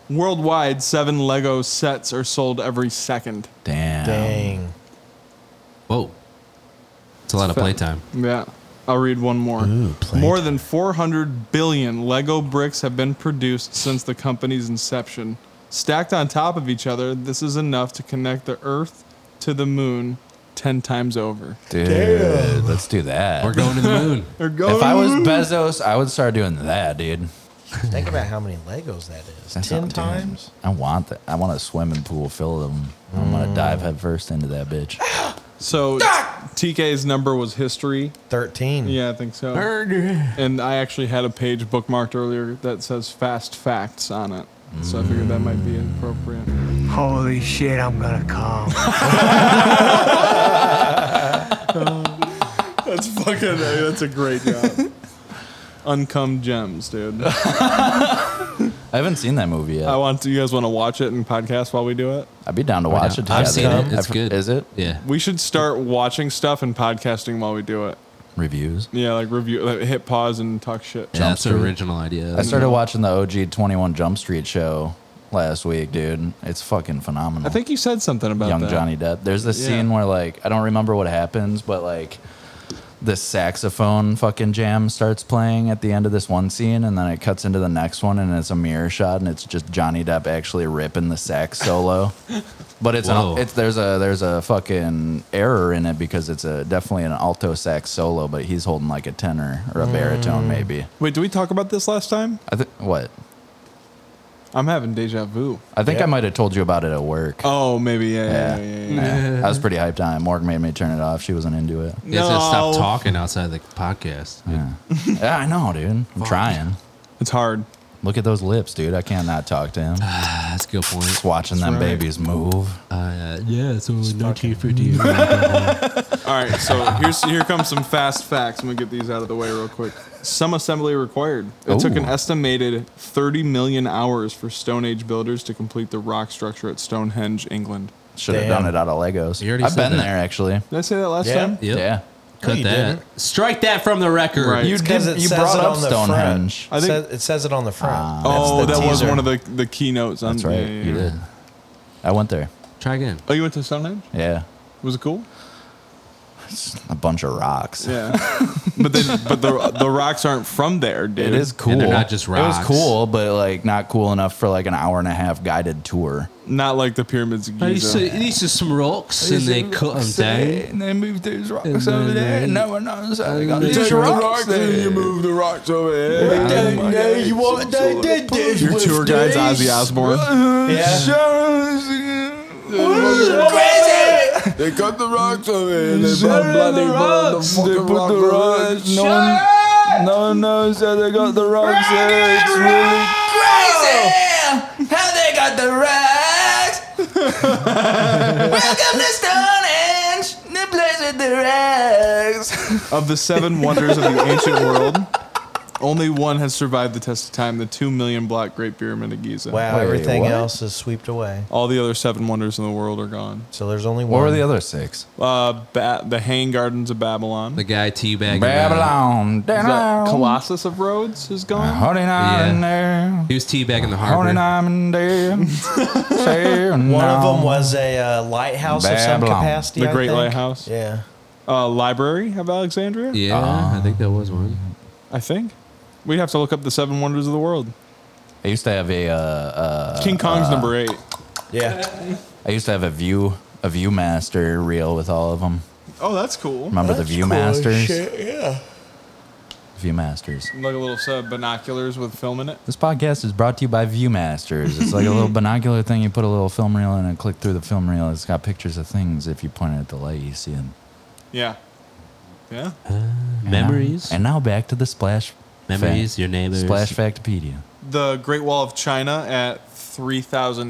Worldwide, seven Lego sets are sold every second.
Damn.
Dang.
Whoa. It's a lot of playtime.
Yeah. I'll read one more.
playtime.
more than 400 billion Lego bricks have been produced since the company's inception. Stacked on top of each other, this is enough to connect the Earth to the moon 10 times over.
Dude, let's do that.
We're going to the moon.
They're going
If I was Bezos, I would start doing that, dude.
Think about how many Legos that is.
That's
Ten
not- dude,
times?
I want that. I want a swimming pool filled with them. I'm
Mm.
gonna dive headfirst into that bitch.
So TK's number was history.
13.
Yeah, I think so. And I actually had a page bookmarked earlier that says fast facts on it. So I figured that might be appropriate.
Holy shit, I'm gonna come.
That's fucking, that's a great job. Uncome gems, dude.
I haven't seen that movie yet.
I
Oh.
want to, you guys want to watch it and podcast while we do it?
I'd be down to watch it.
I've seen
together.
it. It's
I've-
good.
Is it?
Yeah.
We should start watching stuff and podcasting while we do it.
Reviews.
Yeah, like review, like hit pause and talk shit.
Yeah, that's
Street.
the original idea.
I started watching the OG 21 Jump Street show last week, dude. It's fucking phenomenal.
I think you said something about
young
that.
Johnny Depp. There's this
Yeah.
scene where like I don't remember what happens, but like this saxophone fucking jam starts playing at the end of this one scene, and then it cuts into the next one, and it's a mirror shot, and it's just Johnny Depp actually ripping the sax solo. but it's,
Whoa.
an, it's there's a there's a fucking error in it because it's a definitely an alto sax solo, but he's holding like a tenor or a baritone
Mm.
maybe.
Wait, did we talk about this last time?
I think what
I'm having deja vu.
I think
Yeah.
I might have told you about it at work.
Oh, maybe yeah. yeah. yeah, yeah, yeah.
I was pretty hyped on it. Morgan made me turn it off. She wasn't into it.
They said stop
No.
talking outside the podcast.
Yeah, yeah I know, dude. I'm trying.
It's hard.
Look at those lips, dude. I can't not talk to him.
Ah, That's a good point.
Just watching them
right.
babies move.
Uh, yeah, it's only 1950.
All right, so here's here comes some fast facts. I'm gonna get these out of the way real quick. Some assembly required. It took an
Ooh.
estimated 30 million hours for Stone Age builders to complete the rock structure at Stonehenge, England.
Should have
Damn.
done it out of Legos.
You already
I've
said
been
that.
there actually.
Did I say that last
Yeah.
time?
Yep.
Yeah.
Cut
you
that.
didn't.
Strike that from the record.
Right.
You
It's
did, you brought up Stonehenge. Ah,
I
I
think-
think it says it on the front.
Oh,
That's
that
the
was
teaser.
one of the, the keynotes. On,
That's right.
yeah, yeah,
You
yeah.
did. I went there.
Try again.
Oh, you went to Stonehenge?
Yeah.
Was it cool?
A bunch of rocks.
Yeah. but then, but the the rocks aren't from there, dude.
It is cool.
And they're not just
It was
rocks.
cool, but like not cool enough for like an hour and a half guided tour.
not like the pyramids of
These
Giza.
are some rocks, and they cut them down.
And they moved those rocks
And over then there, and they-
one knows how
they got and these
Take the rocks and you move the rocks over there.
Oh
you want they did this
Your tour guide's Ozzy Osbourne.
Yeah.
They cut the rocks over there. They put bloody rocks. They put the rocks. No one, no one knows how they got the rocks there. It's really
Crazy! How they got the rocks! Welcome to Stonehenge, the place with the rocks.
Of the seven wonders of the ancient world, only one has survived the test of time: the two million block Great Pyramid of Giza.
Wow,
Wait,
everything
what?
else is swept away.
All the other seven wonders in the world are gone.
So there's only
What
one.
were the other six?
Uh, ba- the Hanging Gardens of Babylon.
The guy teabagging.
Babylon.
Babylon.
Is
down.
that Colossus of Rhodes is gone.
Honey, I'm
Yeah.
in there.
He was teabagging the
Honey,
harbor.
I'm in there. Say
One of
no.
them was a uh, lighthouse of some
Babylon.
capacity.
The
I
Great
think.
Lighthouse.
Yeah.
Uh, Library of Alexandria.
Yeah, I think that was one.
I think. We'd have to look up the seven wonders of the world.
I used to have a. Uh, uh,
King Kong's number eight.
Yeah.
I used to have a view a view master reel with all of them.
Oh, that's cool.
Remember the view masters?
yeah.
View masters.
Like a little set of binoculars with film in it.
This podcast is brought to you by Viewmasters. It's like a little binocular thing. You put a little film reel in and click through the film reel. It's got pictures of things. If you point it at the light, you see them.
Yeah. Yeah.
Memories.
And now back to the splash.
Memories,
fact-
your neighbors.
Splash Factopedia.
The Great Wall of China at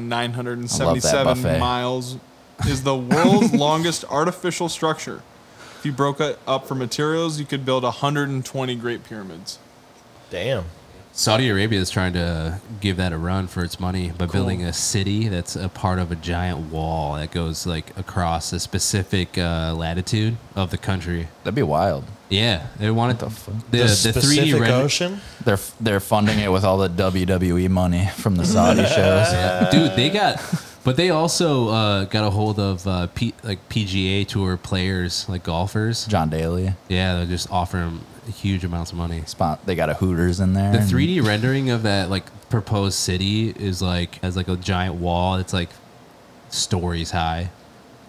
I love that
3,977
buffet.
miles is the world's longest artificial structure. If you broke it up for materials, you could build 120 Great Pyramids.
Damn.
Saudi Arabia is trying to give that a run for its money by building a city that's a part of a giant wall that goes like across a specific uh, latitude of the country.
That'd be wild.
Yeah, they wanted the the,
The,
the, 3D
Pacific
render-
Ocean.
They're they're funding it with all the WWE money from the Saudi shows.
dude. They got, but they also uh, got a hold of uh, P, like PGA Tour players, like golfers.
John Daly.
Yeah, they just offer them huge amounts of money.
Spot, they got a Hooters in there.
The
and-
3D rendering of that like proposed city is like has like a giant wall that's like stories high.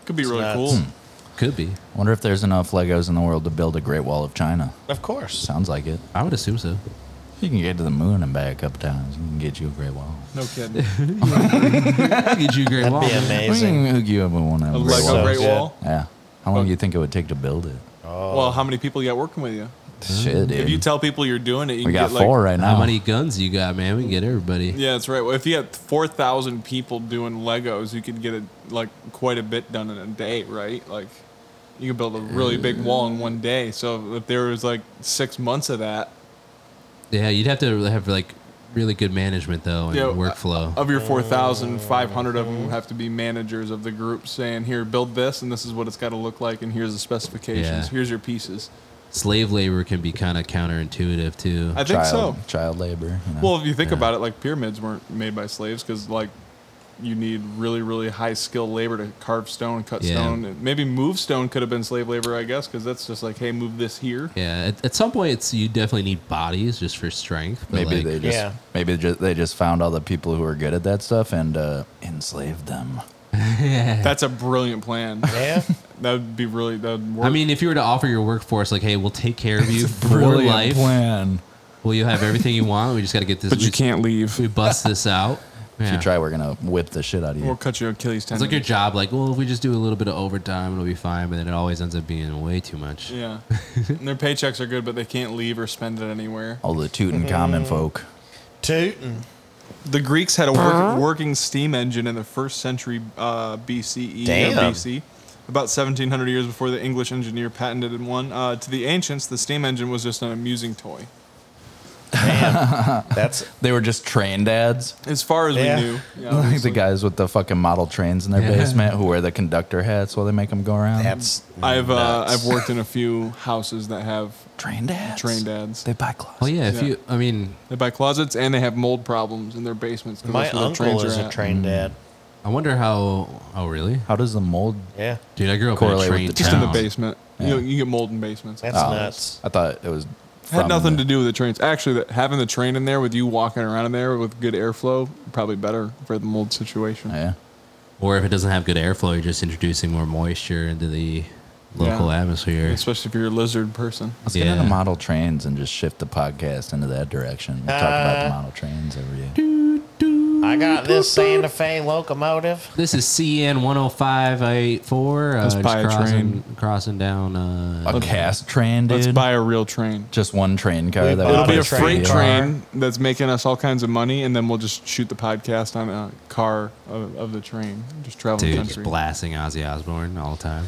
Could be really
nuts.
cool.
Hmm.
Could be.
Wonder if there's enough Legos in the world to build a Great Wall of China.
Of course.
Sounds like it.
I would assume so.
You can get to the moon and back up times. We can get you a Great Wall.
No kidding.
Did you great
That'd be
We can
amazing.
hook you up with one of
A
them.
Lego
So
Great Oh.
good.
Wall.
Yeah. How long do you think it would take to build it?
Oh.
Well, how many people you got working with you?
Shit, dude.
If you tell people you're doing it, you
we
can
got
get like
four right now.
How many guns you got, man? We can get everybody.
Yeah, that's right. Well, if you had 4,000 people doing Legos, you could get it like quite a bit done in a day, right? Like you could build a really big wall in one day. So if there was like 6 months of that
Yeah, you'd have to have like really good management though and
Yeah, uh,
workflow.
of your 4,000, 500 of them have to be managers of the group saying, "Here, build this and this is what it's got to look like and here's the specifications.
Yeah.
Here's your pieces."
Slave labor can be kind of counterintuitive too.
I think
child,
so.
Child labor. you know?
Well, if you think about it, like pyramids weren't made by slaves because like you need really, really high skilled labor to carve stone, cut
Yeah.
stone. Maybe move stone could have been slave labor, I guess, because that's just like, hey, move this here.
Yeah, at, at some point, it's you definitely need bodies just for strength. but,
Maybe
like,
they just
Yeah.
maybe ju- they just found all the people who were good at that stuff and uh, enslaved them.
That's a brilliant plan.
Yeah.
that would be really that. Would work.
I mean, if you were to offer your workforce, like, hey, we'll take care of you for
Brilliant
life.
plan.
Well, you have everything you want. We just got to get this.
but
we
you
just-
can't leave.
We bust this out.
If
Yeah.
you try, we're gonna whip the shit out of you.
We'll cut your Achilles tendon.
It's like your job. Like, well, if we just do a little bit of overtime, it'll be fine. But then it always ends up being way too much.
yeah. and their paychecks are good, but they can't leave or spend it anywhere.
all the Tutankhamun folk.
Tootin'.
The Greeks had a
Uh-huh.
work, working steam engine in the first century uh, BCE or
Damn.
BC, about 1700 years before the English engineer patented one. Uh, to the ancients, the steam engine was just an amusing toy.
That's
They were just train dads.
As far as
Yeah.
we knew, yeah,
Like the
obviously.
guys with the fucking model trains in their
Yeah.
basement who wear the conductor hats while they make them go around.
that's
I've uh,
nuts.
I've worked in a few houses that have
train dads.
train dads.
They buy clothes.
Well, Oh, yeah. If
Yeah.
you, I mean,
They buy closets and they have mold problems in their basements. 'cause
My
that's where the
uncle
trains
is
are
a
at.
train dad.
I wonder how. Oh, really?
How does the mold?
Yeah.
Dude, I grew up
Correlate
in
with
a train
the
Just in the
town.
basement. You, you get mold in basements.
That's
Oh,
nuts.
I thought it was
had
from
nothing
the-
to do with the trains. Actually, that having the train in there with you walking around in there with good airflow probably better for the mold situation.
Yeah.
Or if it doesn't have good airflow, you're just introducing more moisture into the local
Yeah.
atmosphere.
Especially if you're a lizard person.
Let's get into
Yeah.
model trains and just shift the podcast into that direction. We talk about the
Ah.
model trains every day.
I got this Santa Fe locomotive.
This is CN 10584. Uh,
Let's
just
buy a
crossing,
train.
crossing down. Uh,
A cast train, dude.
Let's buy a real train.
just one train car.
We
that
bought
would
It'll be a
push
train
freight
the-
car.
train that's making us all kinds of money, and then we'll just shoot the podcast on a car of, of the train. Just travel the
dude, just
country.
blasting Ozzy Osbourne all the time.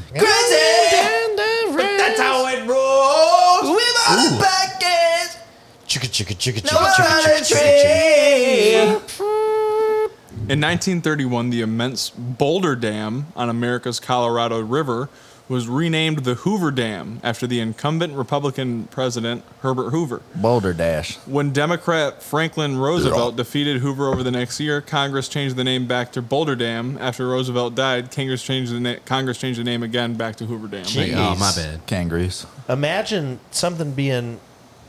That's how it rolls. We bought a podcast.
Chicka chicka chicka
Now
chicka
we're on
chicka
a
chicka chicka.
train.
In 1931, the immense Boulder Dam on America's Colorado River was renamed the Hoover Dam after the incumbent Republican president, Herbert Hoover.
Boulder Dash.
When Democrat Franklin Roosevelt defeated Hoover over the next year, Congress changed the name back to Boulder Dam. After Roosevelt died, Congress changed the na- Congress changed the name again back to Hoover Dam.
Like,
Gee.
oh, my
Jeez.
bad.
Kangaroos.
Imagine something being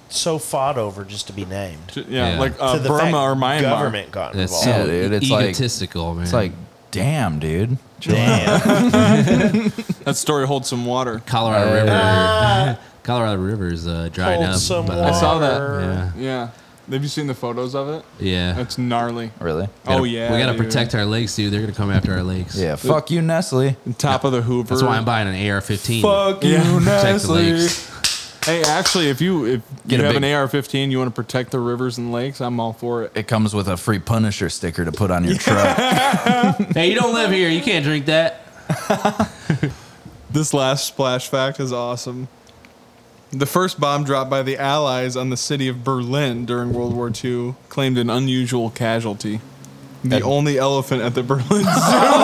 so fought over just to be named.
T- Yeah,
Yeah.
like uh,
To the
Burma
fact
or Myanmar.
Government got
That's
involved.
so
Yeah, dude, it's like-
egotistical, man.
It's like, damn, dude. Chill out.
Damn.
That story holds some water.
Colorado
uh,
River.
Ah!
Colorado River is uh, dried
Hold
up.
some
by the
water.
way.
I saw that.
Yeah,
Yeah. Have you seen the photos of it?
yeah.
It's gnarly.
Really?
Gotta-
oh yeah.
we gotta
dude.
protect our lakes, dude. They're gonna come after our lakes.
Yeah, fuck you, Nestle.
top of the Hoover.
that's why I'm buying an AR-15.
Fuck
Yeah.
you,
protect the
Nestle.
lakes.
Hey, actually, if you if
Get
you
a
have
big-
an AR-15, you want to protect the rivers and lakes. I'm all for it.
It comes with a free Punisher sticker to put on your truck.
Hey, you don't live here. You can't drink that.
This last splash fact is awesome. The first bomb dropped by the Allies on the city of Berlin during World War II claimed an unusual casualty. The only elephant at the Berlin Zoo.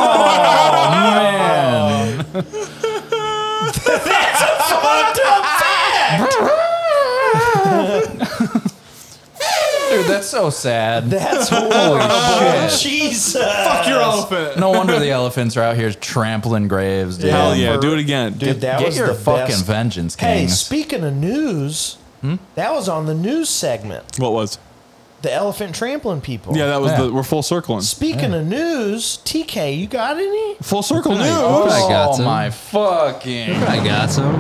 Dude, that's so sad.
That's horrible. Jesus. Fuck
Your elephant.
No wonder the elephants are out here trampling graves, dude.
Hell yeah, do it again.
Dude, that
Get
was
your
the
fucking
best.
vengeance,
Hey,
Kings.
speaking of news, that was on the news segment.
What was?
The elephant trampling people.
Yeah, that was
Yeah.
the. We're full circling.
Speaking of news, TK, you got any?
Full circle news.
Oh, I got
oh
some.
my fucking.
I got some.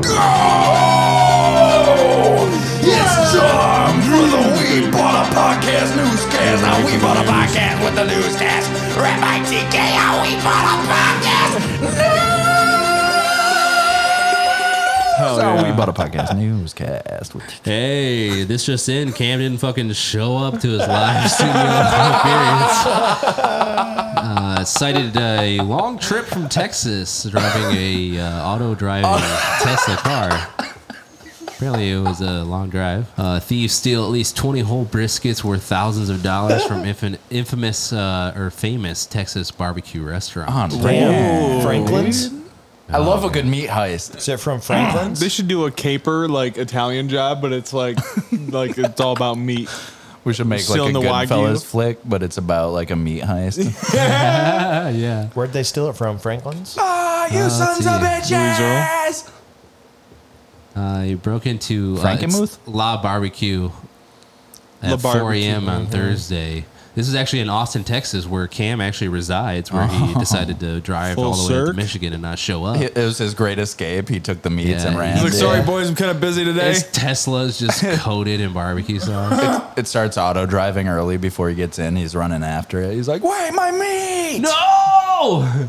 It's time for the We Bought a Podcast newscast. Now we bought a podcast with the newscast. Rap by TK, how we bought a podcast.
Hell so we bought a podcast newscast. with-
Hey, this just in. Cam didn't fucking show up to his live studio appearance. Uh, cited a long trip from Texas driving a uh, auto driving Tesla car. Apparently, it was a long drive. Uh, thieves steal at least 20 whole briskets worth thousands of dollars from infin- infamous uh, or famous Texas barbecue restaurant.
On
Damn. Franklin's?
I love
Oh,
a good meat heist.
Is it from Franklin's?
They should do a caper like Italian job, but it's like like it's all about meat.
We should make
Still
like a
in the Wagyu?
Goodfellas flick, but it's about like a meat heist.
yeah.
Where'd they steal it from? Franklin's?
Ah, you
Oh, let's
sons of
see.
bitches!
Uh, you broke into uh,
Frankenmuth?
it's La Barbecue
La
at 4 a.m.
Barbecue,
on Thursday. This is actually in Austin, Texas, where Cam actually resides, where he
Oh.
decided to drive
Full
all the way up to
circ.
Michigan and not show up.
It it was his great escape. He took the meats
Yeah,
and
he-
ran.
He's like,
Yeah.
sorry, boys, I'm kind of busy today.
His Tesla's just coated in barbecue sauce.
It starts auto driving early before he gets in. He's running after it. He's like, "Wait, my meat!"
no!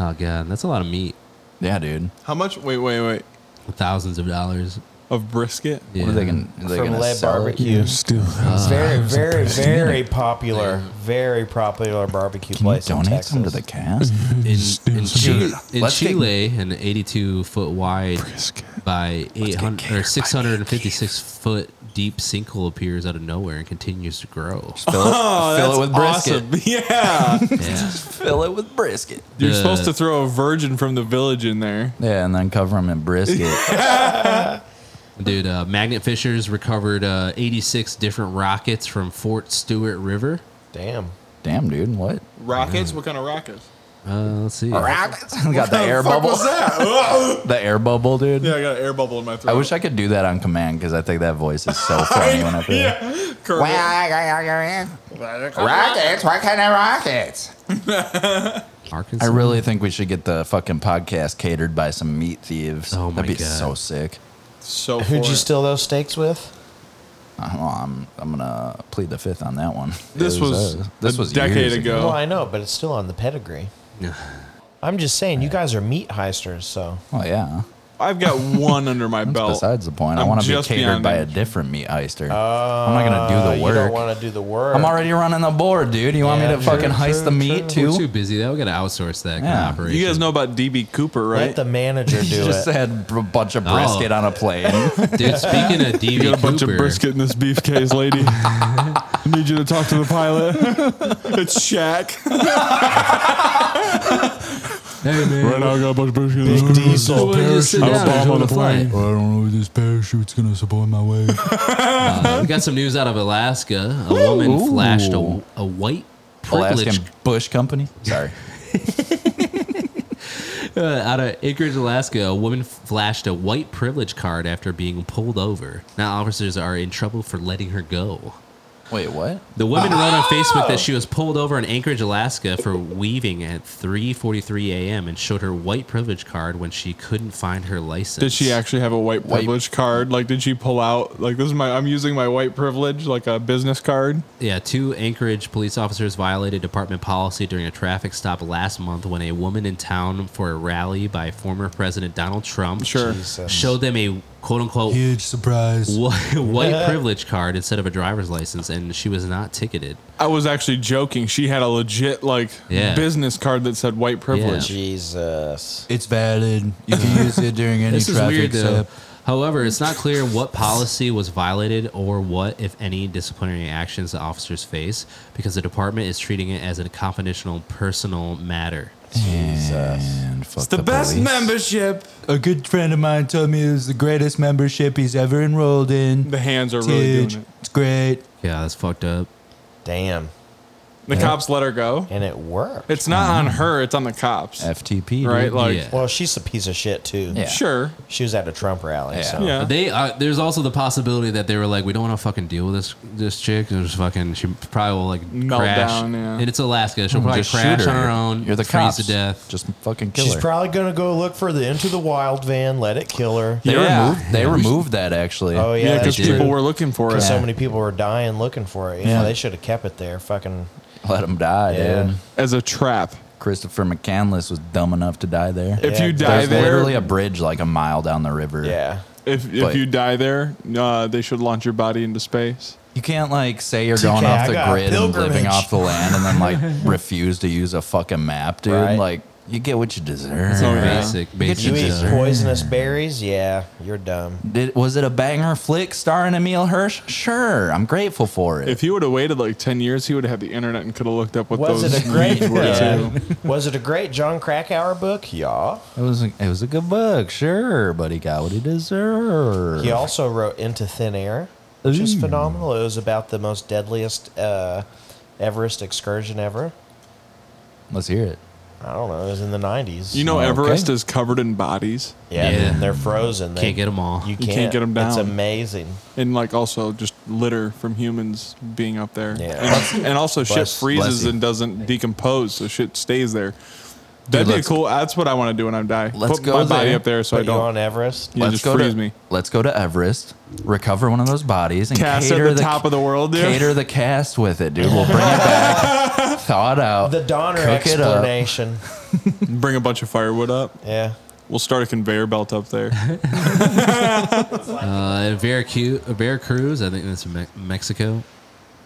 Oh, God. That's a lot of meat.
Yeah, dude.
How much? Wait, wait, wait.
Thousands of dollars.
Of brisket?
Yeah.
What are they gonna? Are they
From
gonna
Lead
sell it?
Barbecue.
Still.
It's very, very, very popular, very popular barbecue
Can you
place in
donate
Texas.
some to the cast?
in, in Chile, in
Let's get-
Chile an 82 foot wide by 800 or 656 foot deep sinkhole appears out of nowhere and continues to grow.
Fill it, fill it with brisket.
Awesome. Yeah.
Yeah.
Fill it with brisket.
You're
The-
supposed to throw a virgin from the village in there.
Yeah, and then cover them in brisket.
Dude, uh, magnet fishers recovered uh, 86 different rockets from Fort Stewart River.
Damn.
Damn, dude, what?
Rockets? What kind of rockets?
Uh, let's see.
Got the air bubble. the air bubble, dude.
Yeah, I got an air bubble in my throat.
I wish I could do that on command because I think that voice is so funny when I do it.
Yeah. Correct.
Rockets? What kind of rockets?
Arkansas.
I really think we should get the fucking podcast catered by some meat thieves.
Oh my
That'd be
God.
so sick.
So
Who'd
for
you
it.
steal those steaks with?
I don't know, Uh, I'm I'm gonna plead the fifth on that one.
This
It
was
uh,
a decade
years
ago.
Well, I know, but it's still on the pedigree. I'm just saying, you guys are meat heisters, so
Oh yeah.
I've got one under my
That's
belt.
besides the point. i
I'm
want to be
just
catered
beyond
by a
that.
different meat heister. I'm not gonna
Uh,
do the
You don't
work.
want to do the work.
I'm already running the board, dude. You want me
Yeah,
to
true,
fucking heist
true,
the meat
We're
too?
too busy. That we got to outsource that kind
Yeah.
of operation.
You guys know about DB Cooper, right?
Let the manager do
Just
it.
had a bunch of brisket
Oh.
on a plane.
dude. Speaking of DB
you got a bunch
Cooper,
of brisket in this beef case, lady. I need you to talk to the pilot. it's Shaq.
Hey man,
Right now, I got a bunch of brisket.
Big
you
diesel.
wanna just sit
I'm
down
a bomb
and
on
enjoy
the plane.
flight?
I don't know if this parachute's gonna support my weight.
Uh, we got some news out of Alaska. A woman flashed a, a white privilege
Alaskan Bush Company. Sorry.
uh, out of Anchorage, Alaska. A woman flashed a white privilege card after being pulled over. Now officers are in trouble for letting her go.
Wait, what?
The woman wrote on Facebook
Oh.
that she was pulled over in Anchorage, Alaska for weaving at 3:43 a.m. and showed her white privilege card when she couldn't find her license.
Did she actually have a white
White-
privilege card? Like, did she pull out? Like, this is my. I'm using my white privilege like a business card.
Yeah, two Anchorage police officers violated department policy during a traffic stop last month when a woman in town for a rally by former President Donald Trump
Sure.
showed them a quote unquote
Huge surprise.
wh- white privilege card instead of a driver's license, and she was not ticketed.
I was actually joking. She had a legit like
Yeah.
business card that said white privilege.
Jesus.
It's valid. You can use it during any
This is weird
traffic
though.
stop.
However, it's not clear what policy was violated or what, if any, disciplinary actions the officers face because the department is treating it as a confidential personal matter.
Jesus.
And fuck
It's the, best
police.
membership.
A good friend of mine told me it was the greatest membership he's ever enrolled in.
The hands are
It's
really
huge.
doing it.
It's great.
Yeah, that's fucked up.
Damn.
The cops let her go.
And it worked.
It's not on her. It's on the cops.
FTP, dude.
Right? Like,
Yeah.
Well, she's a piece of shit, too.
Yeah.
sure.
She was at a Trump rally,
Yeah.
so.
Yeah.
They uh, there's also the possibility that they were like, we don't want to fucking deal with this this chick. There's fucking she probably will like
Melt
crash.
down, yeah.
And it's Alaska. She'll probably
Mm, Just
crash
shoot
on her own.
You're the
freeze
cops.
to death.
Just fucking kill
She's
her.
probably going to go look for the Into the Wild van, let it kill her.
they
Yeah.
removed. They removed that actually.
Oh, yeah.
Yeah,
that's
because
they did.
people
true.
were looking for it.
Because so many people were dying looking for it. Yeah, they should have kept it there. Fucking.
Let them die,
Yeah.
dude.
as a trap.
Christopher McCandless was dumb enough to die there.
If
Yeah,
you
there's
die
There's
there,
literally a bridge like a mile down the river.
Yeah.
if if
but-
you die there, uh, they should launch your body into space.
You can't like say you're going off
I
the
got a
grid and living
pilgrimage.
off the land and then like refuse to use a fucking map, dude.
Right.
Like you get what you deserve.
Some
yeah.
basic
You
basic
eat
stuff.
poisonous berries? Yeah, you're dumb.
Did, was it a banger flick starring Emil Hirsch? Sure, I'm grateful for it.
If he would have waited like ten years, he would have had the internet and could have looked up what
Was
those
it a great?
needs were
Yeah.
too.
Was it a great John Krakauer book? Yeah.
it was a, it was a good book, sure, but he got what he deserved.
He also wrote Into Thin Air.
Ooh,
which is
Ooh.
phenomenal. It was about the most deadliest uh, Everest excursion ever.
Let's hear it.
I don't know. It was in the 90s.
You know, Everest is covered in bodies.
Yeah,
Yeah.
they're frozen. They-
Can't get 'em all.
You
You
can't,
can't, get them down.
It's amazing.
And like also just litter from humans being up there.
Yeah.
And, and also shit
Bless-
freezes
bless you.
and doesn't decompose, so shit stays there. That'd be a
let's-
cool. That's what I want to do when I die.
Let's
Put
go
my body
there.
up there so
Put
I
you
don't.
on
Everest.
You just
go
freeze
to,
me.
Let's go to Everest, recover one of those bodies, and
Cast at
cater
the top of the world, dude.
Cater the cast with it, dude. We'll bring it back, thaw it out.
The Donner
cook it up.
explanation.
Bring a bunch of firewood up.
Yeah.
We'll start a conveyor belt up there.
Uh, in Veracru- Veracruz, I think that's in Me- Mexico,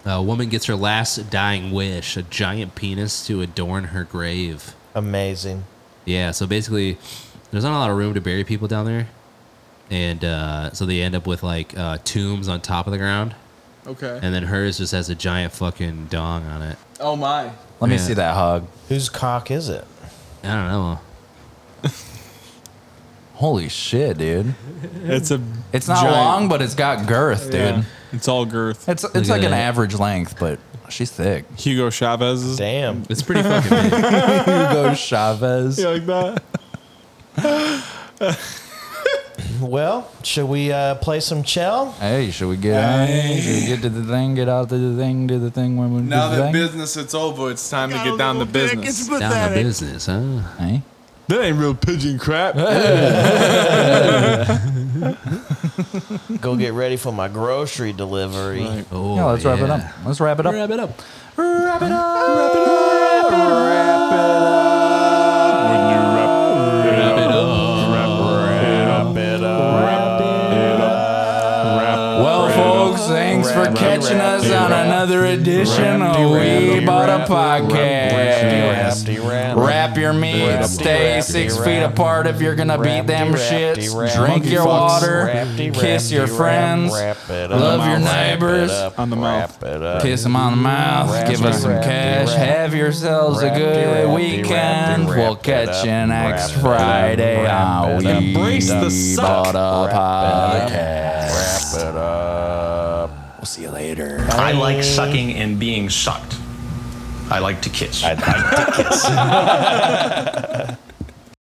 a woman gets her last dying wish a giant penis to adorn her grave.
Amazing.
Yeah, so basically, there's not a lot of room to bury people down there. And uh, so they end up with like uh, tombs on top of the ground.
Okay.
And then hers just has a giant fucking dong on it.
oh my.
Let me see that hog.
Whose cock is it?
I don't know.
Holy shit, dude!
It's a.
It's not
giant-
long, but it's got girth, dude.
Yeah. It's all girth.
It's it's like an average length, but she's thick.
Hugo Chavez.
Damn.
It's pretty fucking big.
Oh,
Hugo Chavez.
You like that?
Well, should we uh, play some Chell?
Hey, should we get should we get to the thing? Get out to the thing. Do the thing. When we do
Now
the
that
thing?
business it's over, it's time to get down to business.
Down to business, huh?
Hey.
That ain't real pigeon crap.
Go get ready for my grocery delivery.
Oh,
yeah, let's wrap it up. Let's wrap it up.
Wrap it up.
Wrap it up. Well, folks, thanks for catching us on another edition of We Bought a Podcast. Wrap your meat, stay six feet apart if you're gonna beat them shits. Drink your water, kiss your friends, love your neighbors,
on the mouth.
kiss them on the mouth, give us some cash, have yourselves a good weekend. We'll catch you next Friday on We Bought a Podcast.
Wrap it up.
We'll see you later.
I like sucking and being sucked. I like to kiss.
I'd like to kiss.